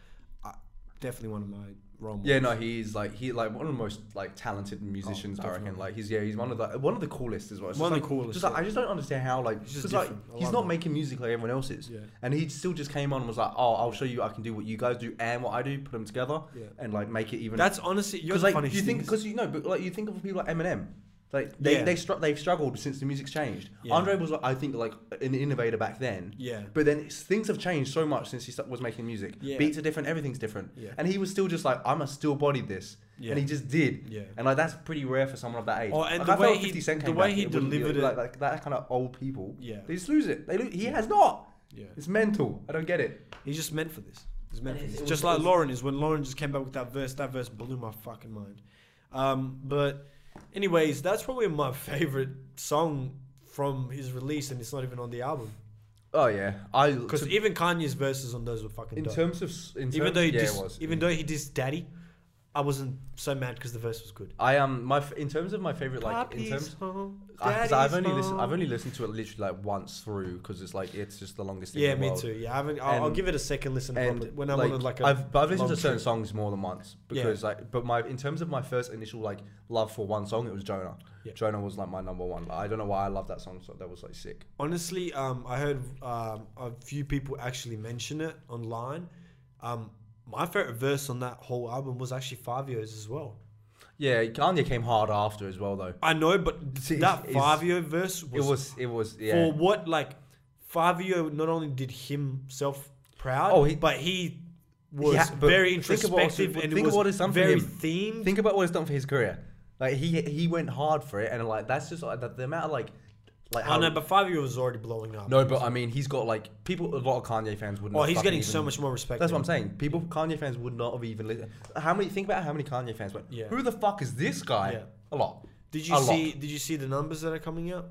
Speaker 2: I, definitely one of my role models.
Speaker 1: Yeah, no, he's like he like one of the most like talented musicians. I reckon
Speaker 2: Oh, definitely.
Speaker 1: like he's yeah he's one of the one of the coolest as well. It's
Speaker 2: One
Speaker 1: just
Speaker 2: of the
Speaker 1: like-
Speaker 2: coolest,
Speaker 1: Just like,
Speaker 2: yeah.
Speaker 1: I just don't understand how like
Speaker 2: He's just
Speaker 1: because like
Speaker 2: different. I
Speaker 1: he's
Speaker 2: love
Speaker 1: not
Speaker 2: him.
Speaker 1: making music like everyone else is.
Speaker 2: Yeah.
Speaker 1: And he still just came on and was like, oh, I'll show you I can do what you guys do and what I do, put them together,
Speaker 2: Yeah.
Speaker 1: and like make it even.
Speaker 2: That's honestly you're
Speaker 1: because
Speaker 2: the
Speaker 1: like
Speaker 2: funniest
Speaker 1: you think
Speaker 2: thing is-
Speaker 1: because you know but like you think of people like Eminem. Like they
Speaker 2: Yeah.
Speaker 1: they str- they've struggled since the music's changed.
Speaker 2: Yeah.
Speaker 1: Andre was like, I think like an innovator back then.
Speaker 2: Yeah.
Speaker 1: But then it's, things have changed so much since he st- was making music.
Speaker 2: Yeah.
Speaker 1: Beats are different, everything's different.
Speaker 2: Yeah.
Speaker 1: And he was still just like, I'm a still body this.
Speaker 2: Yeah.
Speaker 1: And he just did.
Speaker 2: Yeah.
Speaker 1: And like that's pretty rare for someone of that age.
Speaker 2: Oh, and
Speaker 1: Like,
Speaker 2: the
Speaker 1: I feel
Speaker 2: way
Speaker 1: like
Speaker 2: he-
Speaker 1: 50 Cent
Speaker 2: the
Speaker 1: came
Speaker 2: way
Speaker 1: back,
Speaker 2: he
Speaker 1: wouldn't be-
Speaker 2: delivered it-
Speaker 1: like, like that kind of old people.
Speaker 2: Yeah.
Speaker 1: They just lose it. They lo- he has not.
Speaker 2: Yeah.
Speaker 1: It's mental. I don't get it.
Speaker 2: He's just meant for this. He's meant
Speaker 1: And
Speaker 2: for
Speaker 1: it-
Speaker 2: this.
Speaker 1: it was-
Speaker 2: just
Speaker 1: it
Speaker 2: like
Speaker 1: was-
Speaker 2: Lauren is when Lauren just came back with that verse. That verse blew my fucking mind. Um, but, anyways, that's probably my favorite song from his release, and it's not even on the album.
Speaker 1: Oh yeah. I
Speaker 2: Because
Speaker 1: to-
Speaker 2: even Kanye's verses on those were fucking
Speaker 1: in
Speaker 2: dope.
Speaker 1: terms of s- in
Speaker 2: even
Speaker 1: terms-
Speaker 2: though he
Speaker 1: yeah, it
Speaker 2: dissed-
Speaker 1: was.
Speaker 2: even though he dissed Daddy, I wasn't so mad because the verse was good.
Speaker 1: I am um, my f- in terms of my favorite like in terms because I've only listened I've only listened to it literally like once through because it's like it's just the longest thing.
Speaker 2: yeah,
Speaker 1: in the
Speaker 2: me
Speaker 1: world.
Speaker 2: too. Yeah, I haven't. I'll, I'll
Speaker 1: And-
Speaker 2: give it a second listen
Speaker 1: And
Speaker 2: properly when I'm on like a
Speaker 1: I've, but I've listened to
Speaker 2: long
Speaker 1: certain
Speaker 2: trip.
Speaker 1: songs more than once
Speaker 2: Yeah.
Speaker 1: because like but my in terms of my first initial like love for one song it was Jonah.
Speaker 2: Yeah.
Speaker 1: Jonah was like my number one. Like, I don't know why I love that song so that was like sick.
Speaker 2: Honestly, um, I heard um, a few people actually mention it online. Um, my favorite verse on that whole album was actually Five Years as well.
Speaker 1: Yeah, Kanye came hard after as well though.
Speaker 2: I know, but th-
Speaker 1: See, it's-
Speaker 2: that
Speaker 1: it's-
Speaker 2: Five Year verse
Speaker 1: It
Speaker 2: was,
Speaker 1: was it was yeah.
Speaker 2: for what like Five Year not only did himself proud,
Speaker 1: Oh, he-
Speaker 2: but he was
Speaker 1: ha- but
Speaker 2: very
Speaker 1: think of what it's-
Speaker 2: introspective and it
Speaker 1: think of
Speaker 2: was
Speaker 1: what it's done for
Speaker 2: very
Speaker 1: him.
Speaker 2: themed.
Speaker 1: Think about what it's done for his career. Like he he went hard for it and like that's just like the, the amount of like like
Speaker 2: I know, but Five Year was already blowing up.
Speaker 1: No, but I mean, he's got like people. A lot of Kanye fans wouldn't.
Speaker 2: oh,
Speaker 1: have
Speaker 2: he's
Speaker 1: fucking
Speaker 2: getting
Speaker 1: even-
Speaker 2: so much more respect.
Speaker 1: That's what
Speaker 2: than
Speaker 1: I'm
Speaker 2: him.
Speaker 1: saying. People, Kanye fans would not have even. Li- how many? Think about how many Kanye fans went.
Speaker 2: Yeah.
Speaker 1: Who the fuck is this guy?
Speaker 2: Yeah.
Speaker 1: A lot.
Speaker 2: Did you
Speaker 1: A lot.
Speaker 2: see? Did you see the numbers that are coming out?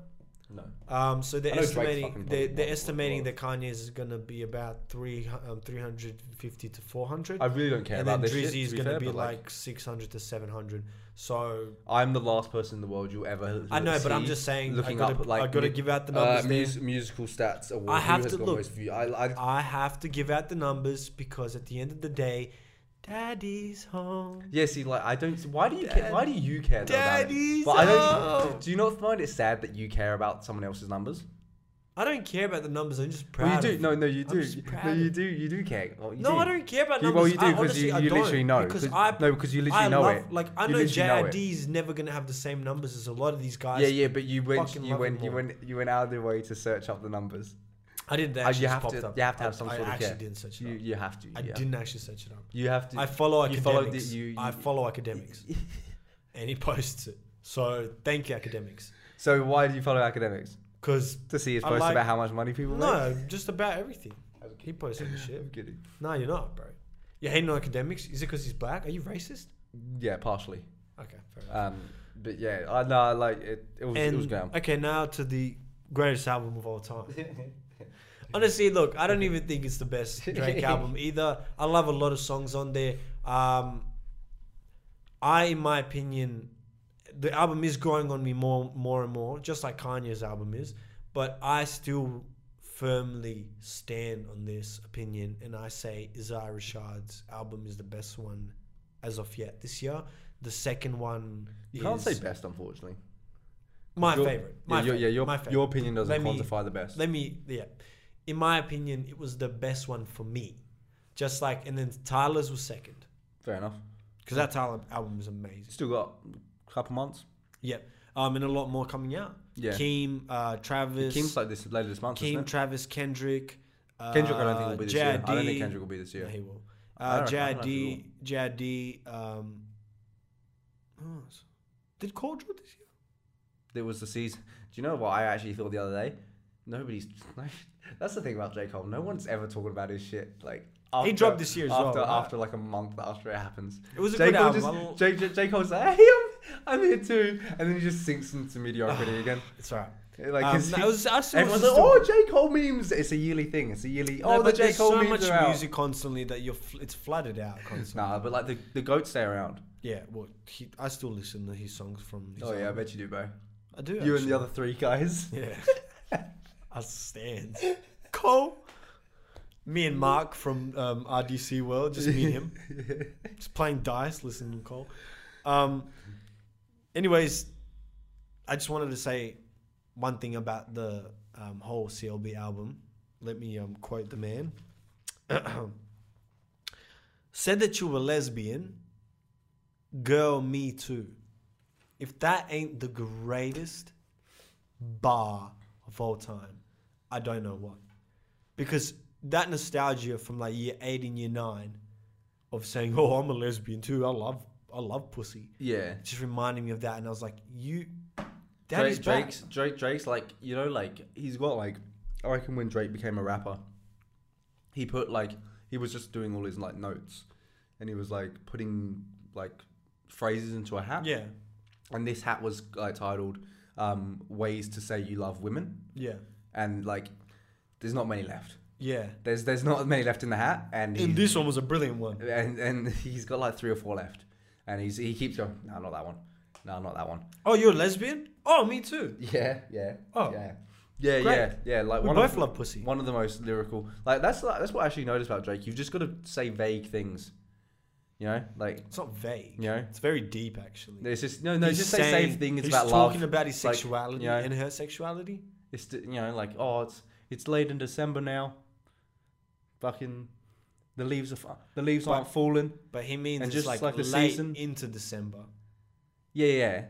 Speaker 1: No.
Speaker 2: Um, so they're
Speaker 1: I know Drake's
Speaker 2: estimating
Speaker 1: fucking
Speaker 2: they're,
Speaker 1: probably
Speaker 2: they're
Speaker 1: one-
Speaker 2: estimating
Speaker 1: one-
Speaker 2: that Kanye is gonna be about three um, three hundred fifty to four hundred,
Speaker 1: I really don't care
Speaker 2: and
Speaker 1: about
Speaker 2: then
Speaker 1: this.
Speaker 2: Drizzy
Speaker 1: shit, to
Speaker 2: is
Speaker 1: be
Speaker 2: gonna
Speaker 1: fair,
Speaker 2: be
Speaker 1: but,
Speaker 2: like, six hundred to seven hundred. So
Speaker 1: I'm the last person in the world you'll ever.
Speaker 2: I know, but I'm
Speaker 1: see
Speaker 2: just saying, I
Speaker 1: Looking
Speaker 2: gotta-
Speaker 1: up, like
Speaker 2: I gotta
Speaker 1: mu-
Speaker 2: give out the
Speaker 1: uh,
Speaker 2: numbers there.
Speaker 1: mus- musical stats award.
Speaker 2: I
Speaker 1: Who
Speaker 2: have
Speaker 1: has
Speaker 2: to
Speaker 1: got
Speaker 2: look.
Speaker 1: most view- I, I,
Speaker 2: I have to give out the numbers because at the end of the day, Daddy's home.
Speaker 1: yeah, see, like I don't. Why do you care? Why do you care though, about it?
Speaker 2: Daddy's
Speaker 1: But I don't.
Speaker 2: up.
Speaker 1: Do you not find it sad that you care about someone else's numbers?
Speaker 2: I don't care about the numbers. I'm just
Speaker 1: Well,
Speaker 2: proud.
Speaker 1: you do.
Speaker 2: of
Speaker 1: No, no, you
Speaker 2: I'm
Speaker 1: do.
Speaker 2: just
Speaker 1: You- No,
Speaker 2: proud
Speaker 1: you
Speaker 2: of-
Speaker 1: do. You do care. Well, you
Speaker 2: No,
Speaker 1: do.
Speaker 2: I don't care about
Speaker 1: You-
Speaker 2: numbers.
Speaker 1: well, you do
Speaker 2: I
Speaker 1: because you,
Speaker 2: honestly- I
Speaker 1: you
Speaker 2: don't,
Speaker 1: literally know.
Speaker 2: because
Speaker 1: 'Cause-
Speaker 2: I-
Speaker 1: no, because you literally
Speaker 2: I
Speaker 1: know
Speaker 2: love,
Speaker 1: it.
Speaker 2: Like I
Speaker 1: You
Speaker 2: know
Speaker 1: literally know it.
Speaker 2: JID is never gonna have the same numbers as a lot of these guys.
Speaker 1: Yeah, yeah, but you went,
Speaker 2: fucking
Speaker 1: you
Speaker 2: love
Speaker 1: went,
Speaker 2: them
Speaker 1: you
Speaker 2: all.
Speaker 1: went, you went out of your way to search up the numbers.
Speaker 2: I didn't.
Speaker 1: Uh,
Speaker 2: Actually,
Speaker 1: you
Speaker 2: just
Speaker 1: have
Speaker 2: popped
Speaker 1: to,
Speaker 2: up.
Speaker 1: you have to
Speaker 2: I-
Speaker 1: have some
Speaker 2: I
Speaker 1: sort of
Speaker 2: actually
Speaker 1: care.
Speaker 2: didn't search it
Speaker 1: You,
Speaker 2: up.
Speaker 1: you have to.
Speaker 2: I
Speaker 1: yeah.
Speaker 2: didn't actually search it up.
Speaker 1: You have to.
Speaker 2: I follow
Speaker 1: you
Speaker 2: academics.
Speaker 1: follow the- you- you-
Speaker 2: I follow academics, and he posts it. So thank you, academics,
Speaker 1: so why do you follow academics?
Speaker 2: because
Speaker 1: To see his
Speaker 2: I
Speaker 1: post
Speaker 2: like-
Speaker 1: about how much money people make.
Speaker 2: no, just about everything.
Speaker 1: That's joking.
Speaker 2: Keep posting this shit.
Speaker 1: I'm kidding.
Speaker 2: No, you're not, bro. You're hating on academics? Is it because he's black? Are you racist?
Speaker 1: Yeah, partially.
Speaker 2: Okay, fair enough.
Speaker 1: Um, but yeah, I no, like it. It was it was
Speaker 2: and,
Speaker 1: going.
Speaker 2: okay, now to the greatest album of all time. Honestly, look, I don't even think it's the best Drake album either. I love a lot of songs on there. Um, I, in my opinion, the album is growing on me more, more and more, just like Kanye's album is. But I still firmly stand on this opinion, and I say Isaiah Rashad's album is the best one as of yet this year. The second one
Speaker 1: You
Speaker 2: is
Speaker 1: can't say best, unfortunately.
Speaker 2: my
Speaker 1: Your-
Speaker 2: favorite. My
Speaker 1: yeah, your, yeah,
Speaker 2: favorite,
Speaker 1: your,
Speaker 2: my favorite.
Speaker 1: your opinion doesn't
Speaker 2: Let me-
Speaker 1: quantify the best.
Speaker 2: Let me, yeah. In my opinion, it was the best one for me. Just like, and then Tyler's was second.
Speaker 1: Fair enough.
Speaker 2: Because that Tyler album is amazing.
Speaker 1: Still got a couple months.
Speaker 2: Yep. Um, and a lot more coming out.
Speaker 1: Yeah.
Speaker 2: Keem, uh, Travis.
Speaker 1: Kim's like this later this month,
Speaker 2: Keem,
Speaker 1: isn't it?
Speaker 2: Travis, Kendrick. Uh,
Speaker 1: Kendrick, I don't think will be this year. I don't think
Speaker 2: JID.
Speaker 1: Kendrick will be this
Speaker 2: No,
Speaker 1: year.
Speaker 2: he will.
Speaker 1: I
Speaker 2: Uh,
Speaker 1: don't- I don't know if he
Speaker 2: JID, JID, um, who else? Did Cordra this year?
Speaker 1: There was the season. Do you know what I actually thought the other day? Nobody's. that's the thing about J Cole. No one's ever talking about his shit. Like after,
Speaker 2: dropped this year as well,
Speaker 1: after
Speaker 2: right?
Speaker 1: after like a month after it happens.
Speaker 2: It was a
Speaker 1: J
Speaker 2: good
Speaker 1: Cole
Speaker 2: album. I
Speaker 1: just
Speaker 2: don't-
Speaker 1: J, J, J Cole's like, hey, I'm, I'm here too, and then he just sinks into mediocrity again.
Speaker 2: It's alright.
Speaker 1: Like
Speaker 2: Um,
Speaker 1: 'cause
Speaker 2: no,
Speaker 1: he-
Speaker 2: it was- I still-
Speaker 1: everyone's
Speaker 2: still-
Speaker 1: like, oh, J Cole memes. It's a yearly thing. It's a yearly.
Speaker 2: No,
Speaker 1: oh, the
Speaker 2: but
Speaker 1: J
Speaker 2: there's
Speaker 1: Cole
Speaker 2: so
Speaker 1: memes
Speaker 2: much
Speaker 1: are out."
Speaker 2: music constantly that you're fl- it's flooded out constantly.
Speaker 1: Nah, but like the, the goats stay around.
Speaker 2: Yeah, well, he, I still listen to his songs from. His
Speaker 1: Oh yeah, I
Speaker 2: album.
Speaker 1: bet you do, bro.
Speaker 2: I do.
Speaker 1: You and
Speaker 2: actually.
Speaker 1: the other three guys.
Speaker 2: Yeah, I stand. Cole, me and Mark from um, RDC World, just me and him, just playing dice, listening to Cole. Um, anyways, I just wanted to say one thing about the um, whole CLB album. Let me um, quote the man. Said that you were lesbian, girl, me too. If that ain't the greatest bar of all time, I don't know what. Because that nostalgia from like year eight and year nine of saying, "Oh, I'm a lesbian too. I love, I love pussy."
Speaker 1: Yeah.
Speaker 2: It just reminded me of that, and I was like, "You, Daddy's
Speaker 1: Drake,
Speaker 2: back."
Speaker 1: Drake's Drake, Drake's like you know like he's got like I reckon when Drake became a rapper, he put like he was just doing all his like notes, and he was like putting like phrases into a hat.
Speaker 2: Yeah,
Speaker 1: And this hat was like titled um, "Ways to Say You Love Women,"
Speaker 2: yeah,
Speaker 1: and like there's not many left.
Speaker 2: yeah.
Speaker 1: There's there's not many left in the hat, and
Speaker 2: And
Speaker 1: he's-
Speaker 2: this one was a brilliant one.
Speaker 1: and and he's got like three or four left, and he's he keeps going. No, not that one. No, not that one.
Speaker 2: Oh, you're a lesbian? Oh, me too.
Speaker 1: Yeah, yeah.
Speaker 2: Oh.
Speaker 1: yeah, yeah,
Speaker 2: Great.
Speaker 1: yeah, yeah. Like
Speaker 2: We
Speaker 1: one
Speaker 2: both
Speaker 1: of,
Speaker 2: love pussy.
Speaker 1: One of the most lyrical. Like that's like, that's what I actually noticed about Drake. You've just got to say vague things. You know, like
Speaker 2: It's not vague.
Speaker 1: you know.
Speaker 2: It's very deep, actually.
Speaker 1: It's just no, no.
Speaker 2: He's
Speaker 1: just say
Speaker 2: saying-
Speaker 1: safe thing. It's
Speaker 2: he's
Speaker 1: about love.
Speaker 2: talking about his
Speaker 1: Like,
Speaker 2: sexuality
Speaker 1: you know,
Speaker 2: and her sexuality.
Speaker 1: it's d- you know like oh it's it's late in December now. Fucking, the leaves are fu- the leaves
Speaker 2: But-
Speaker 1: aren't falling.
Speaker 2: But he means
Speaker 1: And
Speaker 2: it's
Speaker 1: just
Speaker 2: like,
Speaker 1: like the
Speaker 2: late
Speaker 1: season.
Speaker 2: into December.
Speaker 1: Yeah, yeah.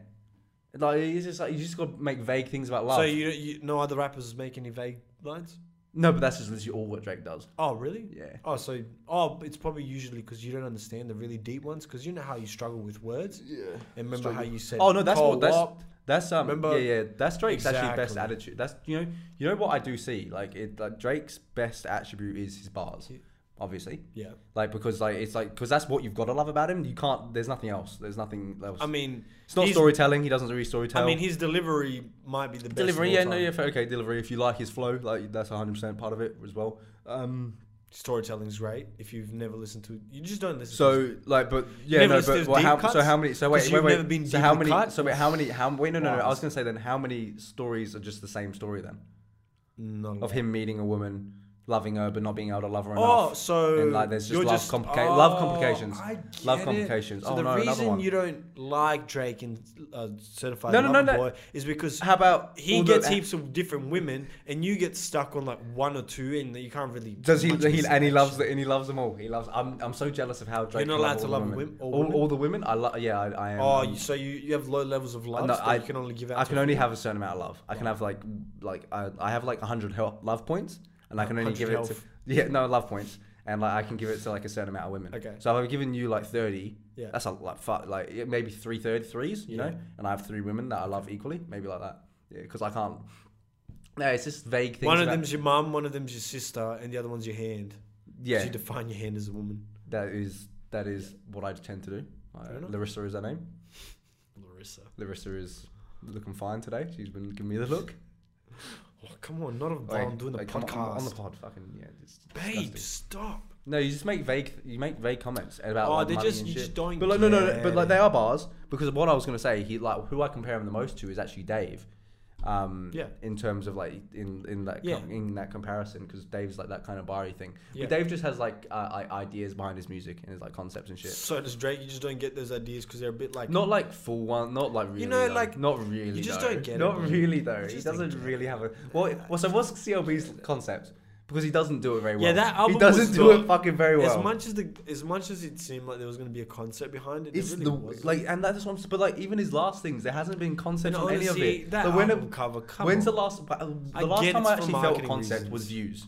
Speaker 1: Like it's just like you just got to make vague things about love.
Speaker 2: So you, you no other rappers make any vague lines?
Speaker 1: No, but that's just literally all what Drake does.
Speaker 2: Oh really?
Speaker 1: Yeah.
Speaker 2: Oh so oh it's probably usually because you don't understand the really deep ones because you know how you struggle with words. Yeah. And remember how you said.
Speaker 1: Oh no, that's
Speaker 2: "Cole
Speaker 1: what that's
Speaker 2: Wop."
Speaker 1: that's um
Speaker 2: Remember-
Speaker 1: yeah yeah that's Drake's actually best
Speaker 2: Exactly.
Speaker 1: attitude. That's you know you know what I do see like it like Drake's best attribute is his bars,
Speaker 2: Yeah.
Speaker 1: obviously.
Speaker 2: Yeah.
Speaker 1: Like because like it's like because that's what you've got to love about him. You can't. There's nothing else. There's nothing else.
Speaker 2: I mean,
Speaker 1: it's not
Speaker 2: he's-
Speaker 1: storytelling. He doesn't really storytell.
Speaker 2: I mean, his delivery might be the best. of
Speaker 1: delivery.
Speaker 2: all
Speaker 1: Yeah, no,
Speaker 2: time.
Speaker 1: yeah, fair- okay, delivery. If you like his flow, like that's 100 percent part of it as well. Um,
Speaker 2: Storytelling's great. If you've never listened to, you just don't listen. to
Speaker 1: So like, but yeah,
Speaker 2: never
Speaker 1: no,
Speaker 2: listened to
Speaker 1: but
Speaker 2: his
Speaker 1: well,
Speaker 2: deep
Speaker 1: how,
Speaker 2: cuts?
Speaker 1: so how many? So
Speaker 2: 'Cause
Speaker 1: wait,
Speaker 2: you've
Speaker 1: wait, wait.
Speaker 2: never been
Speaker 1: so how
Speaker 2: deeply
Speaker 1: many?
Speaker 2: cut?
Speaker 1: So wait, how many? How wait? No, no, no. I
Speaker 2: Wow.
Speaker 1: was gonna say then, how many stories are just the same story then
Speaker 2: not a
Speaker 1: of
Speaker 2: lot.
Speaker 1: him meeting a woman, loving her but not being able to love her
Speaker 2: Oh,
Speaker 1: enough.
Speaker 2: so
Speaker 1: and like there's just
Speaker 2: you're
Speaker 1: love
Speaker 2: just-
Speaker 1: complica- love
Speaker 2: Oh,
Speaker 1: complications,
Speaker 2: I get
Speaker 1: love
Speaker 2: it.
Speaker 1: complications.
Speaker 2: So
Speaker 1: oh
Speaker 2: the
Speaker 1: no, another
Speaker 2: reason
Speaker 1: one.
Speaker 2: you don't like Drake and uh, Certified
Speaker 1: No,
Speaker 2: no,
Speaker 1: no, no,
Speaker 2: no,
Speaker 1: no.
Speaker 2: Boy is because
Speaker 1: how about
Speaker 2: he
Speaker 1: all the-
Speaker 2: gets heaps of different women, and you get stuck on like one or two, and you can't really.
Speaker 1: Does he?
Speaker 2: much
Speaker 1: he and he
Speaker 2: interaction.
Speaker 1: loves the, and he loves them all. He loves. I'm. I'm so jealous of how Drake.
Speaker 2: not
Speaker 1: can
Speaker 2: allowed to
Speaker 1: all the
Speaker 2: love
Speaker 1: women.
Speaker 2: wim- all
Speaker 1: all,
Speaker 2: women?
Speaker 1: all the women. I love. Yeah, I, I am.
Speaker 2: Oh,
Speaker 1: I'm-
Speaker 2: you, so you, you have low levels of love.
Speaker 1: No,
Speaker 2: so
Speaker 1: I
Speaker 2: you can only give out.
Speaker 1: I
Speaker 2: to
Speaker 1: can
Speaker 2: a
Speaker 1: only
Speaker 2: few.
Speaker 1: have a certain amount of love. I can have like like I, I have like hundred love points, and I can only
Speaker 2: 100
Speaker 1: give it to
Speaker 2: health.
Speaker 1: yeah no love points, and like I can give it to like a certain amount of women.
Speaker 2: Okay.
Speaker 1: So if I've given you like thirty,
Speaker 2: Yeah.
Speaker 1: that's a, like fuck like yeah, maybe three third threes, you know,
Speaker 2: Yeah.
Speaker 1: and I have three women that I love equally, maybe like that. Yeah, because I can't. No, it's just vague things.
Speaker 2: One of
Speaker 1: about-
Speaker 2: them's your mum, one of them's your sister, and the other one's your hand. 'Cause
Speaker 1: yeah,
Speaker 2: You define your hand as a woman.
Speaker 1: that is that is what I tend to do. Uh,
Speaker 2: Fair enough.
Speaker 1: Larissa is her name.
Speaker 2: Larissa.
Speaker 1: Larissa is looking fine today. She's been giving me the look.
Speaker 2: Oh, come on, not a while
Speaker 1: Like-
Speaker 2: I'm doing the
Speaker 1: like, come on,
Speaker 2: podcast.
Speaker 1: on the pod, fucking yeah. It's disgusting.
Speaker 2: Babe, stop.
Speaker 1: No, you just make vague. You make vague comments about.
Speaker 2: Oh,
Speaker 1: like,
Speaker 2: they
Speaker 1: money
Speaker 2: just-
Speaker 1: and
Speaker 2: you
Speaker 1: shit.
Speaker 2: just don't
Speaker 1: But like, no, no, no,
Speaker 2: get
Speaker 1: but like
Speaker 2: it.
Speaker 1: they are bars because what I was gonna say, he like who I compare him the most to is actually Dave. Um,
Speaker 2: Yeah.
Speaker 1: In terms of like in in that
Speaker 2: Yeah.
Speaker 1: com- in that comparison, because Dave's like that kind of barry thing.
Speaker 2: Yeah.
Speaker 1: But Dave just has like uh, like ideas behind his music and his like concepts and shit.
Speaker 2: So does Drake. You just don't get those ideas because they're a bit like.
Speaker 1: Not like full one. Not like really.
Speaker 2: know,
Speaker 1: though.
Speaker 2: like,
Speaker 1: not really.
Speaker 2: you just
Speaker 1: though.
Speaker 2: don't get it,
Speaker 1: Not
Speaker 2: bro.
Speaker 1: really though.
Speaker 2: You
Speaker 1: He
Speaker 2: just don't
Speaker 1: doesn't
Speaker 2: get it.
Speaker 1: really have a. Well, well, so what's CLB's concept? Because he doesn't do it very well.
Speaker 2: Yeah, that album
Speaker 1: He doesn't
Speaker 2: was
Speaker 1: do
Speaker 2: not-
Speaker 1: it fucking very well.
Speaker 2: As much as the as much as it seemed like there was going to be a concept behind it,
Speaker 1: It's
Speaker 2: there really
Speaker 1: the
Speaker 2: wasn't.
Speaker 1: like, and that's what I'm. s- But like, even his last things, there hasn't been concept
Speaker 2: And
Speaker 1: on any of
Speaker 2: honestly,
Speaker 1: it.
Speaker 2: That
Speaker 1: But when
Speaker 2: album
Speaker 1: it-
Speaker 2: cover. Come
Speaker 1: when's
Speaker 2: on.
Speaker 1: the last? but, uh, The
Speaker 2: I
Speaker 1: last
Speaker 2: get
Speaker 1: time
Speaker 2: it's
Speaker 1: I
Speaker 2: for
Speaker 1: actually felt
Speaker 2: marketing
Speaker 1: concept was views.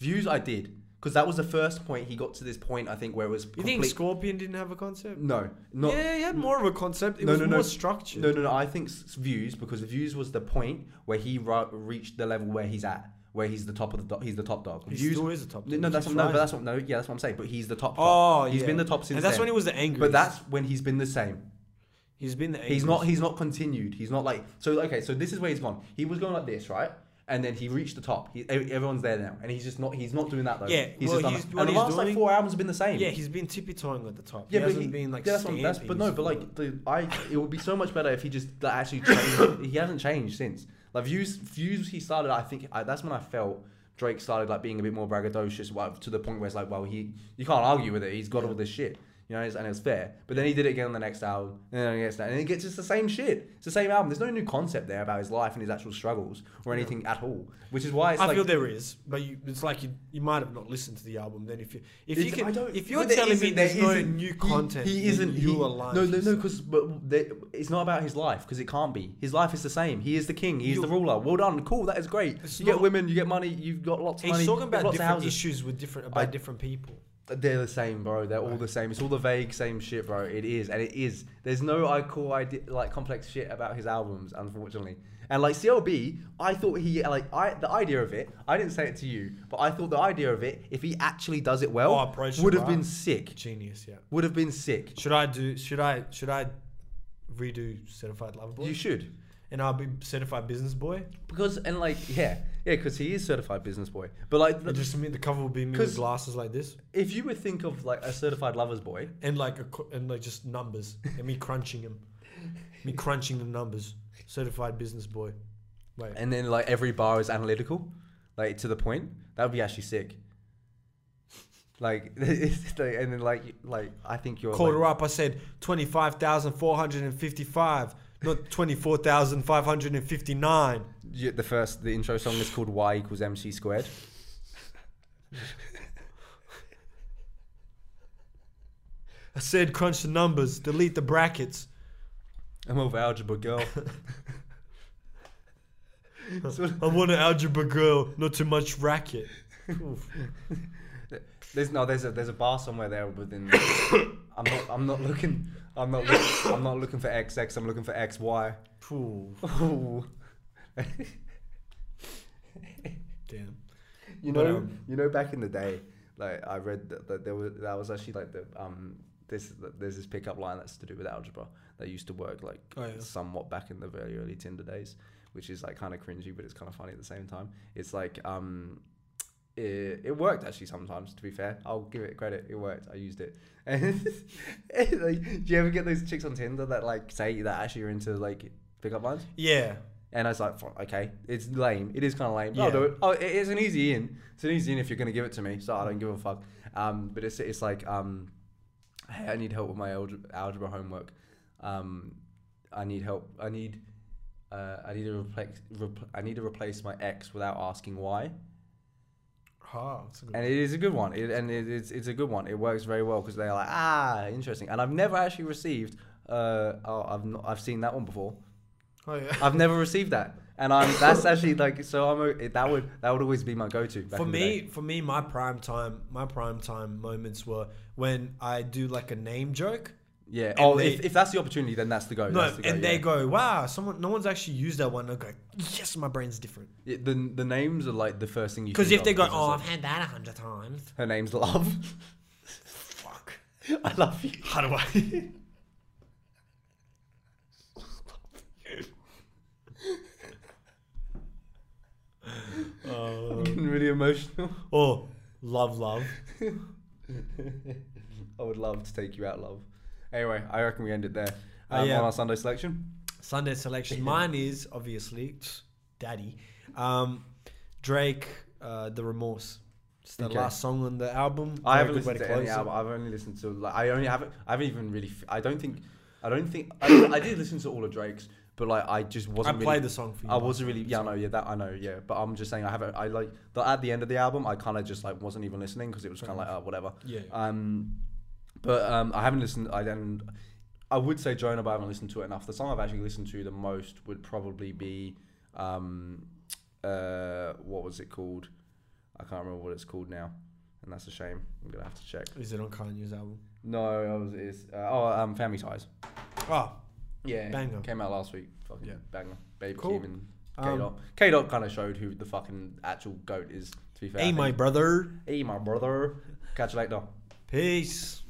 Speaker 1: Views, I did because that was the first point he got to this point. I think where it was
Speaker 2: You
Speaker 1: complete.
Speaker 2: think Scorpion didn't have a concept?
Speaker 1: no, not
Speaker 2: yeah, he had more of a concept. It
Speaker 1: No,
Speaker 2: was
Speaker 1: no, no.
Speaker 2: more structured.
Speaker 1: no, no, no. I think s- views because views was the point where he ru- reached the level where he's at, where he's the top of the do- he's the top dog.
Speaker 2: He
Speaker 1: views.
Speaker 2: still is a top.
Speaker 1: no,
Speaker 2: dog.
Speaker 1: no, that's
Speaker 2: He's
Speaker 1: what, no, but
Speaker 2: rising.
Speaker 1: that's what, no, yeah, that's what I'm saying. But he's the top.
Speaker 2: Oh,
Speaker 1: dog. he's
Speaker 2: yeah.
Speaker 1: been the top since.
Speaker 2: And that's
Speaker 1: then.
Speaker 2: when he was the angry.
Speaker 1: But that's when he's been the same.
Speaker 2: he's been the.
Speaker 1: He's
Speaker 2: angriest.
Speaker 1: not. He's not continued. He's not like. So okay. So this is where he's gone. He was going like this, right? And then he reached the top. He, ev- everyone's there now, and he's just not. He's not doing that though.
Speaker 2: Yeah,
Speaker 1: He's
Speaker 2: well,
Speaker 1: just done
Speaker 2: he's-
Speaker 1: that.
Speaker 2: what
Speaker 1: And the
Speaker 2: he's
Speaker 1: last like
Speaker 2: doing-
Speaker 1: four albums have been the same.
Speaker 2: Yeah, he's been tippy toeing at the top.
Speaker 1: Yeah,
Speaker 2: he
Speaker 1: but
Speaker 2: hasn't
Speaker 1: he-
Speaker 2: been like
Speaker 1: yeah, that's what- that's-
Speaker 2: stamping
Speaker 1: but no,
Speaker 2: his
Speaker 1: but like
Speaker 2: foot.
Speaker 1: the, I, it would be so much better if he just like, actually changed. he hasn't changed since. Like views, views. He started. I think I, that's when I felt Drake started like being a bit more braggadocious well, to the point where it's like, well, he you can't argue with it. He's got all this shit. You know, and it's- and it's fair. But then he did it again on the next album, and then on the next, album, and it gets just the same shit. It's the same album. There's no new concept there about his life and his actual struggles or anything at all. Which is why it's
Speaker 2: I
Speaker 1: like
Speaker 2: feel there is, but you, it's like you, you might have not listened to the album. Then if you if you
Speaker 1: It's- I
Speaker 2: can
Speaker 1: don't-
Speaker 2: if you're
Speaker 1: but there
Speaker 2: telling me
Speaker 1: isn't- there
Speaker 2: there's no
Speaker 1: isn't-
Speaker 2: new
Speaker 1: he-
Speaker 2: content,
Speaker 1: he,
Speaker 2: then
Speaker 1: isn't.
Speaker 2: You
Speaker 1: he,
Speaker 2: are lying.
Speaker 1: No,
Speaker 2: to
Speaker 1: no, no,
Speaker 2: yourself.
Speaker 1: because but there- it's not about his life because it can't be. His life is the same. He is the king. He is the
Speaker 2: You-
Speaker 1: ruler. Well done. Cool. That is great.
Speaker 2: It's
Speaker 1: you get
Speaker 2: not-
Speaker 1: women. You get money. You've got lots of money.
Speaker 2: he's talking
Speaker 1: you've got
Speaker 2: about
Speaker 1: lots of
Speaker 2: different
Speaker 1: houses.
Speaker 2: issues with different
Speaker 1: I-
Speaker 2: about different people.
Speaker 1: They're the same, bro. They're all the same. It's all the vague same shit, bro. It is, and it is. There's no I cool idea like complex shit about his albums, unfortunately. And like CLB, I thought he like I the idea of it. I didn't say it to you, but I thought the idea of it, if he actually does it well,
Speaker 2: Oh, approach it
Speaker 1: would have
Speaker 2: right.
Speaker 1: been sick.
Speaker 2: Genius, yeah.
Speaker 1: Would have been sick.
Speaker 2: Should I do? Should I? Should I redo Certified Lover Boy?
Speaker 1: You should.
Speaker 2: and I'll be Certified Business Boy.
Speaker 1: Because and like yeah, yeah, because he is certified business boy. But like,
Speaker 2: And just me, the cover will be me
Speaker 1: 'Cause-
Speaker 2: with glasses like this,
Speaker 1: if you would think of like a certified lovers boy,
Speaker 2: and like a, co- and like just numbers, and me crunching them, me crunching the numbers. Certified Business Boy. Wait.
Speaker 1: and then like every bar is analytical, like to the point, that would be actually sick. Like, it's like- and then like like I think you're
Speaker 2: called
Speaker 1: like,
Speaker 2: her up. I said twenty five thousand four hundred and fifty five, not twenty four thousand five hundred and fifty nine.
Speaker 1: you- the first the intro song is called Y equals MC squared.
Speaker 2: I said crunch the numbers, delete the brackets.
Speaker 1: I'm over algebra girl.
Speaker 2: I want an algebra girl, not too much racket. Oof.
Speaker 1: There's no, there's a there's a bar somewhere there within. I'm not I'm not looking I'm not look, I'm not looking for XX. I'm looking for XY.
Speaker 2: Oof.
Speaker 1: Ooh.
Speaker 2: Damn.
Speaker 1: You
Speaker 2: But,
Speaker 1: know,
Speaker 2: um,
Speaker 1: you know, back in the day, like I read that, that there was that was actually like the um this there's this pickup line that's to do with algebra that used to work like
Speaker 2: Oh, yeah.
Speaker 1: somewhat back in the very early Tinder days, which is like kind of cringy, but it's kind of funny at the same time. It's like um. It, it worked actually sometimes to be fair i'll give it credit it worked i used it and like, do you ever get those chicks on tinder that like say that actually you're into like pickup lines
Speaker 2: Yeah.
Speaker 1: and I was like, "Fuck, okay, it's lame. It is kind of lame. But I'll
Speaker 2: Yeah.
Speaker 1: do it. Oh, it- it's an easy in. It's an easy in if you're going to give it to me. So I don't give a fuck. Um, but it's, it's like, um, hey, I need help with my alge- algebra homework. Um, I need help. I need, uh, I need to replace. Repl- I need to replace my X without asking why.
Speaker 2: Ah, that's a good-
Speaker 1: And it is a good one. It, and it, it's it's a good one. It works very well because they're like, ah, interesting. And I've never actually received. Uh, oh, I've not, I've seen that one before.
Speaker 2: Oh yeah.
Speaker 1: I've never received that, and I'm that's actually like so. I'm a, that would that would always be my go-to. back
Speaker 2: For
Speaker 1: in the
Speaker 2: me,
Speaker 1: day.
Speaker 2: for me, my prime time, my prime time moments were when I do like a name joke,
Speaker 1: Yeah. oh,
Speaker 2: they-
Speaker 1: if, if that's the opportunity, then that's the go.
Speaker 2: No,
Speaker 1: that's the go,
Speaker 2: and they
Speaker 1: yeah.
Speaker 2: go, wow, someone, no one's actually used that one. They go, yes, my brain's different.
Speaker 1: Yeah, the the names are like the first thing you.
Speaker 2: Because
Speaker 1: think
Speaker 2: if they
Speaker 1: of,
Speaker 2: go,
Speaker 1: it's
Speaker 2: oh,
Speaker 3: Oh,
Speaker 1: just
Speaker 3: I've had that a hundred times.
Speaker 1: like, her name's Love.
Speaker 2: fuck,
Speaker 1: I love you.
Speaker 2: how do I?
Speaker 1: I'm getting really emotional.
Speaker 2: oh, love, love.
Speaker 1: I would love to take you out, love. Anyway, I reckon we end it there.
Speaker 2: Uh,
Speaker 1: Um,
Speaker 2: yeah.
Speaker 1: On our Sunday selection,
Speaker 2: Sunday selection. Mine is obviously Daddy, um, Drake, uh, The Remorse. It's the
Speaker 1: Okay.
Speaker 2: last song on the album.
Speaker 1: I
Speaker 2: Very
Speaker 1: haven't
Speaker 2: good way
Speaker 1: listened to any
Speaker 2: close it.
Speaker 1: album. I've only listened to like I only haven't. I haven't even really. F- I don't think. I don't think. I, I did listen to all of Drake's, but like I just
Speaker 2: I
Speaker 1: wasn't.
Speaker 2: played
Speaker 1: really,
Speaker 2: the song for you.
Speaker 1: I wasn't really. Yeah, I know. Yeah, that I know. Yeah, but I'm just saying I haven't. I like the, at the end of the album, I kind of just like wasn't even listening because it was kind of like oh, whatever.
Speaker 2: Yeah.
Speaker 1: Um, but um, I haven't listened. I then I would say Jonah, but I haven't listened to it enough. The song I've actually listened to the most would probably be um, uh, what was it called? I can't remember what it's called now, and that's a shame. I'm gonna have to check.
Speaker 2: Is it on Kanye's album?
Speaker 1: No, I was it's uh, oh um, Family Ties.
Speaker 2: Oh,
Speaker 1: Yeah,
Speaker 2: Banger.
Speaker 1: Came out last week. Fucking
Speaker 2: Yeah.
Speaker 1: banger. Babe
Speaker 2: Cool.
Speaker 1: Keem and K
Speaker 2: Um,
Speaker 1: Dot. K Dot kind of showed who the fucking actual goat is. To be fair, I
Speaker 2: hey, my
Speaker 1: think.
Speaker 2: brother.
Speaker 1: hey my brother. Catch you later.
Speaker 2: Peace.